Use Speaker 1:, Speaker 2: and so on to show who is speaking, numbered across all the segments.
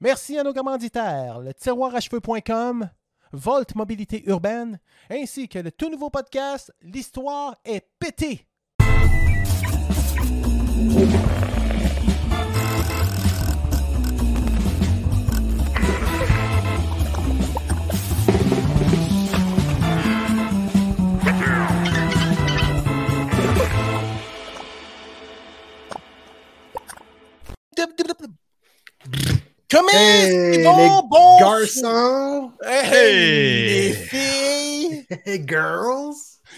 Speaker 1: Merci à nos commanditaires, le tiroir à cheveux.com, Volt Mobilité Urbaine, ainsi que le tout nouveau podcast L'Histoire est pétée. Comment
Speaker 2: Hey,
Speaker 1: c'est bon,
Speaker 2: les
Speaker 1: bon
Speaker 2: Garçons,
Speaker 1: Hey, Les filles,
Speaker 2: girls,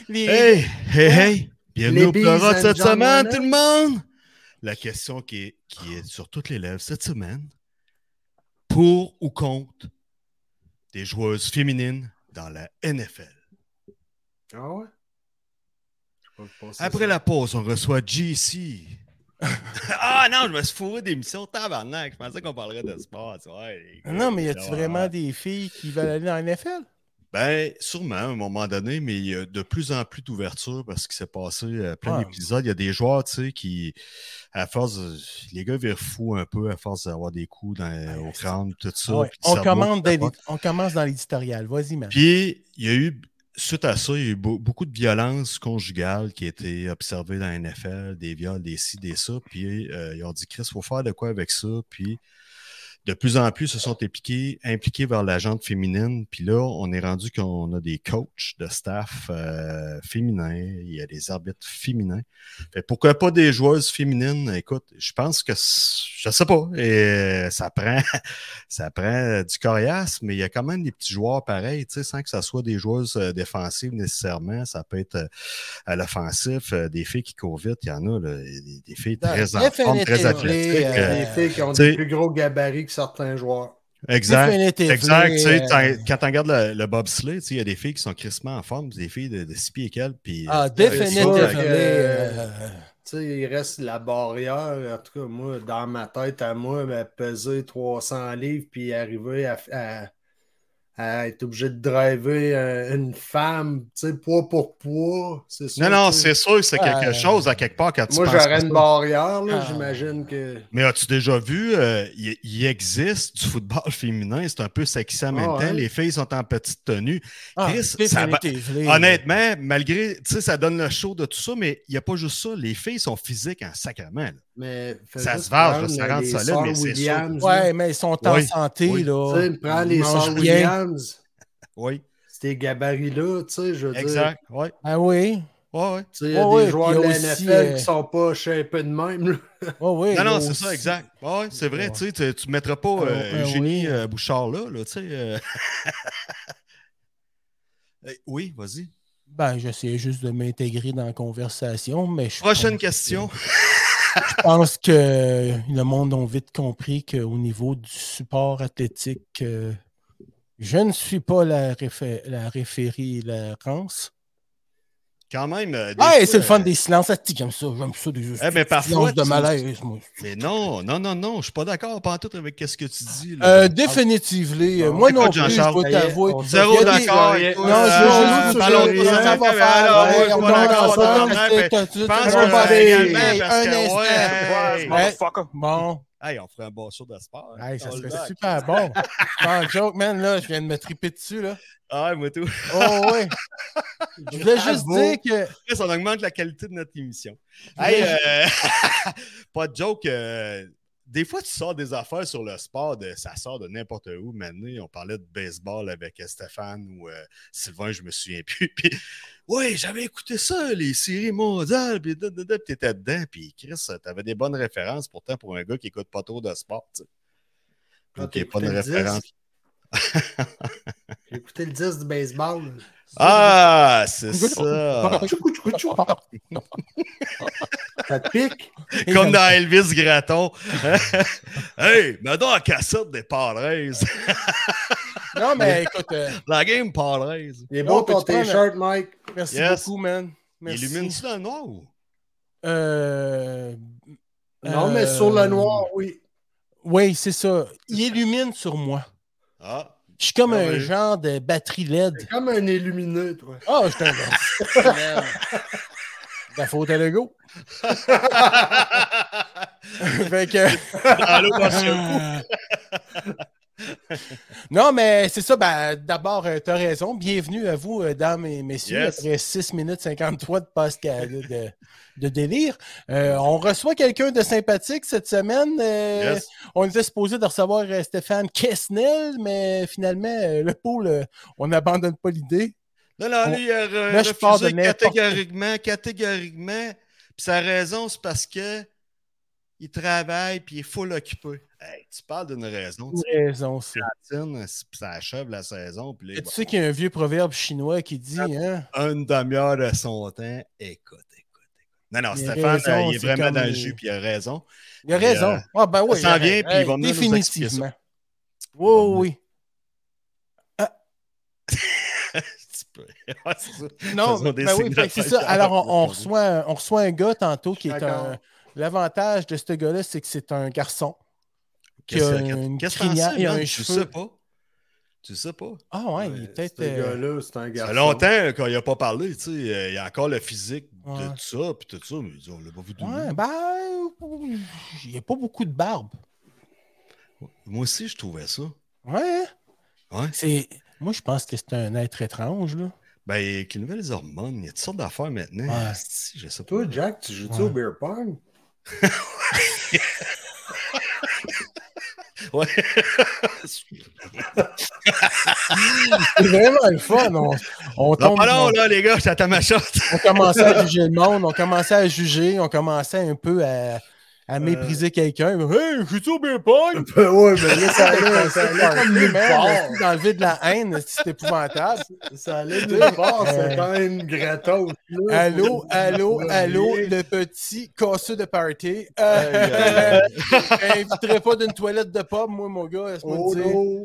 Speaker 1: les...
Speaker 3: Hey, hey, hey! Bienvenue au
Speaker 2: Ladies
Speaker 3: Pleurote
Speaker 2: and
Speaker 3: cette semaine,
Speaker 2: gentlemen.
Speaker 3: tout le monde! La question qui est, qui est sur toutes les lèvres cette semaine, pour ou contre des joueuses féminines dans la NFL?
Speaker 2: Ah ouais? Je vais vous passer
Speaker 3: Après
Speaker 2: ça.
Speaker 3: la pause, on reçoit JC. ah non, je me suis fourré d'émission tabarnak. Je pensais qu'on parlerait de sport. tu vois. Ouais,
Speaker 1: Non, mais y a-tu
Speaker 3: Ouais.
Speaker 1: vraiment des filles qui veulent aller dans la NFL?
Speaker 3: Ben, sûrement, à un moment donné, mais il y a de plus en plus d'ouverture parce qu'il s'est passé euh, plein
Speaker 1: Ouais.
Speaker 3: d'épisodes. Il y a des joueurs, tu sais, qui, à force, euh, les gars virent fous un peu à force d'avoir des coups dans,
Speaker 1: Ouais,
Speaker 3: au
Speaker 1: Ben, c'est-
Speaker 3: crâne, tout ça.
Speaker 1: Ouais,
Speaker 3: puis le
Speaker 1: on,
Speaker 3: cerveau,
Speaker 1: commande
Speaker 3: puis la
Speaker 1: dans les- on commence dans l'éditorial. Vas-y, man.
Speaker 3: puis, il y a eu, suite à ça, il y a eu beau- beaucoup de violences conjugales qui étaient observées dans la NFL, des viols, des ci, des ça. Puis, euh, ils ont dit, Chris, il faut faire de quoi avec ça. Puis, de plus en plus, se sont impliqués, impliqués vers la gente féminine. Puis là, on est rendu qu'on a des coachs de staff euh, féminins. Il y a des arbitres féminins. Fait que pourquoi pas des joueuses féminines? Écoute, je pense que, c- je sais pas, et euh, ça prend ça prend euh, du coriace, mais il y a quand même des petits joueurs pareils, tu sais, sans que ça soit des joueuses euh, défensives nécessairement. Ça peut être euh, à l'offensif, euh, des filles qui courent vite, il y en a, là, des, des filles
Speaker 1: Dans
Speaker 3: très
Speaker 1: la
Speaker 3: en forme, très
Speaker 1: FNTB,
Speaker 3: athlétiques.
Speaker 2: Euh,
Speaker 3: euh,
Speaker 2: les filles qui ont
Speaker 3: t'sais-
Speaker 2: des plus gros gabarits que certains joueurs.
Speaker 3: exact.
Speaker 1: Définitivement,
Speaker 3: Exact, tu sais,
Speaker 1: euh,
Speaker 3: t'en- quand on regarde le, le bobsleigh, tu sais, il y a des filles qui sont crissement en forme, des filles de, de six pieds et quelques, puis...
Speaker 1: Ah,
Speaker 3: euh,
Speaker 1: définitivement.
Speaker 2: euh,
Speaker 1: euh,
Speaker 2: Tu sais, il reste la barrière, en tout cas, moi, dans ma tête, à moi, ben, peser 300 livres puis arriver à, à- à être obligé de driver un- une femme, tu sais, poids pour poids, c'est sûr.
Speaker 3: Non, non,
Speaker 2: tu sais.
Speaker 3: c'est sûr que c'est quelque
Speaker 1: Euh,
Speaker 3: chose à quelque part quand tu
Speaker 2: Moi,
Speaker 3: penses à
Speaker 2: j'aurais
Speaker 3: ça.
Speaker 2: une barrière, là,
Speaker 1: Ah.
Speaker 2: j'imagine que.
Speaker 3: Mais as-tu déjà vu, euh, il il existe du football féminin, c'est un peu sexy en même
Speaker 2: Ah,
Speaker 3: temps,
Speaker 2: ouais.
Speaker 3: les filles sont en petite tenue.
Speaker 1: ah,
Speaker 3: Chris, ça va-
Speaker 1: définitivement.
Speaker 3: Honnêtement, malgré, tu sais, ça donne le show de tout ça, mais il n'y a pas juste ça. Les filles sont physiques en sacrement. là.
Speaker 2: Mais fais
Speaker 3: Ça
Speaker 2: juste
Speaker 3: se vase,
Speaker 2: prendre
Speaker 3: ça rentre
Speaker 2: les
Speaker 3: solide,
Speaker 2: sœurs
Speaker 3: mais c'est sûr.
Speaker 2: Williams, là.
Speaker 1: Ouais, mais ils sont en
Speaker 3: Oui,
Speaker 1: santé,
Speaker 3: oui.
Speaker 2: Tu
Speaker 1: là.
Speaker 2: sais, prends les
Speaker 1: Ils mangent rien.
Speaker 2: sœurs Williams,
Speaker 3: Oui,
Speaker 2: ces gabarits-là, tu sais, je veux dire.
Speaker 3: exact. Oui,
Speaker 1: Ah oui.
Speaker 3: oui, oui.
Speaker 2: Tu sais, il y a
Speaker 1: Ouais, ouais,
Speaker 2: des joueurs
Speaker 1: puis il
Speaker 2: de
Speaker 1: y a
Speaker 2: la
Speaker 1: aussi,
Speaker 2: NFL
Speaker 1: euh,
Speaker 2: qui sont pas shapés de même. là.
Speaker 1: Ouais, ouais,
Speaker 3: Non,
Speaker 1: Oh, là
Speaker 3: non, c'est
Speaker 1: aussi.
Speaker 3: ça, exact. Oui, c'est vrai.
Speaker 1: Ouais.
Speaker 3: Tu sais, tu- tu ne mettras pas
Speaker 1: Ah,
Speaker 3: euh,
Speaker 1: ouais,
Speaker 3: Eugénie
Speaker 1: oui.
Speaker 3: euh, Bouchard là, là, tu sais. euh. Eh, Oui, vas-y.
Speaker 1: Ben, j'essayais juste de m'intégrer dans la conversation, mais je
Speaker 3: Prochaine
Speaker 1: pense,
Speaker 3: question.
Speaker 1: je pense que le monde a vite compris qu'au niveau du support athlétique, euh, je ne suis pas la, réfé- la référée, la rance.
Speaker 3: Quand même. euh, des
Speaker 1: Ouais,
Speaker 3: fois,
Speaker 1: c'est le fun
Speaker 3: euh,
Speaker 1: des silences actifs comme ça. J'aime ça, des juste
Speaker 3: Eh, mais parfois,
Speaker 1: silences de
Speaker 3: tu-
Speaker 1: malaise. moi.
Speaker 3: Mais non, non, non, non, je suis pas d'accord pas en tout avec ce que tu dis. là.
Speaker 1: Euh, définitivement, euh,
Speaker 2: Bon,
Speaker 1: moi
Speaker 3: écoute,
Speaker 1: non plus, je
Speaker 3: Jean-Charles,
Speaker 1: dois
Speaker 2: ça y est,
Speaker 1: t'avouer.
Speaker 2: on-
Speaker 3: Zéro
Speaker 1: Il y a des-
Speaker 3: d'accord.
Speaker 2: il y a-
Speaker 3: et tout,
Speaker 1: Non,
Speaker 2: Euh,
Speaker 1: je
Speaker 2: je-
Speaker 1: veux
Speaker 3: ballon
Speaker 2: je-
Speaker 3: de
Speaker 1: juste
Speaker 2: je-
Speaker 3: sang,
Speaker 2: je-
Speaker 1: ça
Speaker 3: mais
Speaker 1: va
Speaker 3: alors,
Speaker 2: ouais,
Speaker 1: faire.
Speaker 3: ouais,
Speaker 1: on
Speaker 3: pas
Speaker 1: va
Speaker 3: d'accord,
Speaker 2: on
Speaker 3: pas
Speaker 2: va
Speaker 1: ensemble,
Speaker 3: d'accord,
Speaker 1: c'est-
Speaker 3: mais
Speaker 1: t'as- tu-
Speaker 3: Je pense
Speaker 1: t'as-
Speaker 3: que
Speaker 1: on va
Speaker 2: Hey,
Speaker 1: aller-
Speaker 3: également,
Speaker 1: hey,
Speaker 3: parce
Speaker 1: un
Speaker 3: que,
Speaker 1: instant.
Speaker 3: ouais, hey,
Speaker 1: Bon,
Speaker 3: hey, on ferait un bon show de sport.
Speaker 1: hey, ça
Speaker 3: On le
Speaker 1: serait
Speaker 3: back.
Speaker 1: super bon. Pas joke, man, là, je viens de me triper dessus, là.
Speaker 3: Ah, moi tout.
Speaker 1: Oh, ouais. Je voulais juste
Speaker 2: Bravo.
Speaker 1: dire que.
Speaker 3: Chris, on augmente la qualité de notre émission.
Speaker 1: Oui.
Speaker 3: Hey, euh, pas de joke. euh, des fois, tu sors des affaires sur le sport, de- ça sort de n'importe où. Maintenant, on parlait de baseball avec euh, Stéphane ou euh, Sylvain, je me souviens plus. Puis, ouais, j'avais écouté ça, les séries mondiales, puis da, da, da, puis t'étais dedans. Puis, Chris, t'avais des bonnes références pourtant pour un gars qui écoute pas trop de sport, tu sais.
Speaker 2: Quand
Speaker 3: Ou qui est pas de
Speaker 2: t'écoutais le
Speaker 3: référence.
Speaker 2: J'ai écouté le 10 du baseball.
Speaker 3: Ah, c'est ça.
Speaker 2: Tchoukou, tchoukou, tchou. Ça te pique?
Speaker 3: Comme dans Elvis Gratton. hey, me donne la cassette des Padres.
Speaker 1: Non, mais écoute, euh,
Speaker 3: La game Padres.
Speaker 2: Il est
Speaker 1: Non,
Speaker 2: beau ton
Speaker 1: peux-tu prendre-
Speaker 2: t-shirt, Mike.
Speaker 1: merci
Speaker 3: Yes.
Speaker 1: beaucoup, man.
Speaker 3: Il
Speaker 1: Merci.
Speaker 3: illumine-tu dans le noir ou?
Speaker 1: Euh,
Speaker 2: Non, mais
Speaker 1: Euh,
Speaker 2: sur le noir, oui.
Speaker 1: oui, c'est ça. Il illumine sur moi.
Speaker 3: Ah,
Speaker 1: Je suis comme
Speaker 3: Ah
Speaker 1: un
Speaker 3: oui.
Speaker 1: genre de batterie E LED.
Speaker 2: T'es comme un illuminé, toi.
Speaker 1: Ah, je suis un batterie LED. La faute à Lego. fait que.
Speaker 3: allô, monsieur.
Speaker 1: Euh, Non, mais c'est ça. Ben, D'abord, tu as raison. Bienvenue à vous, euh, dames et messieurs,
Speaker 3: Yes.
Speaker 1: après 6 minutes 53 de, pascal, de, de- de délire. Euh, on reçoit quelqu'un de sympathique cette semaine. Euh,
Speaker 3: Yes.
Speaker 1: On était supposé de recevoir euh, Stéphane Kessnel, mais finalement, euh, le pôle, euh, on n'abandonne pas l'idée.
Speaker 3: Non, non,
Speaker 1: On-
Speaker 3: lui, il a re-
Speaker 1: Là, je pars de
Speaker 3: refusé
Speaker 1: n'importe-
Speaker 3: catégoriquement, catégoriquement. Puis sa raison, c'est parce que il travaille puis il est full occupé. Hey, tu parles d'une raison. Tu
Speaker 1: Pour raison, ça.
Speaker 3: patines, puis ça achève la saison. Puis là,
Speaker 1: Et
Speaker 3: il
Speaker 1: tu sais qu'il y a un vieux proverbe chinois qui dit
Speaker 3: Ah.
Speaker 1: hein,
Speaker 3: va- une demi-heure de son temps. Écoute, écoute, écoute. Non, non,
Speaker 1: Il a
Speaker 3: Stéphane,
Speaker 1: raison,
Speaker 3: euh, il est
Speaker 1: c'est
Speaker 3: vraiment
Speaker 1: comme
Speaker 3: dans le
Speaker 1: les-
Speaker 3: jus, puis il a raison.
Speaker 1: il a
Speaker 3: Puis,
Speaker 1: raison.
Speaker 3: euh,
Speaker 1: ah, ben oui.
Speaker 3: s'en
Speaker 1: hein,
Speaker 3: vient, puis il va venir nous expliquer ça.
Speaker 1: Définitivement.
Speaker 3: va
Speaker 1: Oui,
Speaker 3: venir.
Speaker 1: oui.
Speaker 3: Tu peux. Ouais, c'est ça.
Speaker 1: Non,
Speaker 3: Faisons des
Speaker 1: ben oui,
Speaker 3: signes
Speaker 1: fait
Speaker 3: de
Speaker 1: que c'est
Speaker 3: tête
Speaker 1: ça.
Speaker 3: dans
Speaker 1: Alors,
Speaker 3: le
Speaker 1: on, on
Speaker 3: bureau.
Speaker 1: reçoit, un- on reçoit un gars tantôt qui est
Speaker 2: D'accord.
Speaker 1: un. L'avantage de ce gars-là, c'est que c'est un garçon. qui
Speaker 3: Qu'est-ce
Speaker 1: a
Speaker 3: que-
Speaker 1: une
Speaker 3: Qu'est-ce que t'en
Speaker 1: crinière
Speaker 3: sais,
Speaker 1: et un
Speaker 3: man? Tu
Speaker 1: cheveu.
Speaker 3: sais pas. Tu sais pas.
Speaker 1: Ah ouais, il est peut-être.
Speaker 2: Ce
Speaker 1: euh,
Speaker 2: gars-là, c'est un
Speaker 3: Ça
Speaker 2: garçon.
Speaker 3: fait longtemps qu'on n'y a pas parlé, tu sais. euh, Il y a encore le physique
Speaker 1: Ouais.
Speaker 3: de tout ça, puis tout ça, mais on l'a pas vu donner.
Speaker 1: Ouais, ben. euh, Il n'y a pas beaucoup de barbe.
Speaker 3: Moi aussi, je trouvais ça.
Speaker 1: Ouais. hein?
Speaker 3: Ouais.
Speaker 1: C'est. Moi, je pense que c'est un être étrange, là.
Speaker 3: Ben, avec les nouvelles hormones, il y a toutes sortes d'affaires maintenant.
Speaker 1: Ouais.
Speaker 3: Si, je sais pas.
Speaker 2: Toi, Jack, tu
Speaker 1: Ouais.
Speaker 2: joues-tu au beer pong?
Speaker 3: Ouais.
Speaker 1: C'est vraiment le fun. On, on
Speaker 3: Non,
Speaker 1: tombe.
Speaker 3: pas long, là, les gars, j'attends ma shot.
Speaker 1: on commençait à juger le monde, on commençait à juger, on commençait un peu à, à mépriser quelqu'un. Hey, je suis au beer pong!
Speaker 2: Ben ouais, mais là, ça allait, ça allait comme nulle part.
Speaker 1: Dans le vide de la haine, c'est épouvantable.
Speaker 2: Ça allait nulle part,
Speaker 1: Euh,
Speaker 2: c'est quand même gratos. là.
Speaker 1: Allô, allô, allô,
Speaker 2: Ouais.
Speaker 1: le petit casseux de party.
Speaker 3: Aïe,
Speaker 1: Euh, Inviterai pas d'une toilette de pomme, moi, mon gars. laisse-moi
Speaker 2: Oh
Speaker 1: te dire.
Speaker 2: non!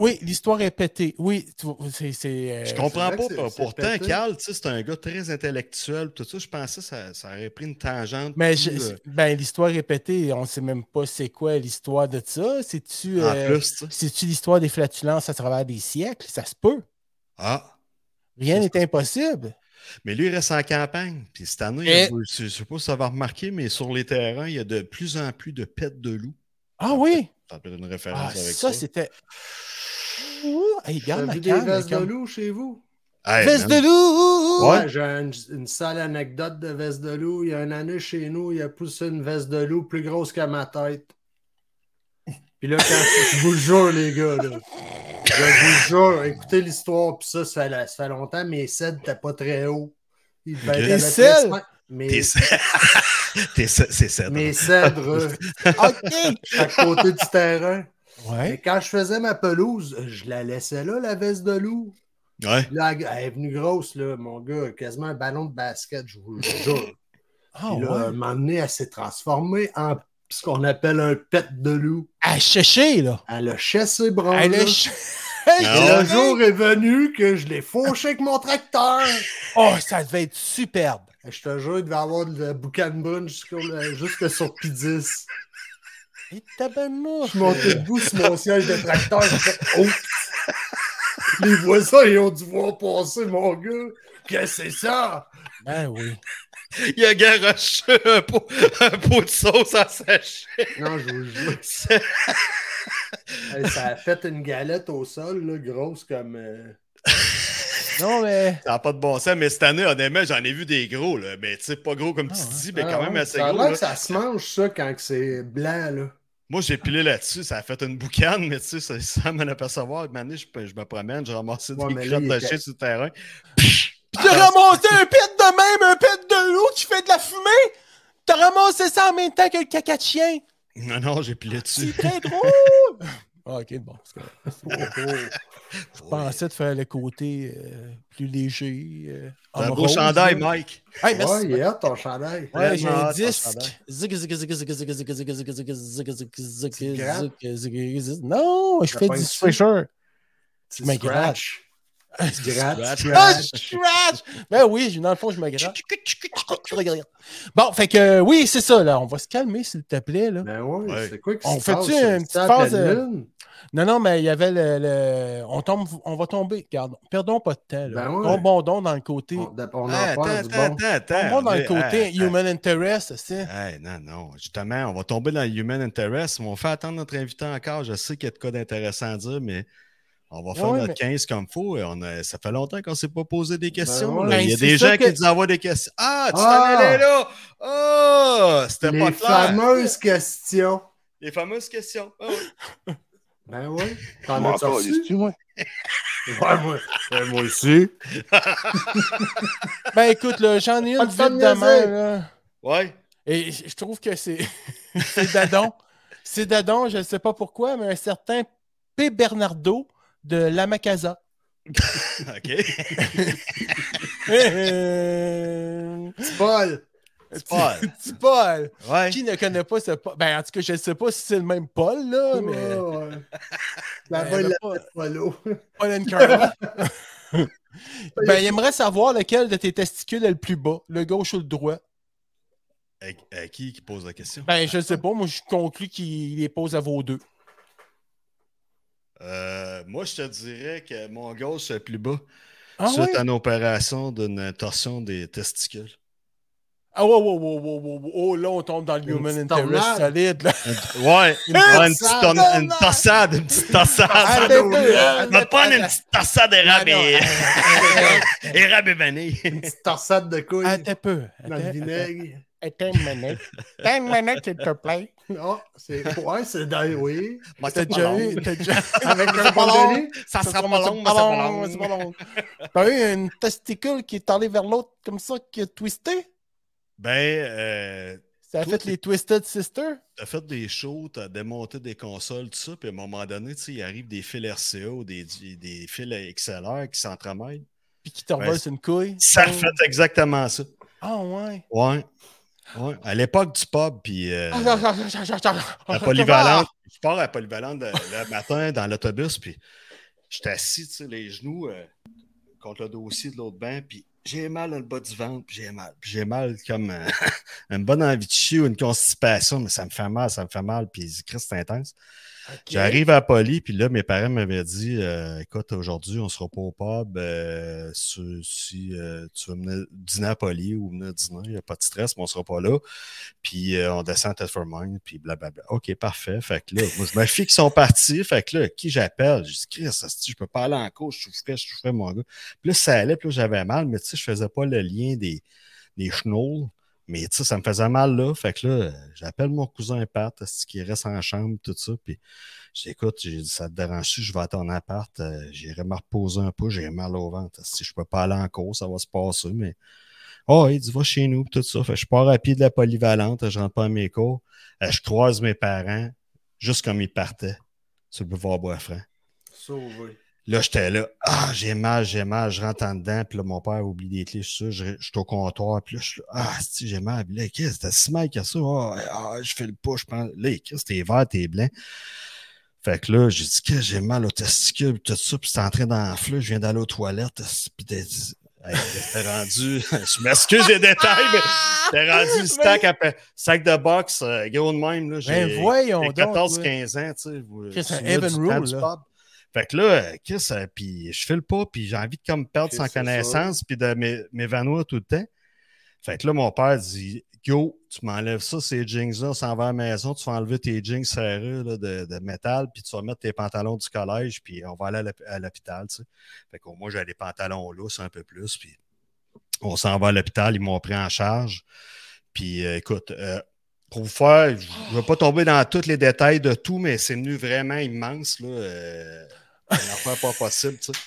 Speaker 1: Oui, l'histoire est pétée. Oui, tu vois, c'est. c'est, euh,
Speaker 3: Je comprends
Speaker 2: c'est
Speaker 3: pas.
Speaker 2: vrai que
Speaker 3: pour-
Speaker 2: c'est- c'est
Speaker 3: Pourtant,
Speaker 2: pété.
Speaker 3: Carl, tu sais, c'est un gars très intellectuel. Tout ça, je pensais que ça, ça aurait pris une tangente.
Speaker 1: Mais
Speaker 3: plus,
Speaker 1: je-
Speaker 3: euh,
Speaker 1: ben, l'histoire est pétée, on ne sait même pas c'est quoi l'histoire de ça. C'est-tu
Speaker 3: en
Speaker 1: euh,
Speaker 3: plus, tu sais.
Speaker 1: c'est-tu l'histoire des flatulences à travers des siècles? Ça se peut.
Speaker 3: Ah,
Speaker 1: Rien
Speaker 3: Ça
Speaker 1: n'est impossible.
Speaker 3: mais lui, il reste en campagne. Puis cette année,
Speaker 1: Et-
Speaker 3: je ne sais je sais pas si ça va remarquer, mais sur les terrains, il y a de plus en plus de pets de loups.
Speaker 1: Ah oui!
Speaker 3: Ça peut être une
Speaker 1: Ah,
Speaker 3: référence avec
Speaker 1: ça,
Speaker 3: ça.
Speaker 1: c'était. Ouh, hey,
Speaker 2: T'as
Speaker 1: garde la
Speaker 2: vu des
Speaker 1: canne. la
Speaker 2: vestes de
Speaker 1: canne.
Speaker 2: loup chez vous?
Speaker 3: Hey,
Speaker 1: Veste de
Speaker 3: man,
Speaker 1: loup!
Speaker 3: Ouais.
Speaker 2: Ouais, j'ai une, une sale anecdote de veste de loup. Il y a une année chez nous, il a poussé une veste de loup plus grosse qu'à ma tête. Puis là, quand, je vous le jure, les gars, là. Je vous le jure, écoutez l'histoire, puis ça, ça, la- ça fait longtemps, mes cèdres n'étaient pas très hauts. Il devait-
Speaker 3: Ok.
Speaker 2: il
Speaker 3: Tes
Speaker 2: avait
Speaker 1: cèdres?
Speaker 2: presque- Mes,
Speaker 3: t'es- t'es- C'est ça.
Speaker 2: mes cèdres, euh,
Speaker 1: OK!
Speaker 2: à côté du terrain. Mais
Speaker 1: Ouais.
Speaker 2: quand je faisais ma pelouse, je la laissais là, la veste de loup.
Speaker 3: Ouais.
Speaker 2: Là, elle est venue grosse, là, mon gars, quasiment un ballon de basket, je vous le jure.
Speaker 1: Ah
Speaker 2: Puis là, à un
Speaker 1: ouais.
Speaker 2: moment donné, elle s'est transformée en ce qu'on appelle un pet de loup.
Speaker 1: À chécher, là.
Speaker 2: Elle a chassé bras.
Speaker 1: Elle
Speaker 2: là.
Speaker 1: a ch-
Speaker 2: Et le
Speaker 3: Ah
Speaker 1: chéché.
Speaker 2: jour est venu que je l'ai fauché avec mon tracteur.
Speaker 1: Oh, ça devait être superbe.
Speaker 2: Je te jure, il devait avoir de la boucan brune jusqu'au- jusque sur P10.
Speaker 1: Et tabarnouche.
Speaker 2: Je montais debout sur mon siège de tracteur. j'ai fait, Oh! Les voisins, ils ont dû voir passer, mon gars. Qu'est-ce que c'est ça?
Speaker 1: Ben oui.
Speaker 3: Il a garoché un pot, un pot de sauce en sachet.
Speaker 2: Non, je vous jure.
Speaker 3: C'est-
Speaker 2: Hey, ça a fait une galette au sol, là, grosse comme. euh,
Speaker 1: Non, mais.
Speaker 3: Ça n'a pas de bon sens, mais cette année, honnêtement, j'en ai vu des gros. Là. Mais tu sais, pas gros comme
Speaker 1: Ah
Speaker 3: tu
Speaker 1: ouais.
Speaker 3: dis, mais
Speaker 2: Ah
Speaker 3: quand même
Speaker 2: ouais,
Speaker 3: assez
Speaker 2: ça a
Speaker 3: gros.
Speaker 2: l'air
Speaker 3: là.
Speaker 2: que ça se mange, ça, quand que c'est blanc, là.
Speaker 3: Moi, j'ai pilé là-dessus, ça a fait une boucane, mais tu sais, ça- sans m'en apercevoir, une année, je, je me promène, j'ai ramassé
Speaker 2: Ouais,
Speaker 3: des
Speaker 2: mais là,
Speaker 3: crottes
Speaker 2: il
Speaker 3: de
Speaker 2: était-
Speaker 3: chien sur le terrain.
Speaker 1: Puis t'as ramassé un pet de même, un pet de loup qui fait de la fumée! T'as ramassé ça en même temps que le caca de chien!
Speaker 3: Non, non, j'ai pilé
Speaker 1: C'est
Speaker 3: dessus.
Speaker 1: très drôle! Ah, ok, bon. c'est correct. Je pensais de faire le côté euh, plus léger. euh,
Speaker 3: T'as
Speaker 2: Ah,
Speaker 3: un
Speaker 1: homme
Speaker 3: beau
Speaker 1: rose,
Speaker 3: chandail,
Speaker 1: là.
Speaker 3: Mike.
Speaker 1: Hey, merci.
Speaker 2: Ouais, il est hot, ton chandail.
Speaker 1: Ouais,
Speaker 3: Tellement
Speaker 1: j'ai
Speaker 3: hot,
Speaker 1: un
Speaker 3: ton
Speaker 1: disque.
Speaker 3: chandail.
Speaker 1: Zig, zig, zig, zig, zig, zig, zig, zig, zig, zig, zig,
Speaker 2: Tu te
Speaker 1: zig,
Speaker 2: grattes?
Speaker 1: zig, zig, zig. Non, je
Speaker 2: Ça
Speaker 1: fais
Speaker 2: pointe
Speaker 1: du
Speaker 2: dessus.
Speaker 1: swisher.
Speaker 2: Tu
Speaker 1: Mais
Speaker 2: scratch. Scratch.
Speaker 1: Ah, je scratch! Ben oui, dans le fond, je me gratte. Regarde, regarde. Bon, fait que euh, oui, c'est ça, là. On va se calmer, s'il te plaît. Là.
Speaker 2: Ben oui,
Speaker 3: Ouais.
Speaker 2: c'est quoi qui
Speaker 1: On
Speaker 2: se
Speaker 1: fait-tu
Speaker 2: passe?
Speaker 1: une
Speaker 2: C'est à
Speaker 1: petite phase,
Speaker 2: la
Speaker 1: euh,
Speaker 2: lune?
Speaker 1: Non, non, mais il y avait le. le- On, tombe, on va tomber. Regarde, perdons pas de temps. Là.
Speaker 2: Ben ouais.
Speaker 1: Tombons donc dans le côté.
Speaker 2: On, on en
Speaker 3: Attends,
Speaker 2: parle du
Speaker 3: attends,
Speaker 2: bon.
Speaker 3: attends,
Speaker 1: Tombons dans le
Speaker 3: attends.
Speaker 1: côté
Speaker 3: Hey,
Speaker 1: human interest, c'est.
Speaker 3: Hey, non, non. Justement, on va tomber dans le human interest. mais On fait attendre notre invité encore. Je sais qu'il y a de quoi d'intéressant à dire, mais on va faire
Speaker 1: Ouais,
Speaker 3: notre
Speaker 1: mais-
Speaker 3: 15 comme il faut. Et on a- Ça fait longtemps qu'on ne s'est pas posé des questions.
Speaker 2: ouais.
Speaker 3: là. Il y a
Speaker 1: Ben, c'est
Speaker 3: des gens
Speaker 1: ça que-
Speaker 3: qui nous envoient des questions. Ah, tu
Speaker 2: Ah!
Speaker 3: t'en allais là! Ah! C'était pas
Speaker 2: Les
Speaker 3: clair.
Speaker 2: fameuses questions.
Speaker 3: Les fameuses questions. Ah oui.
Speaker 2: Ben oui. T'en
Speaker 4: Moi,
Speaker 2: as-tu
Speaker 4: encore,
Speaker 2: reçu?
Speaker 4: dis-tu, moi?
Speaker 2: Ouais, moi, ouais, moi aussi.
Speaker 1: Ben écoute, là, j'en ai
Speaker 2: Pas
Speaker 1: une
Speaker 2: de
Speaker 1: vite
Speaker 2: temps de
Speaker 1: demain.
Speaker 2: niaiser.
Speaker 1: là.
Speaker 3: Ouais.
Speaker 1: Et je je trouve que c'est. c'est Dadon. c'est Dadon, je ne sais pas pourquoi, mais un certain P. Bernardo de Lamacasa.
Speaker 3: OK.
Speaker 1: Euh,
Speaker 2: Paul.
Speaker 3: C'est pas.
Speaker 1: Petit Paul.
Speaker 3: Ouais.
Speaker 1: Qui ne connaît pas ce Paul? Ben, en tout cas, je ne sais pas si c'est le même Paul, là, mais.
Speaker 2: Ouais, ouais. La
Speaker 1: Ben,
Speaker 2: bonne
Speaker 1: le
Speaker 2: la
Speaker 1: Paul.
Speaker 2: follow.
Speaker 1: Paul and Carla. ben, il aimerait savoir lequel de tes testicules est le plus bas, le gauche ou le droit.
Speaker 3: Euh, euh, qui qui pose la question?
Speaker 1: Ben, je ne sais pas. Moi, je conclus qu'il les pose à vos deux.
Speaker 3: Euh, moi, je te dirais que mon gauche est plus bas
Speaker 1: Ah
Speaker 3: suite
Speaker 1: ouais?
Speaker 3: à une opération d'une torsion des testicules.
Speaker 1: Ah ouais, ouais, ouais, ouais, ouais, ouais. Oh, là, on tombe dans le
Speaker 2: Une
Speaker 1: human
Speaker 2: petite
Speaker 1: interest
Speaker 2: tornade.
Speaker 1: solide, là.
Speaker 3: Ouais, une,
Speaker 2: Ah,
Speaker 3: une,
Speaker 2: ça,
Speaker 3: petite torn-
Speaker 1: non,
Speaker 3: une
Speaker 1: non.
Speaker 3: torsade, une petite torsade.
Speaker 1: Ah,
Speaker 2: attends,
Speaker 3: Je vais te prendre une petite torsade
Speaker 1: Ah,
Speaker 3: érable
Speaker 1: non,
Speaker 3: et,
Speaker 1: attends,
Speaker 3: érable et vanille.
Speaker 2: Une petite torsade de couilles
Speaker 1: attends, attends, peu.
Speaker 2: dans le vinaigre.
Speaker 1: Attends une minute. Attends une minute, s'il te plaît.
Speaker 2: Oh, c'est. Ouais, c'est dingue, oui.
Speaker 3: Moi,
Speaker 1: T'as
Speaker 3: c'est pas
Speaker 1: déjà
Speaker 3: long.
Speaker 1: eu. t'as déjà-
Speaker 2: Avec un
Speaker 1: pas long.
Speaker 2: ballon.
Speaker 3: Ça
Speaker 1: Ça
Speaker 3: sera
Speaker 1: sera
Speaker 3: pas long, mais c'est pas long.
Speaker 1: c'est pas long. T'as eu une testicule qui est allée vers l'autre comme ça, qui a twisté?
Speaker 3: Ben, euh,
Speaker 1: Ça a
Speaker 3: Tout
Speaker 1: fait
Speaker 3: est-
Speaker 1: les Twisted Sisters?
Speaker 3: t'as fait des shows, t'as démonté des consoles, tout ça, puis à un moment donné, tu sais, il arrive des fils RCA ou des, des fils XLR qui s'entremêlent.
Speaker 1: Puis qui t'envole
Speaker 3: Ouais.
Speaker 1: sur une couille?
Speaker 3: Ça
Speaker 1: Oh.
Speaker 3: fait exactement ça.
Speaker 1: Ah ouais.
Speaker 3: Ouais. Ouais. À l'époque du pub, puis euh,
Speaker 1: Ah, ah, ah, ah, ah, ah, ah,
Speaker 3: à Polyvalente, je pars à Polyvalente euh, le matin dans l'autobus, puis j'étais assis, tu sais, les genoux euh, contre le dossier de l'autre bain, puis j'ai mal dans le bas du ventre, puis j'ai mal. Puis j'ai mal comme euh, une bonne envie de chier ou une constipation, mais ça me fait mal, ça me fait mal, puis Christ, c'est intense.
Speaker 1: Ok.
Speaker 3: J'arrive à Poly, puis là, mes parents m'avaient dit euh, Écoute, aujourd'hui, on sera pas au pub. euh, si si, euh, tu veux venir dîner à Poly ou venir dîner, il n'y a pas de stress, mais on sera pas là. Puis euh, on descend à Tetford Mine, puis blablabla. OK, parfait. Fait que là, moi, je me fie qu'ils sont partis. Fait que là, qui j'appelle Je dis Chris, hostie, je peux pas aller en cours, je souffrais, je souffrais, mon gars. Puis là, ça allait, puis là, j'avais mal, mais tu sais, je faisais pas le lien des, des chenolles. Mais tu sais, ça me faisait mal là. Fait que là, euh, j'appelle mon cousin Pat, hostie, qui reste en chambre, tout ça. Puis J'écoute, j'ai dit, ça te dérange-tu, je vais à ton appart, euh, j'irai me reposer un peu, j'ai mal au ventre. Si je peux pas aller en cours, ça va se passer, mais. Oh, il dit, va chez nous, pis tout ça. Fait, que je pars à pied de la polyvalente, je rentre pas à mes cours, Euh, je croise mes parents, juste comme ils partaient, sur le boulevard Bois-Franc.
Speaker 2: Sauvé.
Speaker 3: Là, j'étais là, ah, j'ai mal, j'ai mal, je rentre en dedans, puis là, mon père oublie des clés, je suis sûr, je, je suis au comptoir, puis là, je suis là, ah, si j'ai mal, puis là, qu'est-ce, que t'as si mal que ça, ah, ah, je fais le pas, je pense, là, qu'est-ce, t'es vert, t'es blanc. Fait que là, j'ai dit, que j'ai mal au testicule, puis tout ça, puis c'est en train d'enfler, je viens d'aller aux toilettes, puis t'es Hey, t'es rendu, je m'excuse des détails, mais t'es rendu stack à pe- sac de boxe, euh, gros de même, là, j'ai
Speaker 1: Ben voyons
Speaker 3: j'ai
Speaker 1: donc.
Speaker 3: 14-15 ans, tu sais. vous-
Speaker 1: Chris,
Speaker 3: tu
Speaker 1: un
Speaker 3: vois,
Speaker 1: Evan
Speaker 3: du temps
Speaker 1: Rule,
Speaker 3: du
Speaker 1: là.
Speaker 3: pub. Fait que là, euh, Chris, euh, puis je file pas, puis j'ai envie de comme perdre
Speaker 2: Chris,
Speaker 3: sans
Speaker 2: c'est ça.
Speaker 3: connaissance, puis de m'é- m'évanouir tout le temps. Fait que là, mon père dit Yo, tu m'enlèves ça, ces jeans-là, on s'en va à la maison, tu vas enlever tes jeans serrés là, de, de métal, puis tu vas mettre tes pantalons du collège, puis on va aller à l'hôp- à l'hôpital, tu sais. Fait qu'au moins, j'ai les pantalons lousses un peu plus, puis on s'en va à l'hôpital, ils m'ont pris en charge. Puis euh, écoute, euh, pour vous faire, je ne vais pas tomber dans tous les détails de tout, mais c'est venu vraiment immense. Là, euh, une affaire pas possible, tu sais.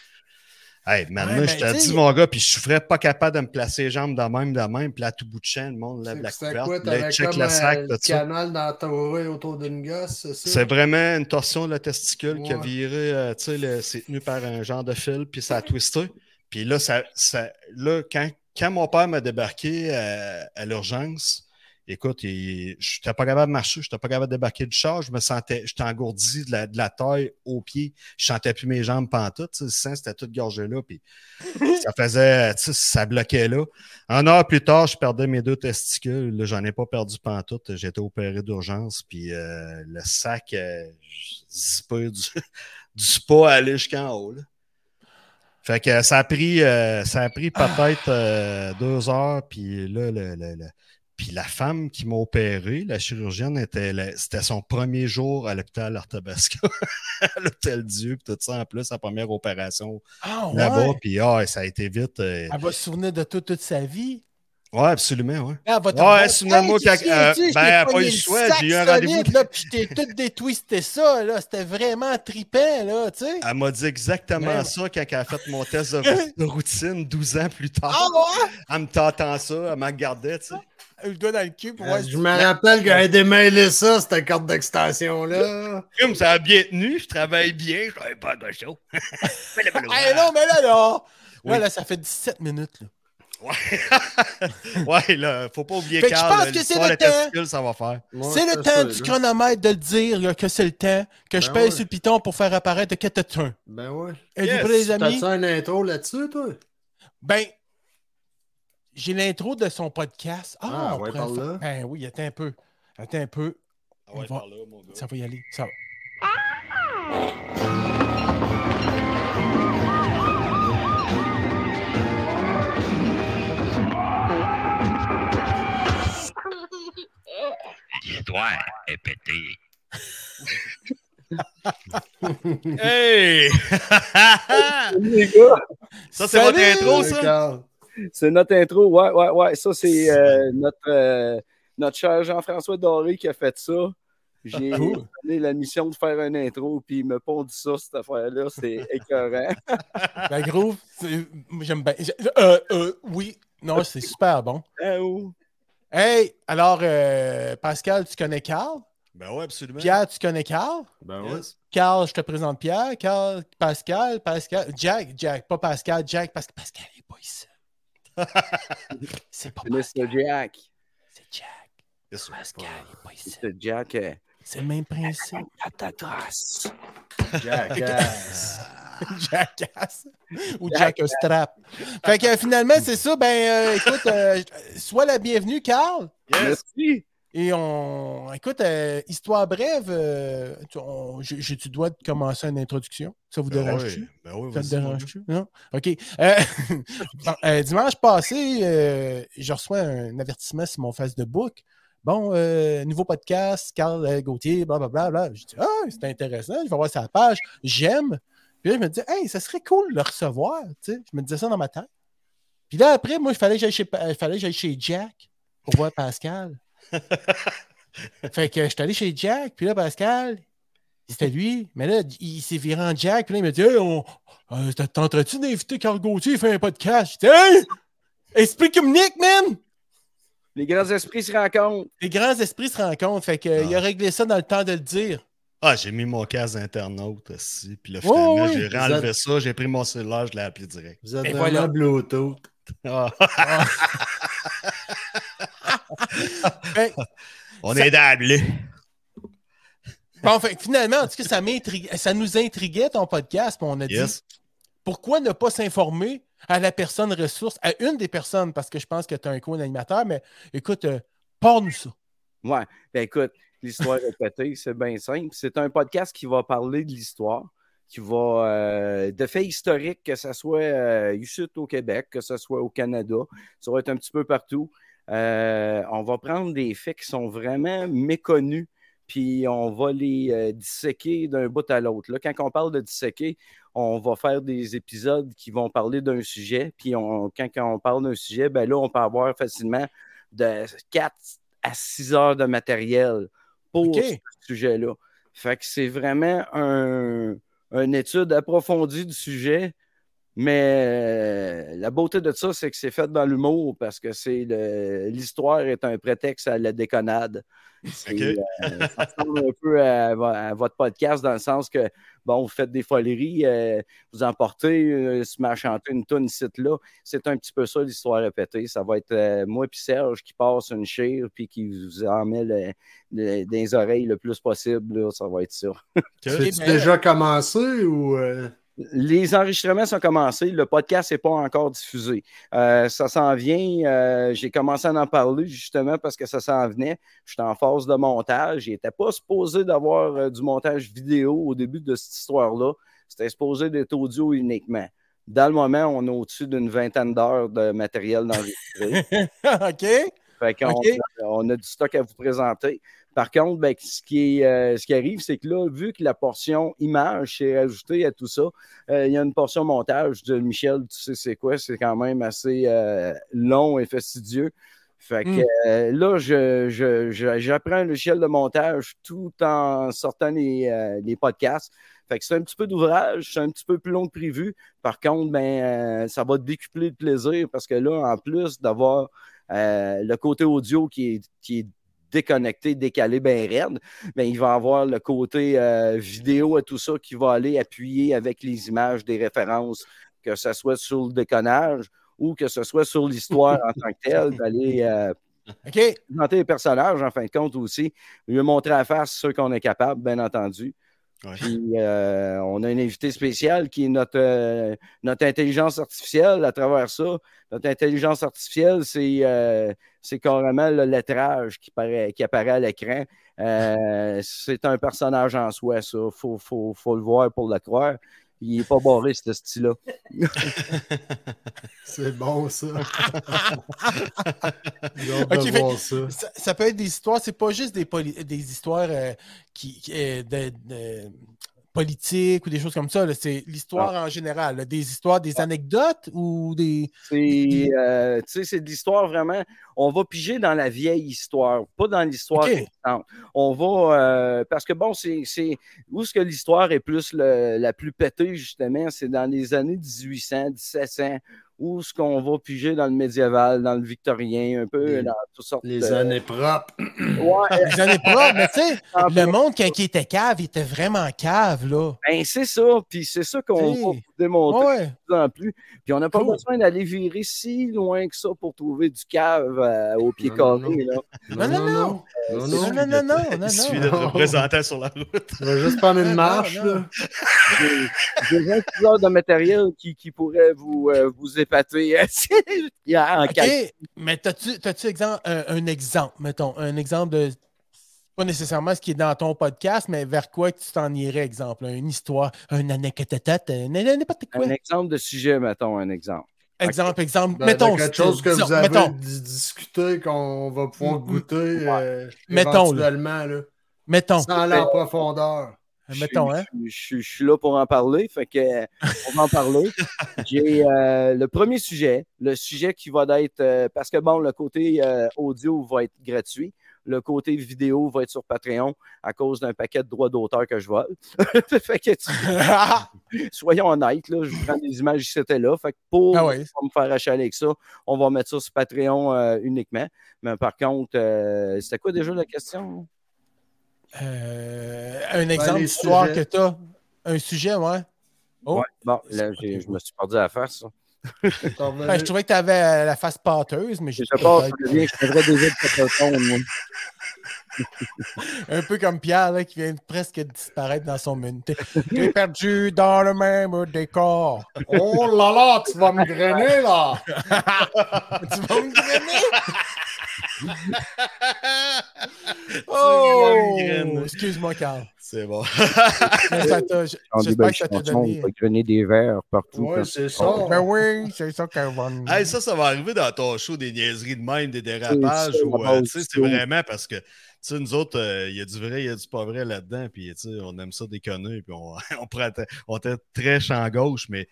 Speaker 3: Hey, maintenant,
Speaker 1: Ouais,
Speaker 3: je
Speaker 1: ben,
Speaker 3: te
Speaker 1: tu sais-
Speaker 3: dis, mon gars, puis je souffrais pas capable de me placer les jambes de même, de même, puis là, tout bout de champ, le monde lève la
Speaker 2: C'est
Speaker 3: couverte,
Speaker 2: quoi,
Speaker 3: puis là,
Speaker 2: t'avais
Speaker 3: check
Speaker 2: comme
Speaker 3: le sac,
Speaker 2: euh,
Speaker 3: tout
Speaker 2: le
Speaker 3: ça.
Speaker 2: canal dans ta oreille autour d'une gosse, c'est ça?
Speaker 3: C'est vraiment une torsion de la testicule qui a
Speaker 2: Ouais.
Speaker 3: viré, euh, tu sais, le- c'est tenu par un genre de fil, puis ça a twisté. Puis là, ça, ça- là quand, quand mon père m'a débarqué euh, à l'urgence, Écoute, je n'étais pas capable de marcher, je n'étais pas capable de débarquer du char, je me sentais, j'étais engourdi de la, de la taille aux pieds, je sentais plus mes jambes pantoute, le sang c'était tout gorgé là, puis ça faisait, ça bloquait là. Un heure plus tard, je perdais mes deux testicules, là, j'en ai pas perdu pantoute, j'étais opéré d'urgence, puis euh, le sac euh, zippé du, du spa allait jusqu'en haut, là. Fait que ça a pris, euh, ça a pris peut-être euh, deux heures, puis là, le, le- le- puis la femme qui m'a opéré, la chirurgienne, était, la- c'était son premier jour à l'hôpital Arthabasca, à l'hôtel Dieu, puis tout ça en plus, sa première opération
Speaker 1: Ah,
Speaker 3: là-bas,
Speaker 1: ouais. Ah.
Speaker 3: puis ah, ça a été vite. euh,
Speaker 1: Elle va se souvenir de tout toute sa vie.
Speaker 3: Ouais, absolument, ouais.
Speaker 1: Là, Ben, elle va te
Speaker 3: Ouais,
Speaker 1: revoir.
Speaker 3: souviens-moi
Speaker 1: tu
Speaker 3: quand-
Speaker 1: te souviens-tu,
Speaker 3: euh,
Speaker 1: je
Speaker 3: ben,
Speaker 1: t'ai
Speaker 3: elle a pas
Speaker 1: pogné
Speaker 3: eu le
Speaker 1: le
Speaker 3: choix,
Speaker 1: sac
Speaker 3: j'ai eu un rendez-vous.
Speaker 1: solide, là, puis je t'ai tout détruit, c'était ça, là. C'était vraiment trippant, là, tu sais.
Speaker 3: Elle m'a dit exactement
Speaker 1: Ouais.
Speaker 3: ça quand elle a fait mon test de, de routine 12 ans plus tard.
Speaker 1: Ah, ouais!
Speaker 3: Elle me tentant ça, elle m'a regardé, tu sais.
Speaker 1: Elle le doigt dans le cul pour voir si-
Speaker 2: Euh, je me rappelle qu'elle a démêlé ça, cette carte d'extension-là.
Speaker 3: Comme ça a bien tenu, je travaille bien, je travaille pas de chaud.
Speaker 1: Hey, non, mais là, là!
Speaker 3: Oui.
Speaker 1: Là, là, ça fait 17 minutes, là.
Speaker 3: Ouais. ouais, là, faut pas oublier
Speaker 1: Fait que je
Speaker 3: Carl,
Speaker 1: pense
Speaker 3: là,
Speaker 1: que c'est
Speaker 3: l'histoire
Speaker 1: le
Speaker 3: des
Speaker 1: temps.
Speaker 3: testicules, ça va faire.
Speaker 2: Ouais,
Speaker 1: c'est le
Speaker 2: ça,
Speaker 1: temps
Speaker 2: ça,
Speaker 1: du
Speaker 2: là.
Speaker 1: chronomètre de le dire, là, que c'est le temps, que je
Speaker 2: Ben
Speaker 1: pèse
Speaker 2: ouais.
Speaker 1: sur le piton pour faire apparaître de Catatun.
Speaker 2: Ben ouais.
Speaker 1: Êtes-vous
Speaker 3: Yes,
Speaker 1: prêts, les amis?
Speaker 2: T'as-tu un intro là-dessus, toi?
Speaker 1: Ben, j'ai l'intro de son podcast. Ah,
Speaker 2: Ah,
Speaker 1: on
Speaker 2: ouais,
Speaker 1: pourrait
Speaker 2: parle
Speaker 1: faire-
Speaker 2: là.
Speaker 1: Ben oui, attends un peu. Attends un peu. On va-
Speaker 3: Ah là, mon gars.
Speaker 1: Ça va y aller. Ça va.
Speaker 4: L'histoire est pétée.
Speaker 3: Hey!
Speaker 5: les gars.
Speaker 3: ça, c'est votre
Speaker 1: Salut!
Speaker 2: Euh,
Speaker 3: intro, ça?
Speaker 2: Regarde.
Speaker 5: C'est notre intro, ouais, ouais, ouais. Ça, c'est euh, notre, euh, notre cher Jean-François Doré qui a fait ça. J'ai
Speaker 1: Cool.
Speaker 5: donné la mission de faire un intro, puis il me pondit ça, cette affaire-là. C'est écœurant.
Speaker 1: La groove, c'est- moi, j'aime bien. J'ai- euh, euh, oui, non, c'est super bon.
Speaker 5: Ah, oh.
Speaker 1: Hey, alors, euh, Pascal, tu connais Carl?
Speaker 3: Ben ouais, absolument.
Speaker 1: Pierre, tu connais Carl?
Speaker 2: Ben ouais.
Speaker 3: Yes.
Speaker 1: Carl, je te présente Pierre. Carl, Pascal, Pascal. Jack, Jack, pas Pascal, Jack, parce que Pascal n'est pas ici. c'est pas
Speaker 5: Mr.
Speaker 1: Pascal,
Speaker 5: Jack.
Speaker 1: c'est Jack.
Speaker 3: Yes, sir.
Speaker 1: Pascal n'est pas ici.
Speaker 5: Mr. Jack. euh,
Speaker 1: C'est le même principe.
Speaker 5: à ta glace.
Speaker 2: Jackass.
Speaker 1: Jackass ou Jack a Strap. Fait que euh, finalement, c'est ça. Ben, euh, écoute, euh, sois la bienvenue, Carl.
Speaker 3: Yes.
Speaker 5: Merci.
Speaker 1: Et on. Écoute, euh, histoire brève, euh, tu, on- j'ai- j'ai du droit de commencer une introduction. Ça vous
Speaker 3: Ben
Speaker 1: dérange-tu?
Speaker 3: ouais, ben ouais,
Speaker 1: Ça te
Speaker 3: vas-y, mon
Speaker 1: dérange-tu? Non? OK. Euh, bon, euh, dimanche passé, euh, je reçois un avertissement sur mon face de book. Bon, euh, nouveau podcast, Carl euh, Gauthier, blablabla. Bla, bla. Je dis, ah, c'est intéressant, je vais voir sa page, j'aime. Puis là, je me dis, hey, ça serait cool de le recevoir. tu sais. Je me disais ça dans ma tête. Puis là, après, moi, il fallait que j'aille chez, pa- il fallait que j'aille chez Jack pour voir Pascal. fait que je suis allé chez Jack, puis là, Pascal, c'était lui. Mais là, il s'est viré en Jack, puis là, il m'a dit, hey, on, euh, te tenterais-tu d'inviter Carl Gauthier à faire un podcast? J'étais, Hein? Explique-moi, Nick, man!
Speaker 5: Les grands esprits se rencontrent.
Speaker 1: Les grands esprits se rencontrent. Fait que, euh, il a réglé ça dans le temps de le dire.
Speaker 3: Ah, j'ai mis mon casque d'internaute aussi. Puis là,
Speaker 1: Ouais,
Speaker 3: finalement,
Speaker 1: ouais,
Speaker 3: j'ai
Speaker 2: vous
Speaker 3: enlevé
Speaker 2: êtes-
Speaker 3: ça, j'ai pris mon cellulaire, je l'ai appelé direct.
Speaker 2: Vous êtes
Speaker 1: Et
Speaker 2: vraiment
Speaker 1: voilà.
Speaker 2: Bluetooth.
Speaker 3: Ah.
Speaker 1: Ben,
Speaker 3: On
Speaker 1: Ça-
Speaker 3: est dable.
Speaker 1: bon, fait que finalement, en tout cas, ça, m'intrigue- ça nous intriguait ton podcast. puis on a dit
Speaker 3: Yes.
Speaker 1: pourquoi ne pas s'informer à la personne ressource, à une des personnes, parce que je pense que tu as un co-animateur, mais écoute, euh, parle-nous ça.
Speaker 5: Ouais. Ben écoute, l'histoire est pétée, c'est bien simple. C'est un podcast qui va parler de l'histoire, qui va euh, de faits historiques, que ce soit euh, ici au Québec, que ce soit au Canada, ça va être un petit peu partout. Euh, on va prendre des faits qui sont vraiment méconnus, puis on va les euh, disséquer d'un bout à l'autre. Là, quand on parle de disséquer, on va faire des épisodes qui vont parler d'un sujet, puis on- quand on parle d'un sujet, ben là, on peut avoir facilement de 4 à 6 heures de matériel pour
Speaker 1: OK.
Speaker 5: ce sujet-là. Fait que c'est vraiment un- une étude approfondie du sujet, Mais euh, la beauté de ça, c'est que c'est fait dans l'humour parce que c'est le- l'histoire est un prétexte à la déconnade. C'est,
Speaker 3: Ok.
Speaker 5: euh, ça ressemble un peu à, vo- à votre podcast dans le sens que, bon, vous faites des foleries, euh, vous emportez, euh, se met à chanter une tonne ici, là. C'est un petit peu ça l'histoire répétée. Ça va être euh, moi puis Serge qui passe une chire puis qui vous euh, en met le- le- dans les oreilles le plus possible. là. Ça va être ça.
Speaker 3: Ok.
Speaker 2: C'est
Speaker 1: mais-
Speaker 2: déjà commencé ou. euh,
Speaker 5: Les enregistrements sont commencés. Le podcast n'est pas encore diffusé. Euh, ça s'en vient. euh, J'ai commencé à en parler justement parce que ça s'en venait. J'étais en phase de montage. Il n'était pas supposé d'avoir euh, du montage vidéo au début de cette histoire-là. C'était supposé d'être audio uniquement. Dans le moment, on est au-dessus d'une vingtaine d'heures de matériel d'enregistrement.
Speaker 1: OK?
Speaker 5: Fait qu'on-
Speaker 1: OK.
Speaker 5: on a du stock à vous présenter. Par contre, ben, ce, qui est, euh, ce qui arrive, c'est que là, vu que la portion image s'est rajoutée à tout ça, euh, il y a une portion montage de Michel, tu sais c'est quoi, c'est quand même assez euh, long et fastidieux. Fait que
Speaker 1: Mm.
Speaker 5: euh, là, je, je- je- j'apprends le logiciel de montage tout en sortant les, euh, les podcasts. Fait que c'est un petit peu d'ouvrage, c'est un petit peu plus long que prévu. Par contre, ben, euh, ça va décupler le plaisir parce que là, en plus d'avoir euh, le côté audio qui est, qui est déconnecté, décalé, ben raide, ben, il va avoir le côté euh, vidéo et tout ça qui va aller appuyer avec les images des références, que ce soit sur le déconnage ou que ce soit sur l'histoire en tant que telle, d'aller euh,
Speaker 1: OK?
Speaker 5: présenter les personnages en fin de compte aussi, lui montrer à faire ce qu'on est capable, bien entendu.
Speaker 3: Ouais.
Speaker 5: Puis euh, on a un invité spécial qui est notre, euh, notre intelligence artificielle à travers ça. Notre intelligence artificielle, c'est euh, c'est carrément le lettrage qui, paraît, qui apparaît à l'écran. Euh, c'est un personnage en soi, ça. Il faut, faut- faut le voir pour le croire. Il n'est pas barré, ce style-là.
Speaker 2: C'est bon, ça. J'ai hâte
Speaker 1: Ok,
Speaker 2: de
Speaker 1: fait-
Speaker 2: voir ça.
Speaker 1: Ça, ça peut être des histoires, c'est pas juste des, poli- des histoires euh, qui, qui, euh, de- de- politiques ou des choses comme ça. là. C'est l'histoire en général. là. Des histoires, des anecdotes ou des.
Speaker 5: C'est euh, tu sais, c'est de l'histoire vraiment. On va piger dans la vieille histoire, pas dans l'histoire
Speaker 1: Ok.
Speaker 5: récente. On va. euh, parce que bon, c'est. c'est- Où est-ce que l'histoire est plus le- la plus pétée, justement, c'est dans les années 1800, 1700, où est-ce qu'on va piger dans le médiéval, dans le victorien, un peu,
Speaker 2: Les-
Speaker 5: dans toutes sortes
Speaker 2: Les
Speaker 5: de-
Speaker 2: années propres.
Speaker 5: Ouais, ben,
Speaker 1: des années propres, mais tu sais,
Speaker 2: Ah,
Speaker 5: en
Speaker 2: ben,
Speaker 1: le monde, quand il était cave, il était vraiment cave, là.
Speaker 5: ben, c'est ça. Puis c'est ça qu'on
Speaker 1: Si.
Speaker 5: va vous démontrer.
Speaker 1: Ouais.
Speaker 5: plus en plus. Puis on n'a pas
Speaker 1: Cool.
Speaker 5: besoin d'aller virer si loin que ça pour trouver du cave euh, au pied
Speaker 2: Non,
Speaker 5: carré.
Speaker 2: non, non.
Speaker 5: là.
Speaker 1: Non, non, non.
Speaker 2: Non,
Speaker 1: Non,
Speaker 2: non.
Speaker 1: non, non, non, non,
Speaker 3: Il suffit
Speaker 1: non.
Speaker 3: de te présenter sur la route.
Speaker 2: Tu vas juste prendre
Speaker 1: Non,
Speaker 2: une marche,
Speaker 1: non, non.
Speaker 2: là.
Speaker 5: J'ai- J'ai 20 heures de matériel qui, qui pourrait vous, euh, vous épater. Il y a en
Speaker 1: OK,
Speaker 5: calcul.
Speaker 1: mais t'as-tu, t'as-tu exemple, un, un exemple, mettons, un exemple de. Pas nécessairement ce qui est dans ton podcast, mais vers quoi que tu t'en irais, exemple? Une histoire, un anecdote, un- n'importe quoi.
Speaker 5: Un exemple de sujet, mettons, un exemple.
Speaker 1: exemple, exemple.
Speaker 2: Ben,
Speaker 1: mettons,
Speaker 2: de quelque
Speaker 1: c'est-
Speaker 2: chose que
Speaker 1: disons,
Speaker 2: vous avez
Speaker 1: mettons,
Speaker 2: di- discuté, qu'on va pouvoir
Speaker 1: Mm,
Speaker 2: goûter euh,
Speaker 1: Mettons, là.
Speaker 2: éventuellement, là.
Speaker 1: mettons,
Speaker 2: sans aller en profondeur.
Speaker 5: Je-
Speaker 1: mettons, hein?
Speaker 5: je, je- je suis là pour en parler, fait que euh, on va en parler. J'ai euh, le premier sujet, le sujet qui va être euh, parce que bon, le côté euh, audio va être gratuit, le côté vidéo va être sur Patreon à cause d'un paquet de droits d'auteur que je vole. fait que tu-
Speaker 1: ah
Speaker 5: soyons honnêtes, là, je vous prends des images qui c'était là. Fait que pour
Speaker 1: ouais.
Speaker 5: pas me faire achaler avec ça, on va mettre ça sur Patreon euh, uniquement. Mais par contre, euh, c'était quoi déjà la question?
Speaker 1: Euh, un exemple
Speaker 2: les
Speaker 1: d'histoire que
Speaker 2: sujets.
Speaker 1: t'as. Un sujet, ouais. Oh.
Speaker 5: Ouais. Bon, là, j'ai- je me suis perdu à la face. ça.
Speaker 2: T'en revenais-
Speaker 1: Ben, je trouvais que t'avais la face pâteuse, mais
Speaker 5: Je
Speaker 1: j'ai
Speaker 5: sais pas, je deviens que je devrais déjà de Patreon, moi.
Speaker 1: Un peu comme Pierre là, qui vient de presque disparaître dans son menu. T'es- T'es perdu dans le même décor.
Speaker 2: Oh là là, tu vas me grainer, là!
Speaker 1: Ah, tu vas me grainer?
Speaker 3: Tu vas me
Speaker 1: oh!
Speaker 3: grainer.
Speaker 1: Excuse-moi, Carl.
Speaker 3: C'est bon.
Speaker 1: Mais ça t'a- j-
Speaker 5: Dans des
Speaker 1: J'espère
Speaker 5: belles
Speaker 1: que ça t'a
Speaker 5: chansons,
Speaker 1: donné.
Speaker 5: il va grenier des verres partout.
Speaker 2: Ouais,
Speaker 5: partout.
Speaker 2: c'est ça.
Speaker 1: Ben oui, c'est ça qu'elle va nous-
Speaker 3: Hey, ça, ça va arriver dans ton show des niaiseries de même, des dérapages.
Speaker 5: C'est ça,
Speaker 3: ou,
Speaker 5: la
Speaker 3: euh,
Speaker 5: base
Speaker 3: tu sais,
Speaker 5: du
Speaker 3: c'est
Speaker 5: show.
Speaker 3: vraiment parce que tu sais, nous autres, euh, il y a du vrai, il y a du pas vrai là-dedans. Puis tu sais, on aime ça déconner. Puis on, on, prend- on était très champ gauche, mais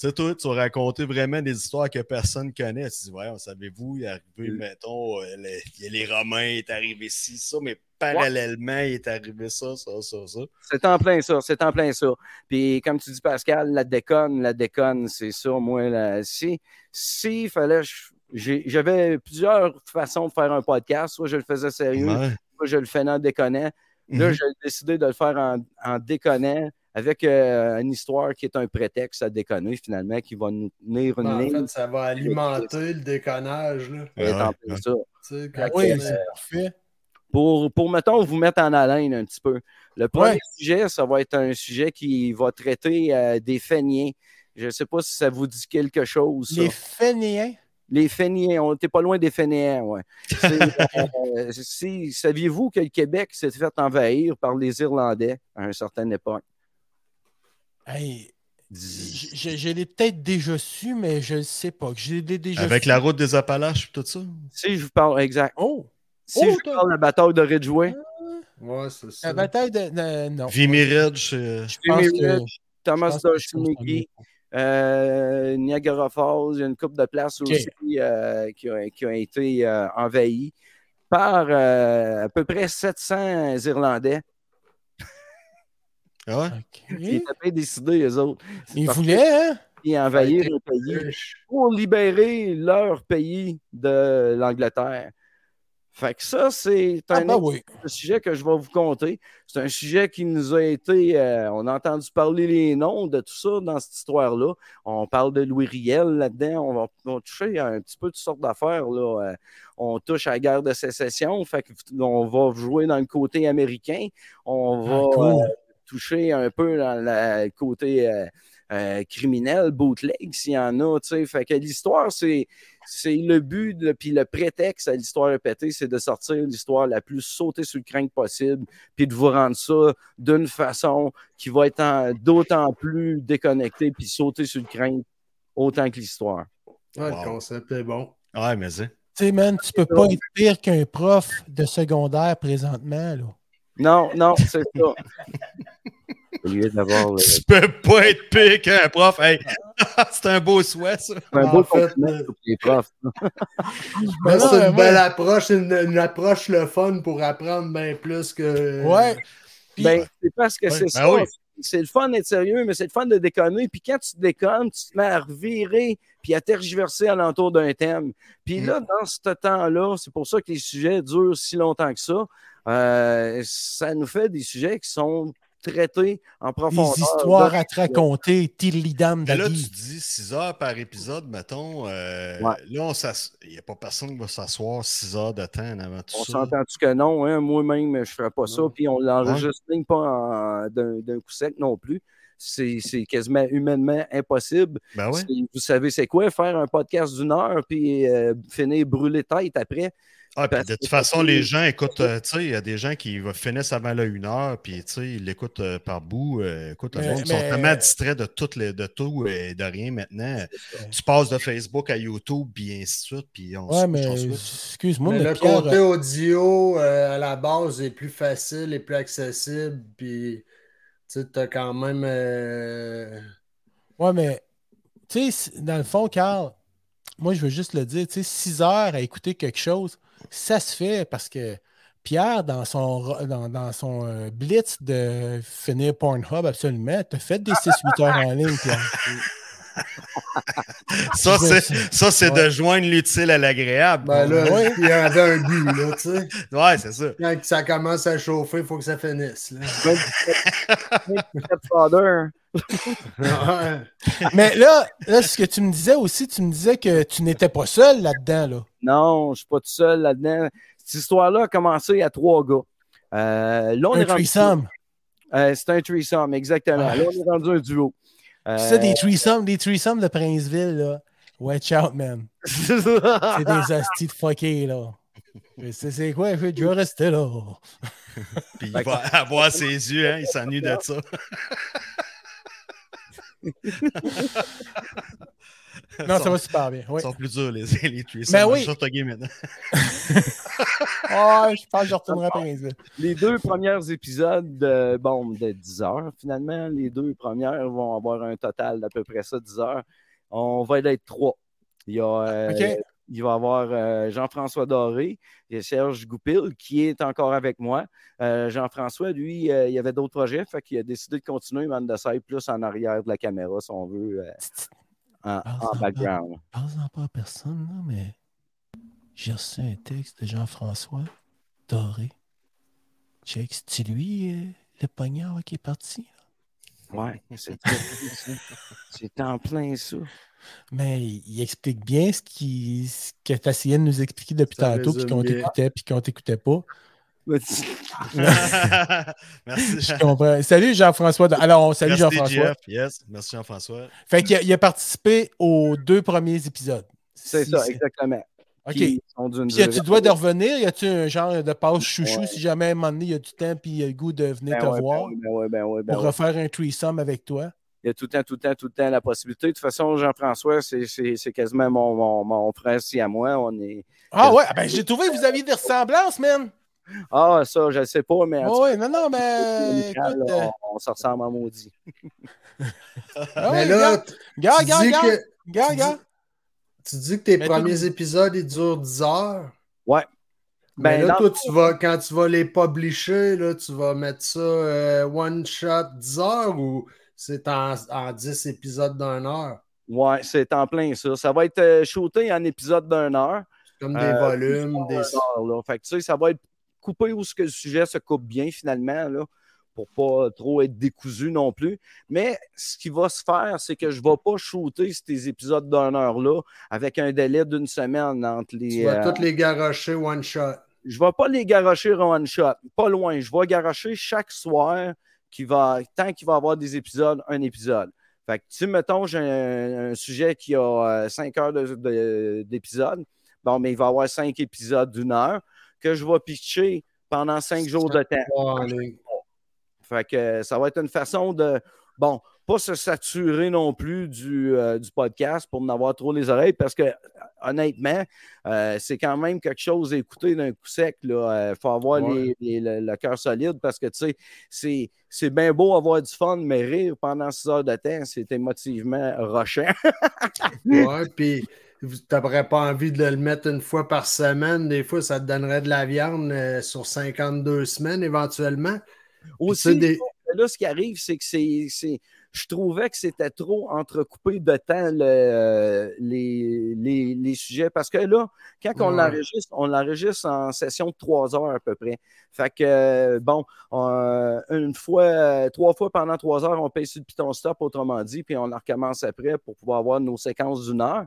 Speaker 3: tu sais, Tu sais, toi, tu as raconté vraiment des histoires que personne connaît. Tu dis, voyons, savez-vous, il est arrivé,
Speaker 5: Mm.
Speaker 3: mettons, euh, les, il y a les Romains, il est arrivé ci, ça, mais parallèlement, il est arrivé ça, ça, ça, ça.
Speaker 5: C'est en plein ça, c'est en plein ça. Puis comme tu dis, Pascal, la déconne, la déconne, c'est ça. Moi, là, si, si fallait, je- j'ai- j'avais plusieurs façons de faire un podcast. Soit je le faisais sérieux,
Speaker 3: Ouais.
Speaker 5: soit je le faisais en déconnant. Là,
Speaker 3: Mhm.
Speaker 5: j'ai décidé de le faire en, en déconnant avec euh, une histoire qui est un prétexte à déconner finalement, qui va nous tenir une
Speaker 2: Bah, En
Speaker 5: ligne.
Speaker 1: Ben,
Speaker 2: fait, ça va alimenter le déconnage. Là.
Speaker 5: C'est en plein
Speaker 3: Ah Ouais,
Speaker 5: ça.
Speaker 2: Tu sais, quand
Speaker 5: Oui,
Speaker 2: on est-
Speaker 1: c'est parfait.
Speaker 5: pour, pour, mettons, vous mettre en haleine un petit peu. Le premier
Speaker 1: Ouais.
Speaker 5: sujet, ça va être un sujet qui va traiter euh, des fainéants. Je ne sais pas si ça vous dit quelque chose. ça.
Speaker 1: Les fainéants.
Speaker 5: Les fainéants, on n'était pas loin des fainéants. Ouais. C'est, euh, c'est- saviez-vous que le Québec s'est fait envahir par les Irlandais à une certaine époque?
Speaker 1: Hey, j- j- je l'ai peut-être déjà su, mais je ne sais pas. que Je l'ai déjà
Speaker 3: Avec
Speaker 1: su.
Speaker 3: la route des Appalaches et tout ça.
Speaker 5: Si je vous parle, exact.
Speaker 1: Oh!
Speaker 5: Si
Speaker 1: Oh,
Speaker 5: je vous
Speaker 1: t'as-
Speaker 5: parle de la bataille de Ridgeway,
Speaker 2: Ouais, c'est
Speaker 1: La
Speaker 2: ça.
Speaker 1: bataille de. de- non.
Speaker 3: Vimy Ridge, euh,
Speaker 1: Je pense
Speaker 5: Vimy
Speaker 1: que-
Speaker 5: Ridge, Thomas
Speaker 1: je pense que
Speaker 5: Dosh
Speaker 1: c'est le premier.
Speaker 5: Euh, Niagara Falls, il y a une coupe de places
Speaker 1: Ok.
Speaker 5: aussi euh, qui, ont, qui ont été euh, envahies par euh, à peu près 700 Irlandais
Speaker 3: ouais.
Speaker 5: qui
Speaker 1: Ok.
Speaker 5: étaient bien décidés, eux autres.
Speaker 1: Ils Euh, voulaient, hein?
Speaker 5: Ils envahir le pays pour libérer leur pays de l'Angleterre. Fait que ça, c'est
Speaker 1: Ah,
Speaker 5: un
Speaker 1: ben oui.
Speaker 5: le sujet que je vais vous conter. C'est un sujet qui nous a été. euh, on a entendu parler les noms de tout ça dans cette histoire-là. On parle de Louis Riel là-dedans. On va, on va toucher à un petit peu toutes sortes d'affaires. là. Euh, on touche à la guerre de sécession. Fait que on va jouer dans le côté américain. On va
Speaker 1: Ah, cool.
Speaker 5: euh, toucher un peu dans la- le côté. euh, euh, criminel, bootleg, s'il y en a, tu sais. Fait que l'histoire, c'est, c'est le but, de- puis le prétexte à l'histoire répétée, c'est de sortir l'histoire la plus sautée sur le crinque possible, puis de vous rendre ça d'une façon qui va être en- d'autant plus déconnectée, puis sauter sur le crinque autant que l'histoire.
Speaker 2: Ouais,
Speaker 3: Wow.
Speaker 2: Le concept est bon.
Speaker 3: Ouais, mais hein. c'est.
Speaker 1: Tu sais, man, tu peux pas être pire qu'un prof de secondaire présentement, là.
Speaker 5: Non, non, c'est ça. Au lieu d'avoir, euh,
Speaker 3: Tu peux pas être pire qu'un prof. Hey, c'est un beau souhait, ça.
Speaker 5: un
Speaker 2: En
Speaker 5: beau
Speaker 2: fait,
Speaker 5: compliment pour les profs.
Speaker 2: Mais
Speaker 1: Ben non,
Speaker 2: c'est
Speaker 1: mais
Speaker 2: une
Speaker 1: moi-
Speaker 2: belle approche, une, une approche le fun pour apprendre bien plus que. euh,
Speaker 1: Ouais. Puis-
Speaker 5: Euh, Ben, c'est parce que
Speaker 3: Ouais,
Speaker 5: c'est
Speaker 3: ben
Speaker 5: ça.
Speaker 3: oui.
Speaker 5: C'est le fun d'être sérieux, mais c'est le fun de déconner. Puis quand tu déconnes, tu te mets à revirer puis à tergiverser alentour d'un thème. Puis là, dans ce temps-là, c'est pour ça que les sujets durent si longtemps que ça. Euh, ça nous fait des sujets qui sont traités en profondeur.
Speaker 1: Des histoires à te raconter, Tilly-Dam
Speaker 3: Mais là,
Speaker 1: d'Ali.
Speaker 3: tu dis 6 heures par épisode, mettons. euh,
Speaker 5: Ouais.
Speaker 3: Là, on s'ass- il n'y a pas personne qui va s'asseoir 6 heures de temps en avant de tout
Speaker 5: On
Speaker 3: ça.
Speaker 5: s'entend-tu que non? hein? Moi-même, je ne ferais pas ça.
Speaker 2: Non.
Speaker 5: Puis on l'enregistre même pas en- d'un d'un coup sec non plus. C'est c'est quasiment humainement impossible.
Speaker 3: Ben ouais.
Speaker 5: C'est- Vous savez, c'est quoi faire un podcast d'une heure puis euh, finir brûler tête après?
Speaker 3: Ah, puis
Speaker 5: parce
Speaker 3: de toute
Speaker 5: que-
Speaker 3: façon, les gens écoutent, euh, tu sais, il y a des gens qui va- finissent avant la 1 heure, puis tu sais, ils l'écoutent euh, par bout. euh, écoute, le
Speaker 1: Mais-
Speaker 3: monde, ils sont
Speaker 1: mais-
Speaker 3: tellement distraits de, toutes les, de tout et de rien maintenant. Tu passes de Facebook à YouTube, puis ainsi de suite, puis on
Speaker 1: Ouais,
Speaker 3: se
Speaker 1: mais
Speaker 3: on se couche.
Speaker 1: excuse-moi,
Speaker 2: Mais
Speaker 1: mais
Speaker 2: le
Speaker 1: Pierre,
Speaker 2: côté audio euh, à la base est plus facile et plus accessible. Puis tu as quand même. euh,
Speaker 1: Ouais, mais tu sais, si- dans le fond, Carl, moi je veux juste le dire, tu sais, 6 heures à écouter quelque chose, ça se fait parce que Pierre, dans son, ro- dans, dans son euh, blitz de finir Pornhub, absolument, t'as fait des 6-8 heures en ligne, Pierre.
Speaker 3: Ça,
Speaker 1: Je veux-
Speaker 3: c'est, ça, c'est
Speaker 1: Ouais.
Speaker 3: de joindre l'utile à l'agréable.
Speaker 2: Ben là,
Speaker 1: Ouais.
Speaker 2: il y avait un but, là, tu sais.
Speaker 3: Ouais, c'est ça.
Speaker 2: Quand ça commence à chauffer, il faut que ça finisse. là.
Speaker 5: Stepfather,
Speaker 2: Ouais.
Speaker 1: Mais là, là, ce que tu me disais aussi, tu me disais que tu n'étais pas seul là-dedans, là.
Speaker 5: Non, je ne suis pas tout seul là-dedans. Cette histoire-là a commencé à trois gars. Euh, là, on
Speaker 1: Un
Speaker 5: est rendu-
Speaker 1: threesome.
Speaker 5: Euh, c'est un threesome, exactement.
Speaker 1: Ah.
Speaker 5: Là, on est rendu un duo. Euh,
Speaker 1: Tu sais, des threesomes, des threesomes de Princeville, là. Watch out, man. C'est des hosties de fuckés, là. Mais C'est c'est quoi? Je veux rester là.
Speaker 3: Puis il va avoir ses yeux, hein, il s'ennuie de ça.
Speaker 1: Non, ça
Speaker 3: Sont-
Speaker 1: va super bien. Oui.
Speaker 3: Ils sont plus durs, les, les threesomes.
Speaker 1: Ben
Speaker 3: dans le
Speaker 1: oui.
Speaker 3: short game maintenant.
Speaker 1: Ah, je pense que je retournerai après Gainesville.
Speaker 5: Les deux premiers épisodes, euh, bon, de 10 heures finalement. Les deux premières vont avoir un total d'à peu près ça, 10 heures. On va être trois. Il, y a, euh,
Speaker 1: OK.
Speaker 5: il va y avoir euh, Jean-François Doré et Serge Goupil qui est encore avec moi. Euh, Jean-François, lui, euh, il avait d'autres projets, fait qu'il a décidé de continuer, mais de s'aille plus en arrière de la caméra, si on veut, euh, en,
Speaker 1: Ah,
Speaker 5: en background.
Speaker 1: Parle-en pas à personne, là, mais j'ai reçu un texte de Jean-François Doré. Check, c'est lui euh, le pognard qui est parti? Ah,
Speaker 5: Ouais, c'est c'est en plein ça.
Speaker 1: Mais il explique bien ce, qui, ce que tu essayais de nous expliquer depuis
Speaker 2: Ça
Speaker 1: tantôt, puis
Speaker 2: résume
Speaker 1: qu'on
Speaker 2: bien.
Speaker 1: t'écoutait, puis qu'on t'écoutait pas.
Speaker 3: Merci, Jean.
Speaker 1: Je comprends. Salut Jean-François. Doré. Alors, on salue
Speaker 3: Merci,
Speaker 1: Jean-François.
Speaker 3: Jeff. Yes, merci Jean-François.
Speaker 1: Fait qu'il a, il a participé aux deux premiers épisodes.
Speaker 5: C'est
Speaker 1: Si-
Speaker 5: ça,
Speaker 1: si-
Speaker 5: exactement.
Speaker 1: OK.
Speaker 5: Qui sont d'une
Speaker 1: Puis, tu
Speaker 5: durée-
Speaker 1: dois de revenir? Y a-tu un genre de passe chouchou
Speaker 5: Ouais.
Speaker 1: si jamais à un moment donné, il y a du temps puis il y a le goût de venir
Speaker 5: Ben
Speaker 1: te
Speaker 5: ouais, ben
Speaker 1: voir
Speaker 5: ouais, ben ouais, ben ouais, ben
Speaker 1: pour
Speaker 5: ouais.
Speaker 1: refaire un threesome avec toi?
Speaker 5: Il y a tout le temps, tout le temps, tout le temps la possibilité. De toute façon, Jean-François, c'est- c'est c'est quasiment mon, mon, mon frère si à moi. On est...
Speaker 1: Ah ouais, ben j'ai trouvé que vous aviez des ressemblances, man!
Speaker 5: Ah, ça, je ne sais pas, mais en tout
Speaker 1: Ouais, ouais, non, non,
Speaker 5: cas,
Speaker 1: mais.
Speaker 5: amical,
Speaker 1: Écoute, euh,
Speaker 5: là, on, on se ressemble en maudit.
Speaker 1: ah ouais,
Speaker 2: Mais là,
Speaker 1: regarde, Ah,
Speaker 2: tu
Speaker 1: regarde,
Speaker 2: dis
Speaker 1: regarde,
Speaker 2: que,
Speaker 1: regarde,
Speaker 2: tu dis-
Speaker 1: regarde.
Speaker 2: tu dis que tes
Speaker 1: Mais
Speaker 2: premiers
Speaker 1: tout-
Speaker 2: épisodes, ils durent 10 heures.
Speaker 5: Ouais.
Speaker 2: Mais
Speaker 5: Ben,
Speaker 2: là,
Speaker 5: dans-
Speaker 2: toi, tu vas, quand tu vas les publisher, là, tu vas mettre ça euh, one shot 10 heures ou c'est en, en 10 épisodes d'une heure?
Speaker 5: Ouais, c'est en plein ça. Ça va être euh, shooté en épisode d'une heure.
Speaker 2: C'est Comme des
Speaker 5: Euh,
Speaker 2: volumes, des.
Speaker 5: Une heure, là. Fait que, tu sais, ça va être coupé où ce que le sujet se coupe bien finalement, là, pour pas trop être décousu non plus. Mais ce qui va se faire, c'est que je ne vais pas shooter ces épisodes d'une heure-là avec un délai d'une semaine entre les.
Speaker 2: Tu vas
Speaker 5: euh,
Speaker 2: toutes les garocher one shot.
Speaker 5: je ne vais pas les garocher en one shot, pas loin. Je vais garocher chaque soir, qui va, tant qu'il va y avoir des épisodes, un épisode. Fait que, si, mettons, j'ai un, un sujet qui a 5 heures de- de- d'épisode, bon, mais il va y avoir 5 épisodes d'une heure que je vais pitcher pendant 5 jours de temps.
Speaker 2: Ouais, en ligne.
Speaker 5: Fait que euh, ça va être une façon de, bon, pas se saturer non plus du, euh, du podcast pour en avoir trop les oreilles parce que, honnêtement, euh, c'est quand même quelque chose à écouter d'un coup sec. Il faut avoir
Speaker 2: Ouais.
Speaker 5: les- les- le, le cœur solide parce que, tu sais, c'est- c'est bien beau avoir du fun, mais rire pendant six heures de temps, c'est émotivement rochant.
Speaker 2: Ouais, puis vous- t'aurais pas envie de le mettre une fois par semaine. Des fois, ça te donnerait de la viande euh, sur 52 semaines éventuellement. Puis
Speaker 5: Aussi,
Speaker 2: tu sais, des-
Speaker 5: là, ce qui arrive, c'est que c'est. c'est- Je trouvais que c'était trop entrecoupé de temps le- euh, les, les- les sujets. Parce que là, quand on
Speaker 2: Ouais.
Speaker 5: l'enregistre, on l'enregistre en session de trois heures à peu près. Fait que, euh, bon, on- une fois, euh, trois fois pendant trois heures, on paye sur le piton stop, autrement dit, puis on en recommence après pour pouvoir avoir nos séquences d'une heure.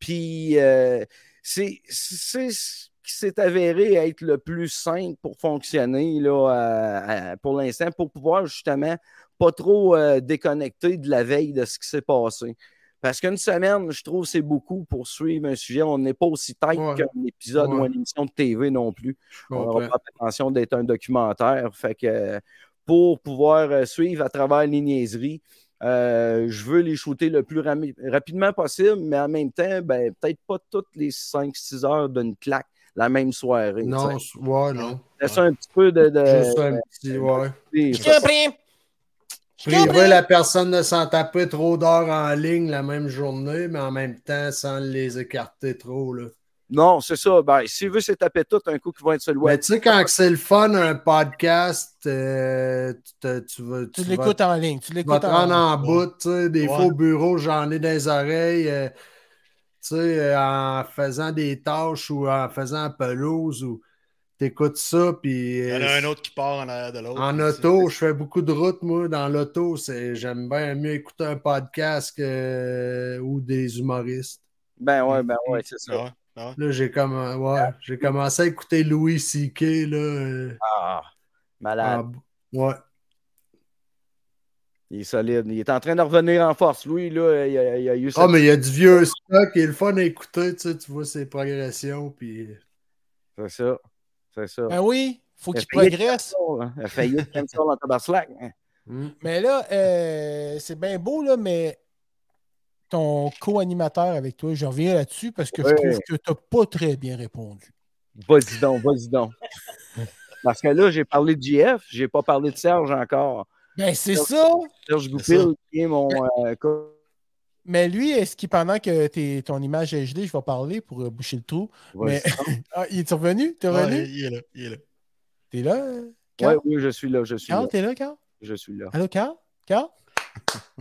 Speaker 5: Puis, euh, c'est c'est ce qui s'est avéré être le plus simple pour fonctionner là, euh, à- à- pour l'instant, pour pouvoir justement pas trop euh, déconnecter de la veille de ce qui s'est passé. Parce qu'une semaine, je trouve, c'est beaucoup pour suivre un sujet. On n'est pas aussi tight
Speaker 2: Ouais.
Speaker 5: qu'un épisode
Speaker 2: Ouais.
Speaker 5: ou une émission de TV non plus.
Speaker 2: Je
Speaker 5: On
Speaker 2: comprends.
Speaker 5: aura pas l'intention d'être un documentaire. Fait que euh, pour pouvoir euh, suivre à travers les niaiseries, euh, je veux les shooter le plus rami- rapidement possible, mais en même temps, ben, peut-être pas toutes les 5-6 heures d'une claque la même soirée.
Speaker 2: Non,
Speaker 5: tu sais. Euh,
Speaker 2: s- ouais, non.
Speaker 5: Laisser un petit peu de. de-
Speaker 2: Juste un petit, ouais.
Speaker 5: de-
Speaker 1: Je comprends. Je
Speaker 2: Priver
Speaker 1: comprends.
Speaker 2: la personne de s'en taper trop d'heures en ligne la même journée, mais en même temps, sans les écarter trop, là.
Speaker 5: Non, c'est ça. Ben, S'il veut se taper tout, un coup qui va être sur le
Speaker 2: Mais
Speaker 5: web.
Speaker 2: tu sais, quand c'est le fun, un podcast, euh, tu, te- tu vas-
Speaker 1: Tu
Speaker 2: tu vas
Speaker 1: l'écoutes en ligne, tu
Speaker 2: Je vais
Speaker 1: l'écoutes
Speaker 2: te
Speaker 1: en
Speaker 2: rendre
Speaker 1: ligne.
Speaker 2: en bout, tu sais, des
Speaker 3: Ouais.
Speaker 2: fois au bureau, j'en ai dans les oreilles, euh, tu sais, euh, en faisant des tâches ou en faisant la pelouse ou t'écoutes ça, puis
Speaker 3: Il y
Speaker 2: euh,
Speaker 3: en a un autre qui part en arrière de
Speaker 1: Oh,
Speaker 3: l'autre.
Speaker 2: en auto, je fais beaucoup de routes, moi, dans l'auto, c'est j'aime bien mieux écouter un podcast que, ou des humoristes.
Speaker 5: Ben ouais, ben ouais, c'est
Speaker 2: Ah.
Speaker 5: ça.
Speaker 3: Ouais, ouais.
Speaker 2: Là, j'ai comme, euh, ouais,
Speaker 1: Ah.
Speaker 2: j'ai commencé à écouter Louis C.K., là, euh,
Speaker 5: Ah, malade.
Speaker 2: en- ouais.
Speaker 5: Il est solide. Il est en train de revenir en force. Lui, là, il a, il a eu
Speaker 2: Ah,
Speaker 5: cette-
Speaker 2: mais il y a du vieux stock, il est le fun à écouter, tu sais, tu vois ses progressions, puis... euh.
Speaker 5: C'est ça. C'est ça.
Speaker 1: Ben oui, faut qu'il
Speaker 5: Essayez de
Speaker 1: progresse.
Speaker 5: Elle hein. faillite comme ça dans Tabarnak.
Speaker 1: Hmm. Mais là, euh, c'est bien beau, là, mais ton co-animateur avec toi, je reviens là-dessus parce que
Speaker 5: Ouais.
Speaker 1: je trouve que tu n'as pas très bien répondu.
Speaker 5: Vas-y donc, vas-y donc. Parce que là, j'ai parlé de JF, j'ai pas parlé de Serge encore.
Speaker 1: Ben, c'est ça!
Speaker 5: Serge
Speaker 3: C'est ça.
Speaker 5: Goupil, qui est mon euh, co-
Speaker 1: Mais lui, est-ce qu'il, pendant que t'es- ton image est gelée, je vais parler pour euh, boucher le trou.
Speaker 5: Vas-y.
Speaker 1: Ah, il est revenu? T'es
Speaker 3: Ah,
Speaker 1: revenu?
Speaker 3: il, il est là, il est là.
Speaker 1: T'es là? euh,
Speaker 5: Ouais,
Speaker 1: Carl?
Speaker 5: oui, je suis là, je suis
Speaker 1: Carl,
Speaker 5: là.
Speaker 1: t'es là, Carl?
Speaker 5: Je suis là.
Speaker 1: Allô, Carl? Carl?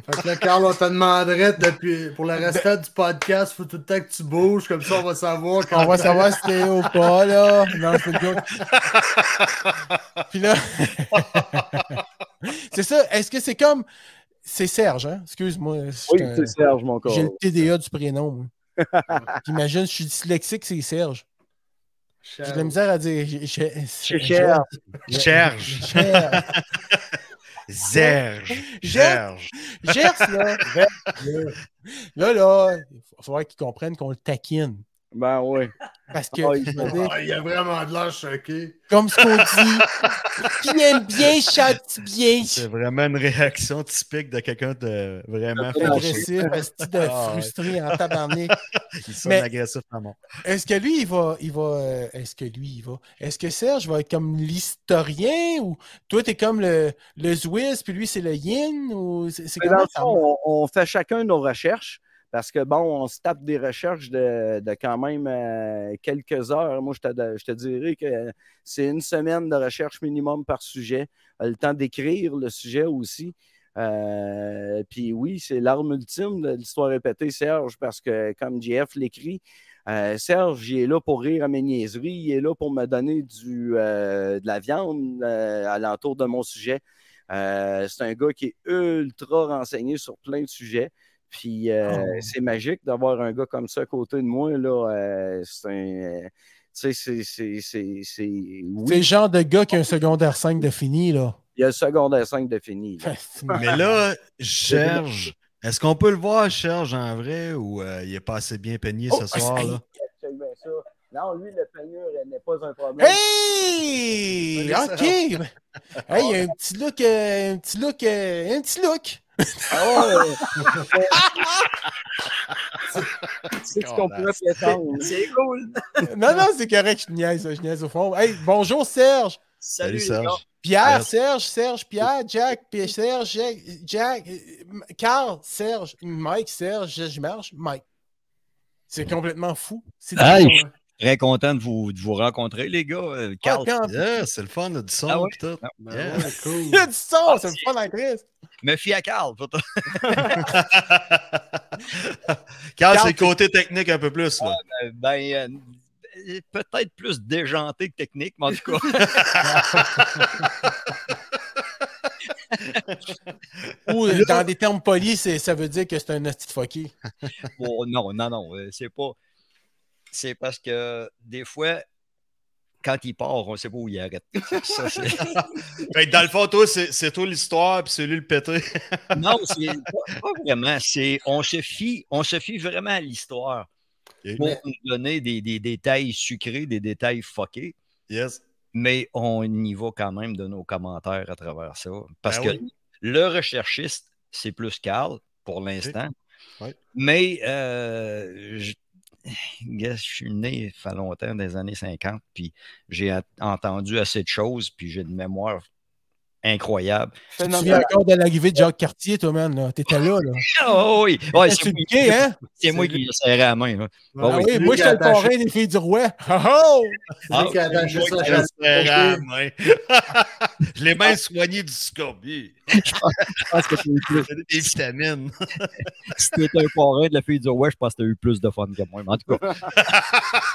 Speaker 2: Fait que là, Carl, on te demanderait depuis, pour le
Speaker 1: Ben
Speaker 2: restant du podcast, faut tout le temps que tu bouges, comme ça on va savoir quand
Speaker 1: On va savoir si t'es au pas, là. Non, c'est le joke. Puis là. c'est ça. Est-ce que c'est comme. C'est Serge, hein? Excuse-moi. je suis
Speaker 5: Oui,
Speaker 1: un-
Speaker 5: c'est Serge, mon corps.
Speaker 1: J'ai le TDA du prénom. moi. Puis Imagine, je suis dyslexique, c'est Serge. J'ai de la misère à dire. j'ai- j'ai-
Speaker 5: Cher.
Speaker 3: Serge,
Speaker 1: Cher.
Speaker 3: Serge, Serge.
Speaker 1: Gers, là. Là, là, il va falloir qu'ils comprennent qu'on le taquine.
Speaker 5: Ben oui.
Speaker 1: Parce que,
Speaker 5: Ah, il
Speaker 1: je veux
Speaker 5: faut-
Speaker 1: dire,
Speaker 2: Ah, il a vraiment de l'air choqué.
Speaker 1: comme ce qu'on dit, qui aime bien chante bien.
Speaker 3: C'est vraiment une réaction typique de quelqu'un de vraiment
Speaker 5: C'est
Speaker 3: fâché.
Speaker 1: agressif, asti de
Speaker 3: Ah, ouais.
Speaker 1: frustré en tabarnak.
Speaker 3: Il sonne
Speaker 1: Mais-
Speaker 3: agressif à mort.
Speaker 1: Est-ce que lui, il va. Il va euh, Est-ce que lui, il va. Est-ce que Serge va être comme l'historien ou toi, t'es comme le, le Zwiss, puis lui, c'est le Yin ou c'est c'est
Speaker 5: Mais dans
Speaker 1: comment
Speaker 5: le
Speaker 1: ça
Speaker 5: fond, on, on fait chacun nos recherches parce que, bon, on se tape des recherches de, de quand même euh, quelques heures. Moi, je te, je te dirais que c'est une semaine de recherche minimum par sujet. Euh, Le temps d'écrire le sujet aussi. Euh, puis oui, c'est l'arme ultime de l'histoire répétée, Serge, parce que comme JF l'écrit, euh, Serge, il est là pour rire à mes niaiseries, il est là pour me donner du, euh, de la viande euh, à l'entour de mon sujet. Euh, c'est un gars qui est ultra renseigné sur plein de sujets. Puis euh,
Speaker 1: Oh.
Speaker 5: c'est magique d'avoir un gars comme ça à côté de moi. Là, Euh, c'est un. euh, tu sais, c'est- c'est- c'est. c'est-
Speaker 1: C'est le
Speaker 5: Oui,
Speaker 1: genre de gars qui a un secondaire 5 de fini, là.
Speaker 5: il y a le secondaire 5 de fini. là.
Speaker 3: Mais là, Serge, est-ce qu'on peut le voir, Serge, en vrai, ou euh, il est pas assez bien peigné
Speaker 1: Oh,
Speaker 3: ce soir?
Speaker 1: hey.
Speaker 3: Là?
Speaker 5: Check bien ça. Non, lui, le peignure elle n'est pas un problème.
Speaker 1: Hey! OK! Hey, il y a un petit look, euh, un petit look, euh, un petit look!
Speaker 5: Ah ouais. c'est ce qu'on pourrait prétendre.
Speaker 6: C'est cool.
Speaker 1: Non, non, c'est correct, je niaise, je niaise au fond. Hey, bonjour Serge!
Speaker 3: Salut,
Speaker 6: Salut, les
Speaker 3: Serge.
Speaker 6: gars.
Speaker 1: Pierre,
Speaker 3: Pierre.
Speaker 1: Serge, Serge, Pierre, Jack, puis Serge, Jack, Jack, euh, M- Carl, Serge, Mike, Serge, je je marche, Mike. C'est complètement fou. C'est
Speaker 6: Aïe.
Speaker 1: des-
Speaker 6: Très content de vous, de vous rencontrer, les gars. Euh,
Speaker 1: Ah,
Speaker 6: Carl,
Speaker 1: puis en-
Speaker 3: Yeah, c'est le fun, là, du son
Speaker 6: Ah ouais?
Speaker 3: pis tout.
Speaker 2: Ben
Speaker 3: Yeah.
Speaker 2: ouais, cool.
Speaker 1: Il y a du son, ça me prend la crise.
Speaker 6: me fie à Carl. pour toi.
Speaker 3: Carl,
Speaker 1: Carl,
Speaker 3: c'est le côté technique un peu plus. Là.
Speaker 6: Euh, Ben, euh, peut-être plus déjanté que technique, mais en tout
Speaker 1: Ou euh, dans des termes polis, c'est- ça veut dire que c'est un hostie de fucké.
Speaker 6: cas, bon, non, non, non. euh, C'est pas. C'est parce que des fois, quand il part, on sait pas où il arrête. Ça, c'est-
Speaker 3: Fait que dans le fond, toi, c'est c'est toi l'histoire, puis c'est lui le pété.
Speaker 6: non, c'est pas, pas vraiment. C'est, on, se fie, on se fie vraiment à l'histoire
Speaker 3: Ok.
Speaker 6: pour nous donner des, des détails sucrés, des détails fuckés.
Speaker 3: Yes.
Speaker 6: mais on y va quand même de nos commentaires à travers ça. Parce
Speaker 3: Ben
Speaker 6: que
Speaker 3: oui.
Speaker 6: le recherchiste, c'est plus Carl pour l'instant.
Speaker 3: Ouais.
Speaker 6: Mais euh, je, gars, je suis né il fait longtemps, des années 50, puis j'ai a- entendu assez de choses, puis j'ai une mémoire incroyable.
Speaker 1: Tu te souviens encore de l'arrivée de Jacques Cartier, toi, man. là? T'étais là, là.
Speaker 6: Oh, oui, Ouais,
Speaker 1: c'est
Speaker 6: c'est,
Speaker 1: le gay, hein?
Speaker 6: c'est moi qui l'ai serré à la main. là.
Speaker 2: Ah
Speaker 1: Ah
Speaker 6: oui.
Speaker 1: oui, moi, j'étais le parrain des filles du roi. Oh, oh!
Speaker 6: Ah,
Speaker 2: Lui qui a attaché ça,
Speaker 3: Je
Speaker 2: j'ai-
Speaker 3: serais rare, ouais. Je l'ai même soigné du scorbut.
Speaker 6: Je pense que t'as eu plus-
Speaker 3: Des vitamines.
Speaker 6: si t'étais un parrain de la fille du Ouais, je pense que t'as eu plus de fun que moi. mais en tout cas,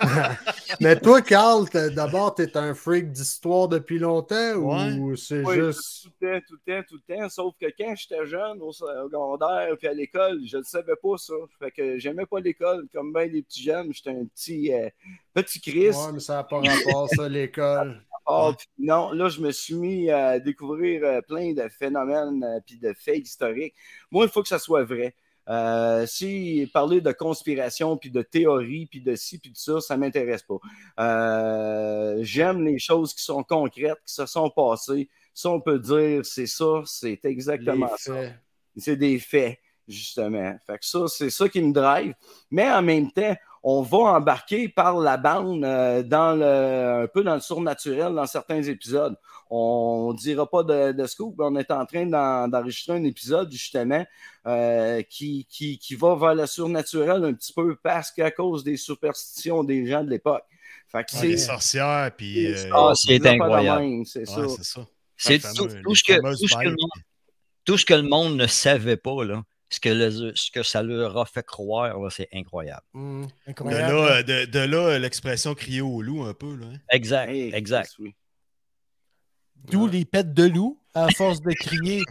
Speaker 2: Mais toi, Carl, t'es- d'abord, t'es un freak d'histoire depuis longtemps ou c'est
Speaker 5: Oui,
Speaker 2: juste.
Speaker 5: Tout le temps, tout le temps, tout le temps. Sauf que quand j'étais jeune, au secondaire, puis à l'école, je ne savais pas ça. Fait que j'aimais pas l'école. Comme bien les petits jeunes, j'étais un petit, euh, petit Chris.
Speaker 2: Ouais, mais ça n'a pas rapport ça, l'école.
Speaker 5: Ah, puis non, là, je me suis mis à découvrir euh, plein de phénomènes euh, puis de faits historiques. Moi, il faut que ça soit vrai. Euh, si parler de conspiration, puis de théorie, puis de ci, puis de ça, ça m'intéresse pas. Euh, J'aime les choses qui sont concrètes, qui se sont passées. Ça, on peut dire, c'est ça, c'est
Speaker 2: Les
Speaker 5: exactement ça.
Speaker 2: faits.
Speaker 5: C'est des faits. justement. Fait que ça, c'est ça qui me drive. Mais en même temps, on va embarquer par la bande euh, dans le, un peu dans le surnaturel dans certains épisodes. On ne dira pas de, de scoop, mais on est en train d'en- d'enregistrer un épisode justement euh, qui, qui, qui va vers le surnaturel un petit peu parce qu'à cause des superstitions des gens de l'époque. Fait que
Speaker 3: Ouais,
Speaker 5: c'est.
Speaker 3: les sorcières, puis. Ah, euh,
Speaker 6: Ah, c'est
Speaker 5: des affaires de
Speaker 6: incroyable.
Speaker 5: même, C'est ça.
Speaker 3: ouais, c'est ça.
Speaker 6: C'est
Speaker 3: La
Speaker 6: tout,
Speaker 3: fameuse-
Speaker 6: tout
Speaker 3: les
Speaker 6: ce que,
Speaker 3: fameuses
Speaker 6: tout, ce que le
Speaker 3: bêtes.
Speaker 6: monde, tout ce que le monde ne savait pas, là, ce, que le- ce que ça leur a fait croire, là, c'est incroyable.
Speaker 2: Hmm.
Speaker 1: Hum,
Speaker 3: De
Speaker 1: incroyable.
Speaker 3: là, euh, de, de là, euh, l'expression crier au loup, un peu. Là, hein.
Speaker 6: Exact,
Speaker 5: Hey,
Speaker 6: exact.
Speaker 5: Chris, oui.
Speaker 1: D'où les pets de loup, à force de crier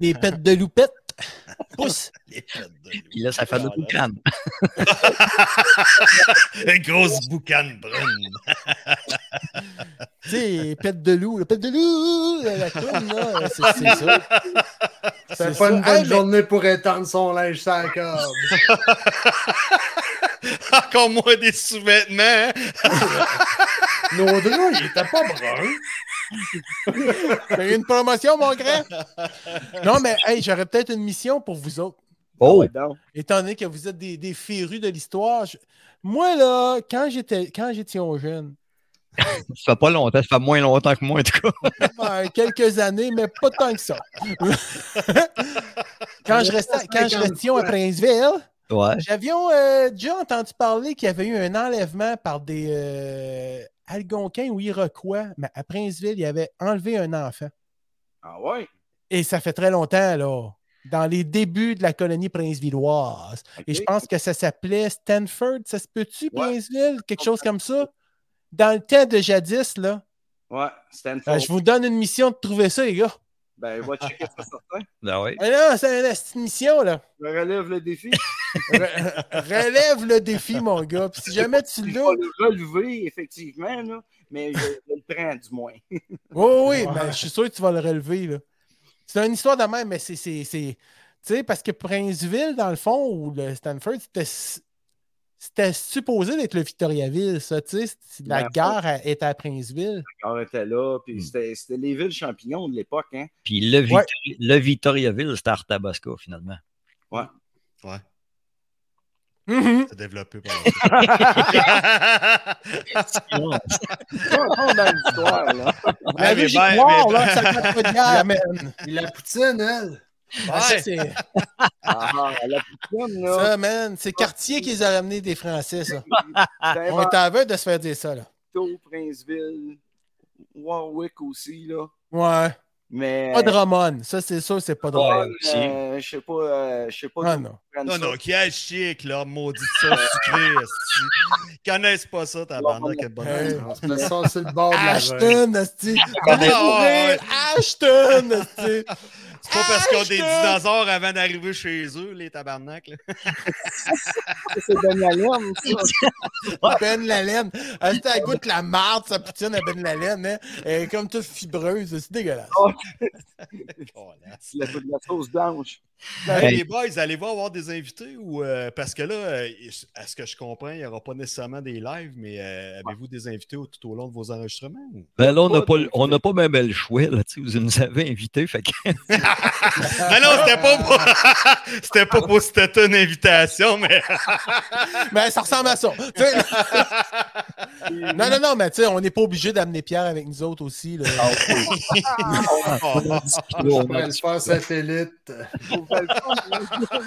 Speaker 1: des pets de loupette. Pousse!
Speaker 3: Les pattes de loup.
Speaker 6: Puis là, ça fait de
Speaker 3: Ah, là.
Speaker 6: boucan.
Speaker 3: Une grosse boucane brune.
Speaker 1: Tu sais, pets de loup, le pet de loup, la, la toune, là, Euh, c'est c'est ça.
Speaker 2: C'est
Speaker 1: C'est
Speaker 2: pas
Speaker 1: ça.
Speaker 2: une bonne
Speaker 1: Hey, mais-
Speaker 2: journée pour étendre son linge sur la corde.
Speaker 3: Encore moins des sous-vêtements. hein.
Speaker 2: Nos draps, ils étaient pas bruns.
Speaker 1: J'ai une promotion, mon grand! Non, mais hey, j'aurais peut-être une mission pour vous autres.
Speaker 6: Oh,
Speaker 5: Ouais, donc.
Speaker 1: Étant donné que vous êtes des, des férus de l'histoire, je- moi, là, quand j'étais quand j'étions jeune,
Speaker 6: ça fait pas longtemps, ça fait moins longtemps que moi, en tout cas.
Speaker 1: ben, quelques années, mais pas tant que ça. quand je restais, quand je restions à Princeville,
Speaker 6: Ouais.
Speaker 1: J'avions euh, déjà entendu parler qu'il y avait eu un enlèvement par des euh, Algonquins ou Iroquois, mais à Princeville, il avait enlevé un enfant.
Speaker 5: Ah ouais?
Speaker 1: Et ça fait très longtemps, là. Dans les débuts de la colonie princevilloise. Et je
Speaker 5: Ok.
Speaker 1: pense que ça s'appelait Stanford, ça se peut-tu,
Speaker 5: Ouais.
Speaker 1: Princeville? Quelque chose comme ça? Dans le temps de jadis, là.
Speaker 5: Ouais, Stanford.
Speaker 1: Euh, je vous donne une mission de trouver ça, les gars.
Speaker 5: Ben, va checker ça certain.
Speaker 6: Ben ouais.
Speaker 1: Ah non, c'est une- c'est une mission, là.
Speaker 5: Je relève le défi.
Speaker 1: Re- relève le défi, mon gars. Puis si jamais tu
Speaker 5: Il
Speaker 1: l'as,
Speaker 5: va le relever, effectivement, là, mais je, je le prends du moins.
Speaker 1: Oh oui,
Speaker 2: Ouais.
Speaker 1: ben, je suis sûr que tu vas le relever. là. C'est une histoire de même, mais c'est. c'est- c'est- Tu sais, parce que Princeville, dans le fond, ou le Stanford, c'était. s- C'était supposé d'être le Victoriaville, ça, tu sais. c'est- La
Speaker 5: Ben,
Speaker 1: gare à- était à Princeville.
Speaker 5: On était là, puis
Speaker 6: Hmm.
Speaker 5: c'était c'était les villes champignons de l'époque. Hein.
Speaker 6: Puis le, Vit-
Speaker 1: Ouais.
Speaker 6: le Victoriaville, c'était Arthabasca, finalement.
Speaker 3: Ouais,
Speaker 1: Mhm.
Speaker 3: c'est développé par la-
Speaker 5: Pas encore dans l'histoire, là.
Speaker 1: La
Speaker 3: Ah,
Speaker 1: rue
Speaker 3: mais ben-
Speaker 1: Gigoire,
Speaker 3: mais-
Speaker 1: là, ça coûte pas de guerre, man.
Speaker 2: Et la poutine, elle.
Speaker 1: Ah, ça,
Speaker 3: ben, Ouais.
Speaker 1: c'est-
Speaker 5: Ah, à la poutine, là.
Speaker 1: Ça, man, c'est Cartier qui les a ramenés des Français, ça.
Speaker 5: C'était
Speaker 3: ben.
Speaker 1: On est en veille de se faire dire ça, là.
Speaker 5: Toronto, Princeville, Warwick aussi, là.
Speaker 1: Ouais.
Speaker 5: Mais.
Speaker 1: Pas Drummond. Ça, c'est sûr, c'est pas Drummond.
Speaker 5: euh, euh, je sais pas, euh, je sais pas.
Speaker 1: Ah
Speaker 5: d'où
Speaker 1: non.
Speaker 5: ils prennent
Speaker 3: Non,
Speaker 5: ça.
Speaker 3: non, qui est chic, là, maudite sauce sucrée. esti. Ils connaissent pas ça, tabarnak, quelle bonne
Speaker 1: Hey.
Speaker 2: On se met ça sur le bord de la veine.
Speaker 1: Ashton, esti.
Speaker 3: Ah, ouais, ouais.
Speaker 1: Ashton, esti.
Speaker 3: C'est pas parce qu'ils ont des
Speaker 1: Ashton!
Speaker 3: dinosaures avant d'arriver chez eux, les tabarnak. là.
Speaker 5: C'est Ben Allen, ça.
Speaker 1: Ben Lalaine. Elle elle goûte la marde, sa poutine à Ben Lalaine. Hein. Elle est comme toute fibreuse. C'est dégueulasse.
Speaker 3: Colasse.
Speaker 5: C'est la, de la sauce blanche.
Speaker 3: Hey,
Speaker 6: Hey.
Speaker 3: Ben, Les boys, allez-vous avoir des invités ou euh, parce que là, euh, à ce que je comprends, il n'y aura pas nécessairement des lives, mais euh, avez-vous des invités au- tout au long de vos enregistrements? ou-
Speaker 6: Ben là, on n'a
Speaker 5: Pas
Speaker 6: pas,
Speaker 5: de-
Speaker 6: on n'a pas même le choix, là, tu sais, vous nous avez invités, fait que...
Speaker 3: Non, non, c'était pas pour. c'était pas pour c'était une invitation, mais.
Speaker 1: Mais ça ressemble à ça. Tu sais, non, non, non, mais tu sais, on n'est pas obligé d'amener Pierre avec nous autres aussi. Là.
Speaker 3: Ah
Speaker 2: Je pourrais le faire satellite.
Speaker 5: Faut faire le fun, là.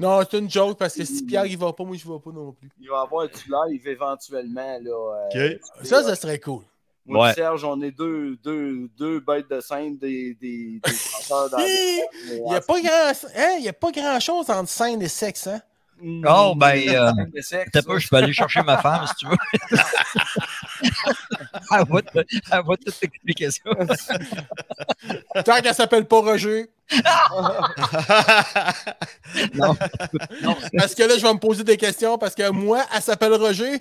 Speaker 1: Non, c'est une joke parce que si Pierre il va pas, moi je vais pas non plus.
Speaker 5: Il va y avoir du live éventuellement. Là,
Speaker 3: Ok.
Speaker 5: euh,
Speaker 1: Ça, ça serait cool.
Speaker 5: Moi et
Speaker 6: Ouais.
Speaker 5: Serge, on est deux, deux, deux bêtes de scène des, des, des chanteurs dans
Speaker 1: Hi! Il n'y a, pas grand... hein, il y a pas grand chose entre scène et sexe. Hein?
Speaker 6: Oh, ben, euh,
Speaker 5: Le sexe,
Speaker 6: T'as pas, je peux aller chercher ma femme, si tu veux. elle, va te- elle va tout t'expliquer ça.
Speaker 1: Tant qu'elle s'appelle pas Roger.
Speaker 6: Non. Non.
Speaker 1: Parce que là, je vais me poser des questions parce que moi, elle s'appelle Roger.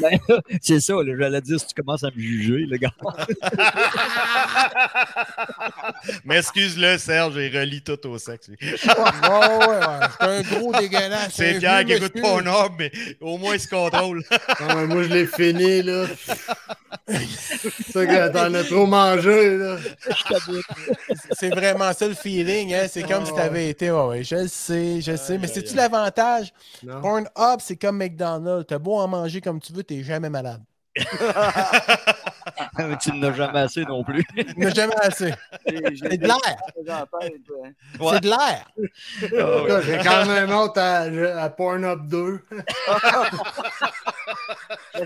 Speaker 6: Ben, là, c'est ça, là, j'allais dire, si tu commences à me juger, le gars.
Speaker 3: mais excuse-le, Serge, il relie tout au sexe. lui.
Speaker 1: Ouais, ouais, ouais. C'est un gros dégueulasse.
Speaker 3: C'est
Speaker 1: un
Speaker 3: Pierre qui
Speaker 1: vieux
Speaker 3: écoute
Speaker 1: monsieur.
Speaker 3: pas un homme, mais au moins il se contrôle.
Speaker 2: Ah, mais moi, je l'ai fini, là. sais que t'en as trop mangé, là.
Speaker 1: C'est vraiment ça le feeling, hein? C'est comme si t'avais été. Ouais, ouais, je le sais, je le sais.
Speaker 3: Aïe,
Speaker 1: Mais
Speaker 3: aïe,
Speaker 1: c'est-tu
Speaker 3: aïe.
Speaker 1: l'avantage?
Speaker 2: Non.
Speaker 1: Pornhub, c'est comme McDonald's. T'as beau en manger comme tu veux, t'es jamais malade.
Speaker 6: Mais tu n'as jamais assez non plus.
Speaker 1: Il n'y en a jamais assez. C'est de l'air.
Speaker 6: Ouais.
Speaker 1: C'est de l'air.
Speaker 6: Ah ouais.
Speaker 2: Là, J'ai quand même honte à, à Pornhub 2.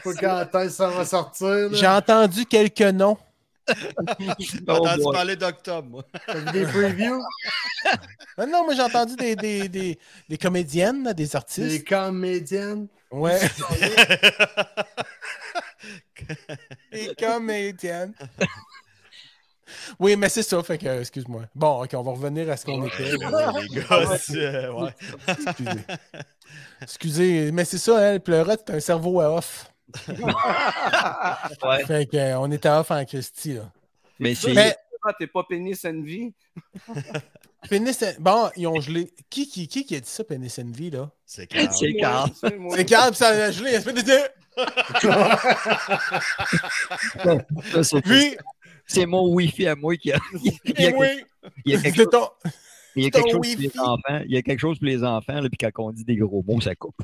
Speaker 2: Faut quand est-ce que ça va sortir.
Speaker 1: J'ai
Speaker 2: Là.
Speaker 1: entendu quelques noms.
Speaker 3: J'ai
Speaker 6: Oh
Speaker 3: entendu
Speaker 6: boy.
Speaker 3: parler d'octobre, moi.
Speaker 2: T'as vu des previews,
Speaker 1: Non, non, moi j'ai entendu des, des, des, des comédiennes, là, des
Speaker 2: des
Speaker 1: artistes.
Speaker 2: comédiennes.
Speaker 1: Ouais. des comédiennes. Oui, mais c'est ça, fait que, euh, excuse-moi. Bon, ok, on va revenir à ce qu'on était.
Speaker 3: Ben oui, les gars, c'est, euh, ouais.
Speaker 1: Excusez. Excusez, mais c'est ça, hein, le pleurote, c'est un cerveau à off.
Speaker 6: Ouais.
Speaker 1: Fait que, euh, on est à off en Christie, là.
Speaker 6: Mais c'est.
Speaker 1: Mais,
Speaker 5: T'es pas pénis envy.
Speaker 1: Penis and- Bon, ils ont gelé. Qui, qui, qui, qui a dit ça, Penis Envy, là?
Speaker 3: C'est clair.
Speaker 6: C'est Carl.
Speaker 1: C'est Carl, puis ça a gelé. il a fait des-
Speaker 6: Ça, c'est-
Speaker 1: Oui,
Speaker 6: C'est mon Wi-Fi à moi qui a. Il y a, quelque-
Speaker 1: oui,
Speaker 6: il y a quelque
Speaker 1: c'est
Speaker 6: chose,
Speaker 1: ton...
Speaker 6: il y a quelque
Speaker 1: ton
Speaker 6: chose pour les
Speaker 1: Wi-Fi.
Speaker 6: enfants. Il y a quelque chose pour les enfants, là, puis quand on dit des gros mots, ça coupe.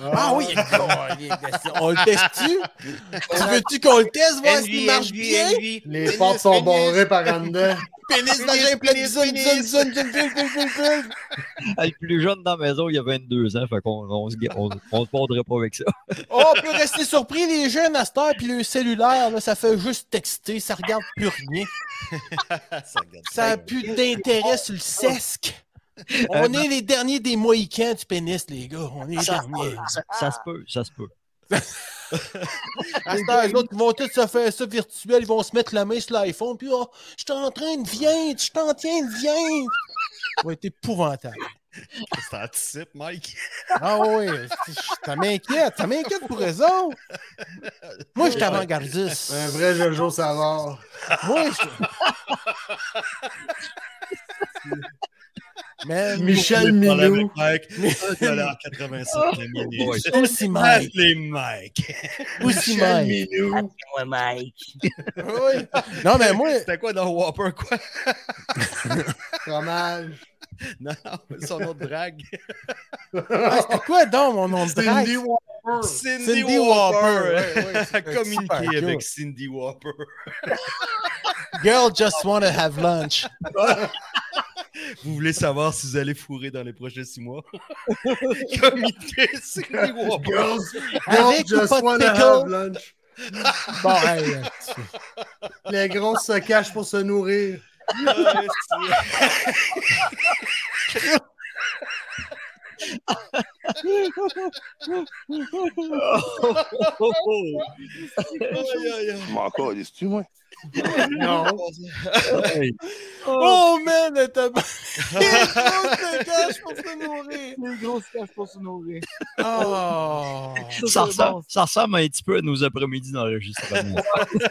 Speaker 1: Ah oui, il est con, il est- on le teste-tu? Tu veux-tu qu'on le teste, voir s'il marche bien?
Speaker 2: Les portes sont barrées par en dedans.
Speaker 1: Pénis, vagin, plein de zones, zones, zones, zones, zones, zones, zones, zones.
Speaker 6: Ah, Le plus jeune dans la maison, il y a 22 ans, fait qu'on on se, on, on se borderait pas avec ça.
Speaker 1: Oh, on peut rester surpris, les jeunes à cette heure, puis le cellulaire, là, ça fait juste texter, ça regarde plus rien.
Speaker 3: Ça Ben, regarde
Speaker 1: Ça
Speaker 3: ça.
Speaker 1: a plus d'intérêt sur le sesque.
Speaker 6: Euh,
Speaker 1: On est les derniers des Mohicans du pénis, les gars. On est les derniers.
Speaker 6: Ça, ça se peut, ça se peut.
Speaker 1: À cette heure, les autres, ils vont tous se faire ça virtuel, ils vont se mettre la main sur l'iPhone, puis oh, je t'entraîne, viens, je t'entraîne, viens. Ça va être épouvantable.
Speaker 3: Ça anticipe, Mike.
Speaker 1: Ah oui, ça m'inquiète, ça m'inquiète pour raison. Moi, je suis avant-gardiste.
Speaker 2: Un vrai Jojo Savard.
Speaker 1: Moi, je... Man,
Speaker 2: Michel Minou.
Speaker 3: Mike. 85 la minute.
Speaker 6: boy.
Speaker 1: Aussi
Speaker 3: Passe
Speaker 1: Oh. Mike.
Speaker 3: les Mike.
Speaker 1: Aussi
Speaker 2: Michel
Speaker 1: Mike.
Speaker 2: Minou.
Speaker 1: Oui. Non, mais moi,
Speaker 3: C'était quoi dans Whopper, quoi?
Speaker 2: Fromage.
Speaker 3: Non, non, son autre drague.
Speaker 1: ah, c'était quoi donc mon nom de drague?
Speaker 2: Cindy Walker.
Speaker 3: Cindy,
Speaker 1: Cindy
Speaker 3: Whopper.
Speaker 1: Whopper, ouais, ouais,
Speaker 3: a
Speaker 1: c'est super
Speaker 3: communiqué
Speaker 1: cool.
Speaker 3: avec Cindy Whopper.
Speaker 1: Girl just wanna have lunch.
Speaker 3: Vous voulez savoir si vous allez fourrer dans les prochains six mois? communiqué Cindy Whopper.
Speaker 2: Girls,
Speaker 1: Avec
Speaker 2: girls
Speaker 1: ou pas
Speaker 2: just
Speaker 1: de
Speaker 2: wanna
Speaker 1: pickle?
Speaker 2: have lunch.
Speaker 1: Bon, hey, euh,
Speaker 2: Les grosses se cachent pour se nourrir.
Speaker 3: Ah,
Speaker 5: Oh,
Speaker 3: c'est- Aïe, aïe, aïe.
Speaker 7: Encore, tu moi?
Speaker 2: Non.
Speaker 6: Hey,
Speaker 1: Oh man, le tabac! Il est trop de cash pour se nourrir!
Speaker 5: une grosse casse pour se nourrir.
Speaker 1: Oh!
Speaker 6: ça, ressemble, ça ressemble un petit peu à nos après-midi d'enregistrement.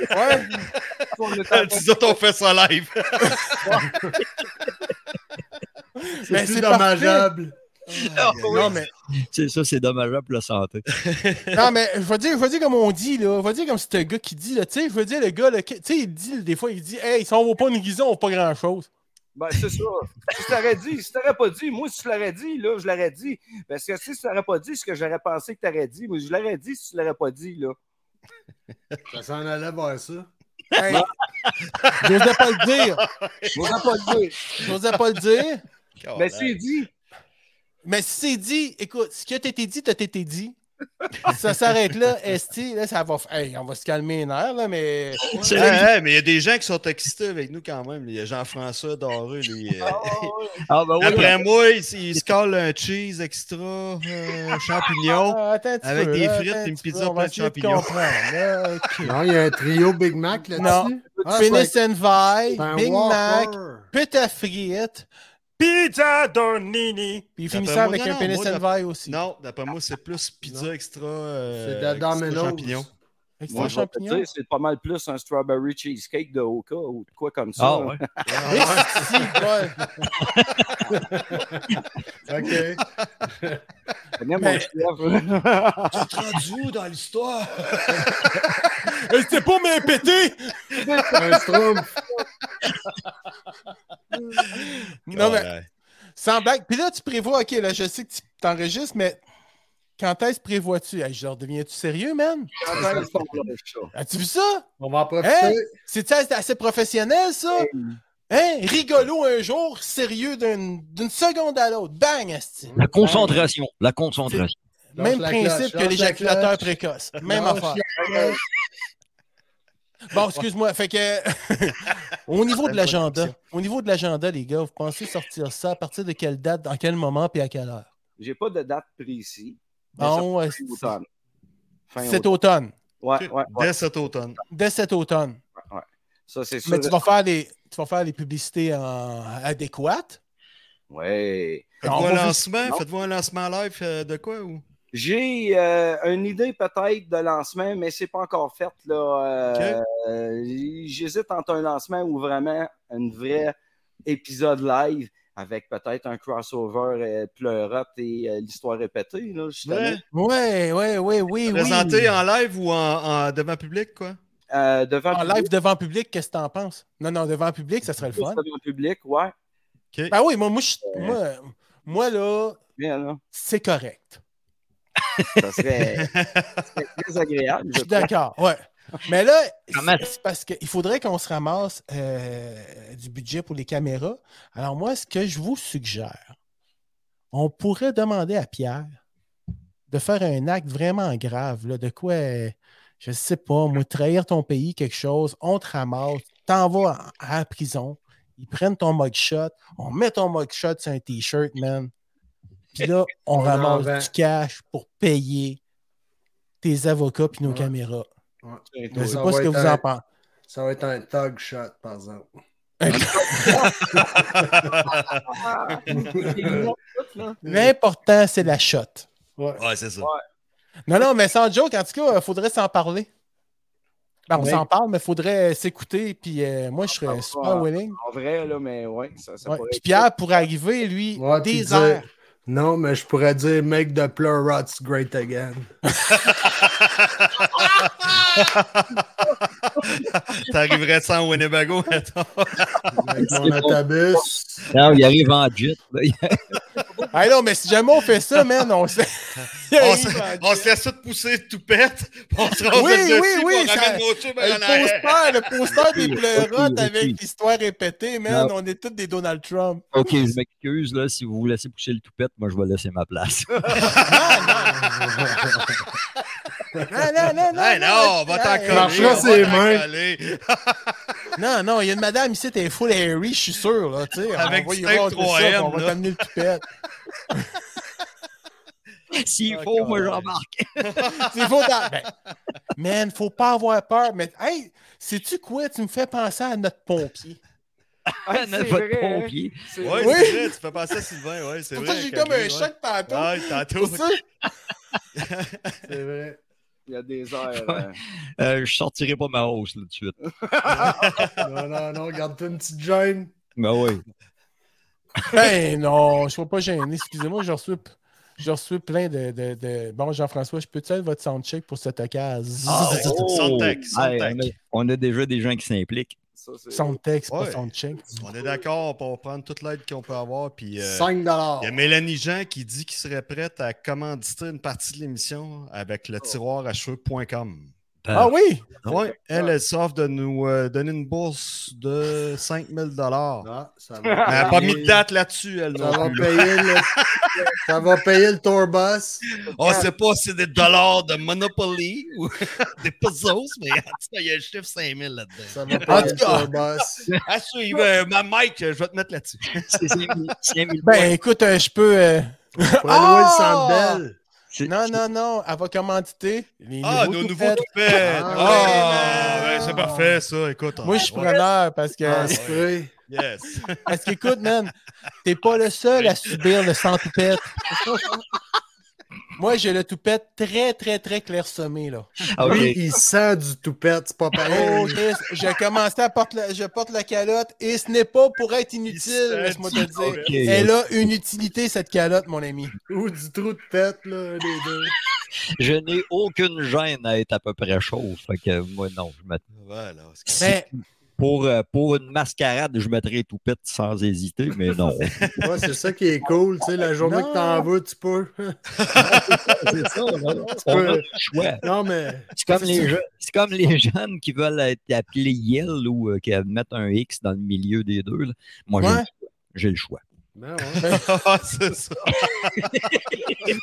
Speaker 1: Ouais,
Speaker 3: Dis autres, on fait ça live.
Speaker 1: mais
Speaker 2: C'est plus
Speaker 1: c'est dommageable.
Speaker 2: dommageable.
Speaker 1: Non, mais,
Speaker 6: C'est ça, c'est dommageable pour la santé.
Speaker 1: non, mais je vais dire, je vais dire comme on dit, là. Je vais dire comme ce gars qui dit, là. Tu sais, je veux dire, le gars, là, qui- tu sais, il dit, des fois, il dit, hey, si on vaut pas une guison, on vaut pas grand chose.
Speaker 5: Ben, c'est ça. Si je t'aurais dit, si t'aurais pas dit, moi, si tu l'aurais dit, là, je l'aurais dit. Parce que si tu l'aurais pas dit, ce que j'aurais pensé que t'aurais dit, moi, je l'aurais dit si tu l'aurais pas dit, là.
Speaker 2: Ça s'en allait vers ça.
Speaker 1: Hey. J'osais pas le dire.
Speaker 5: J'aurais pas le dire.
Speaker 1: J'osais pas le dire. ben,
Speaker 5: Mais c'est dit.
Speaker 1: Mais si c'est dit, écoute, ce qui a été dit, t'as été dit. Ça s'arrête là, ST, là, ça va. f- Hey, on va se calmer les nerfs, là, mais.
Speaker 6: C'est-
Speaker 3: Ouais, ouais, mais il y a des gens qui sont excités avec nous quand même. Il y a Jean-François Doré. lui, euh,
Speaker 6: Ah, ben oui,
Speaker 3: Après moi, il, s- il se colle un cheese extra euh, champignon.
Speaker 1: Ah, attends un petit
Speaker 3: Avec
Speaker 1: peu,
Speaker 3: des
Speaker 1: là,
Speaker 3: frites
Speaker 1: attends
Speaker 3: et une
Speaker 1: un petit peu,
Speaker 3: pizza
Speaker 1: on va
Speaker 3: plein de
Speaker 1: essayer
Speaker 3: champignons.
Speaker 1: comprendre, là, ok.
Speaker 2: Non, il y a un trio Big Mac là-dessus. Ah, c'est
Speaker 1: Finish and Vi,
Speaker 2: un- c'est un
Speaker 1: Big Mac,
Speaker 2: Whopper.
Speaker 1: pita frites, pizza donini. Puis il finit ça
Speaker 3: moi,
Speaker 1: avec
Speaker 3: non,
Speaker 1: un
Speaker 3: non,
Speaker 1: penis
Speaker 3: moi,
Speaker 1: and Vi aussi.
Speaker 3: Non, d'après moi, c'est plus pizza extra.
Speaker 2: C'est
Speaker 3: euh,
Speaker 2: de la
Speaker 3: extra
Speaker 2: Domino's.
Speaker 3: champignon.
Speaker 1: Extra
Speaker 5: Moi, je vais te
Speaker 1: champignon.
Speaker 5: dire, c'est pas mal plus un strawberry cheesecake de Oka ou de quoi comme ça.
Speaker 6: Ah,
Speaker 5: là.
Speaker 6: ouais.
Speaker 1: Esti, boy.
Speaker 2: OK.
Speaker 5: connais mon
Speaker 1: Mais-
Speaker 5: chef.
Speaker 3: Tu te rends où dans l'histoire?
Speaker 1: C'était pas mes pété!
Speaker 2: Un schtroumpf. Ah,
Speaker 1: Non, mais
Speaker 3: Ouais.
Speaker 1: sans blague. Puis là, tu prévois, OK, là, je sais que tu t'enregistres, mais quand est-ce que prévois-tu? Hey, genre, deviens-tu sérieux, man?
Speaker 5: Attends, c'est pas vrai, ça.
Speaker 1: As-tu vu ça?
Speaker 2: On va en profiter.
Speaker 1: Hein? C'est assez professionnel, ça? Hein? Rigolo un jour, sérieux d'une d'une seconde à l'autre. Bang, asti.
Speaker 6: La concentration. La concentration.
Speaker 2: Lâche
Speaker 1: Même
Speaker 2: la
Speaker 1: principe
Speaker 2: cloche,
Speaker 1: que
Speaker 2: lâche la
Speaker 1: l'éjaculateur
Speaker 2: cloche.
Speaker 1: précoce. Même
Speaker 2: Lâche
Speaker 1: affaire.
Speaker 2: la cloche.
Speaker 1: Bon, excuse-moi. Fait que, au niveau de l'agenda, au niveau de l'agenda, les gars, vous pensez sortir ça à partir de quelle date, dans quel moment, puis à quelle heure?
Speaker 5: J'ai pas de date précise. mais ça
Speaker 1: Bon,
Speaker 5: fin
Speaker 1: esti.
Speaker 5: automne. Fin
Speaker 1: cet automne.
Speaker 5: Ouais, ouais, ouais.
Speaker 3: Dès cet automne.
Speaker 1: Dès cet automne.
Speaker 5: Ça, c'est sûr.
Speaker 1: Mais tu vas faire les, tu vas faire les publicités en- adéquates.
Speaker 5: Ouais.
Speaker 1: On
Speaker 3: Faites-vous
Speaker 1: va
Speaker 3: un
Speaker 1: vous-
Speaker 3: lancement,
Speaker 5: Non.
Speaker 3: faites-vous un lancement live euh, de quoi ou?
Speaker 5: J'ai euh, une idée peut-être de lancement, mais c'est pas encore fait. Là, Euh, euh, J'hésite entre un lancement ou vraiment un vrai épisode live avec peut-être un crossover euh, pleurote et euh, l'histoire répétée. Là, justement.
Speaker 1: Ouais,
Speaker 3: Ouais.
Speaker 1: ouais, ouais, oui,
Speaker 3: Présenté
Speaker 1: oui.
Speaker 3: en live ou en, en- devant public, quoi?
Speaker 5: Euh, devant
Speaker 1: En
Speaker 5: le public,
Speaker 1: Ah, live devant public, qu'est-ce que t'en penses? Non, non, devant public, ça serait le fun.
Speaker 5: devant le public, ouais.
Speaker 1: Ben oui, moi, moi, je- moi, moi, là,
Speaker 5: Bien, là,
Speaker 1: c'est correct.
Speaker 5: ça serait, ça serait très agréable.
Speaker 1: Je
Speaker 5: je
Speaker 1: suis d'accord, ouais. Mais là,
Speaker 6: Comment-
Speaker 1: c'est- c'est parce qu'il faudrait qu'on se ramasse euh, du budget pour les caméras. Alors moi, ce que je vous suggère, on pourrait demander à Pierre de faire un acte vraiment grave, là, de quoi, euh, je sais pas, moi, trahir ton pays, quelque chose, on te ramasse, t'en vas à la prison, ils prennent ton mugshot, on met ton mugshot sur un T-shirt, man. Puis là, on
Speaker 2: On en
Speaker 1: ramasse
Speaker 2: vend.
Speaker 1: du cash pour payer tes avocats puis nos
Speaker 2: Ouais.
Speaker 1: caméras.
Speaker 2: Ouais.
Speaker 1: Je ne sais
Speaker 2: Ça
Speaker 1: pas
Speaker 2: va
Speaker 1: ce que
Speaker 2: être
Speaker 1: vous
Speaker 2: un-
Speaker 1: en pensez.
Speaker 2: Ça va être un tug shot, par exemple.
Speaker 1: L'important, c'est la shot.
Speaker 2: Ouais.
Speaker 3: Ouais, c'est ça.
Speaker 1: Non, non, mais sans joke, en tout cas, il faudrait s'en parler. Ben, on
Speaker 2: Oui.
Speaker 1: s'en parle, mais il faudrait euh, s'écouter. Puis euh, moi, je serais
Speaker 5: Ah,
Speaker 1: super
Speaker 5: ouais.
Speaker 1: willing.
Speaker 5: En vrai, là, mais ouais, ça, ça
Speaker 1: Ouais.
Speaker 5: pourrait
Speaker 1: Puis
Speaker 5: être-
Speaker 1: Pierre, pour arriver, lui,
Speaker 2: Ouais, puis
Speaker 1: des
Speaker 2: dire-
Speaker 1: heures.
Speaker 2: Non, mais je pourrais dire Make the Pleurots Great Again.
Speaker 3: T'arriverais sans Winnebago, mettons.
Speaker 2: Avec mon autobus.
Speaker 6: Non, il arrive en jet. là.
Speaker 1: Ah non, mais si jamais on fait ça, man, on se.
Speaker 3: on, se, on se laisse tout pousser, tout pète. puis On se rase
Speaker 1: Oui,
Speaker 3: le dessus,
Speaker 1: oui,
Speaker 3: puis
Speaker 1: oui,
Speaker 3: on
Speaker 1: ça-
Speaker 3: ramène nos tubes en
Speaker 1: Le
Speaker 3: arrière.
Speaker 1: poster, le poster des
Speaker 6: Ok,
Speaker 1: pleurotes
Speaker 6: ok.
Speaker 1: avec l'histoire répétée, man.
Speaker 6: Non.
Speaker 1: On est tous des Donald Trump.
Speaker 6: OK, je m'excuse. là, Si vous vous laissez pousser le toupette, moi, je vais laisser ma place.
Speaker 1: Non, non, non, non.
Speaker 3: Hey, non, on va t'en
Speaker 1: hey,
Speaker 3: coller.
Speaker 2: Marchera
Speaker 3: on va
Speaker 2: ses
Speaker 3: t'en
Speaker 2: mains.
Speaker 3: coller.
Speaker 1: Non, non, il y a une madame ici, t'es full Harry, je suis sûr, là, tu sais.
Speaker 3: Avec
Speaker 1: on va y
Speaker 3: du tape
Speaker 1: voir tout ça,
Speaker 3: 3M,
Speaker 1: puis on va
Speaker 3: là.
Speaker 1: t'amener le toupette.
Speaker 6: S'il
Speaker 5: Ah,
Speaker 6: faut, moi, j'embarque.
Speaker 1: C'est faux dans- ben, man, faut pas avoir peur. Mais, hey, sais-tu quoi? Tu me fais penser à notre pompier.
Speaker 5: Ah, c'est
Speaker 6: Votre
Speaker 5: vrai, hein.
Speaker 6: pompier.
Speaker 5: C'est
Speaker 3: Ouais,
Speaker 1: Oui.
Speaker 3: c'est vrai, tu fais penser à Sylvain, ouais, c'est
Speaker 1: C'est
Speaker 3: vrai.
Speaker 1: pour ça que j'ai
Speaker 3: avec
Speaker 1: comme un
Speaker 3: lui,
Speaker 1: choc
Speaker 3: Ouais,
Speaker 1: tantôt.
Speaker 3: Ouais,
Speaker 1: C'est
Speaker 3: tantôt.
Speaker 1: pour ça.
Speaker 2: C'est vrai.
Speaker 5: Il y a des heures.
Speaker 6: Ouais.
Speaker 5: euh,
Speaker 6: Euh, je sortirai pas ma hausse là, tout de suite.
Speaker 2: Non, non, non, garde-toi une petite gêne.
Speaker 6: Ben oui.
Speaker 1: Ben non, je ne pas gêné. Excusez-moi, je reçois, je reçois plein de, de- de- Bon, Jean-François, je peux-tu être votre soundcheck pour cette occasion?
Speaker 3: Ah, Soundtech, soundtech.
Speaker 6: Ah, oh! Hey, on, a, on a déjà des gens qui s'impliquent.
Speaker 5: ça, c'est-
Speaker 1: Soundtext, pas
Speaker 3: Ouais.
Speaker 1: soundcheck.
Speaker 3: On est d'accord pour prendre toute l'aide qu'on peut avoir. Puis, euh,
Speaker 2: 5 dollars.
Speaker 3: il y a Mélanie Jean qui dit qu'il serait prête à commanditer une partie de l'émission avec le tiroir à cheveux.com.
Speaker 1: Ah oui!
Speaker 3: Ouais, elle, elle s'offre de nous euh, donner une bourse de 5000 dollars.
Speaker 2: Ah, ça va
Speaker 3: Elle n'a pas
Speaker 2: payer-
Speaker 3: mis de date là-dessus, elle.
Speaker 2: Ça
Speaker 3: non
Speaker 2: va
Speaker 3: plus.
Speaker 2: payer le, ça va payer le tour bus.
Speaker 3: On sait pas si Oh, c'est des dollars de Monopoly ou des puzzles, mais en tout cas, il y a le chiffre 5000 là-dedans.
Speaker 2: Ça va
Speaker 1: En
Speaker 2: payer
Speaker 1: tout
Speaker 2: le
Speaker 1: cas.
Speaker 2: tour bus.
Speaker 3: À suivre, euh, ma mic, je vais te mettre là-dessus.
Speaker 6: C'est 5000
Speaker 1: Ben écoute, euh, je peux. euh,
Speaker 2: Pour louer le
Speaker 1: Ah!
Speaker 2: sandel.
Speaker 1: Non, non, non, elle va commanditer. les
Speaker 3: Ah,
Speaker 1: nouveaux
Speaker 3: nos nouveaux
Speaker 1: toupettes.
Speaker 3: toupettes!
Speaker 2: Ah,
Speaker 3: Ah,
Speaker 2: ouais,
Speaker 3: ben,
Speaker 2: man.
Speaker 3: c'est parfait, ça. Écoute, on-
Speaker 1: Moi, je suis
Speaker 3: on-
Speaker 1: preneur parce que.
Speaker 2: Ah, c'est
Speaker 3: Yes.
Speaker 1: Parce qu'écoute, man, t'es pas le seul à subir le sans toupette. Moi, j'ai le toupette très, très, très clairsemé, là.
Speaker 6: Ah, ok.
Speaker 2: Lui, il sent du toupette, c'est pas
Speaker 1: Oh,
Speaker 2: pareil.
Speaker 1: Chris, j'ai commencé à porter la, je porte la calotte et ce n'est pas pour être inutile, laisse-moi te le dire.
Speaker 6: Ok.
Speaker 1: Elle a une utilité, cette calotte, mon ami.
Speaker 2: Ou du trou de tête, là, les deux.
Speaker 6: Je n'ai aucune gêne à être à peu près chaud. Fait que moi, non, je me-
Speaker 3: Voilà.
Speaker 6: Si-
Speaker 1: Mais,
Speaker 6: pour, euh, pour une mascarade, je mettrais toupette sans hésiter, mais non.
Speaker 2: Ouais, c'est ça qui est cool, tu sais, la journée
Speaker 1: Non.
Speaker 2: que t'en veux, tu peux.
Speaker 6: c'est ça, non?
Speaker 2: On a le
Speaker 6: choix.
Speaker 2: Non, mais
Speaker 6: C'est comme, les je- c'est comme les jeunes qui veulent être appelés Yel ou euh, qui mettent un X dans le milieu des deux. là. Moi, j'ai
Speaker 1: Ouais.
Speaker 6: le choix. j'ai le choix.
Speaker 2: Ben ouais.
Speaker 3: Ah, c'est ça.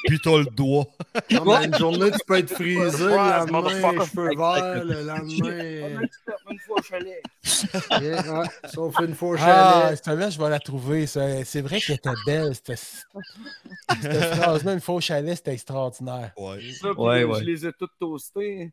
Speaker 3: Puis t'as le doigt.
Speaker 2: Non, mais une journée, tu peux être frisé, le lendemain,
Speaker 5: motherfucker.
Speaker 2: les cheveux verts, le lendemain.
Speaker 5: Une fois au chalet.
Speaker 2: Yeah, ouais. Sauf une fois au
Speaker 1: ah,
Speaker 2: chalet.
Speaker 1: celle-là, je vais la trouver. ça. C'est vrai qu'elle était belle, cette, cette phrase-là. Une fois au chalet, c'était extraordinaire.
Speaker 3: Ouais.
Speaker 5: Ça, puis,
Speaker 6: Ouais,
Speaker 5: euh,
Speaker 6: ouais.
Speaker 5: Je les ai toutes toastées.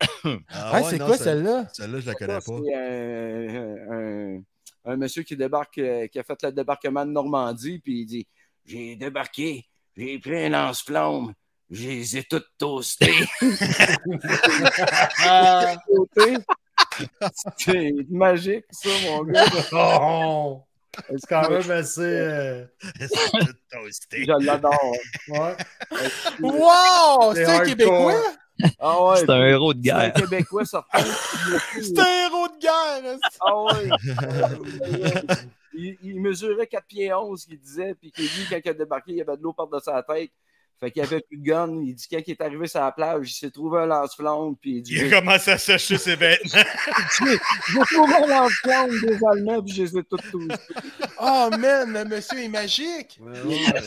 Speaker 3: Ah,
Speaker 1: Hein,
Speaker 3: ouais,
Speaker 1: c'est
Speaker 3: non,
Speaker 1: quoi
Speaker 3: celle-
Speaker 1: celle-là?
Speaker 3: Celle-là, je la connais
Speaker 5: C'est
Speaker 3: pas.
Speaker 5: euh, un, un monsieur qui débarque, euh, qui a fait le débarquement de Normandie, puis il dit J'ai débarqué, j'ai pris un lance-flamme, je les ai toutes toastées.
Speaker 2: Ah,
Speaker 5: C'est magique, ça, mon gars.
Speaker 2: oh, c'est quand même assez. euh,
Speaker 3: Toasté.
Speaker 5: Je l'adore.
Speaker 2: ouais.
Speaker 1: Wow!
Speaker 2: C'est
Speaker 1: C'est un
Speaker 2: hardcore.
Speaker 1: Québécois?
Speaker 5: Ah ouais,
Speaker 6: C'est un héros de
Speaker 5: puis
Speaker 6: guerre.
Speaker 5: le Québécois sortant.
Speaker 1: C'est un héros de guerre! hein.
Speaker 5: Ah ouais. il, il mesurait 4 pieds 11, qu'il disait, puis que lui, quand il a débarqué, il avait de l'eau par-dessus sa tête. Fait qu'il avait plus de gun. Il dit, quand il est arrivé sur la plage, il s'est trouvé un lance-flamme, puis il dit,
Speaker 3: Il a commencé à sécher ses vêtements.
Speaker 5: j'ai trouvé un lance-flamme des Allemands, puis je les ai toutes tous.
Speaker 1: Oh man, le monsieur est magique!
Speaker 2: Ouais,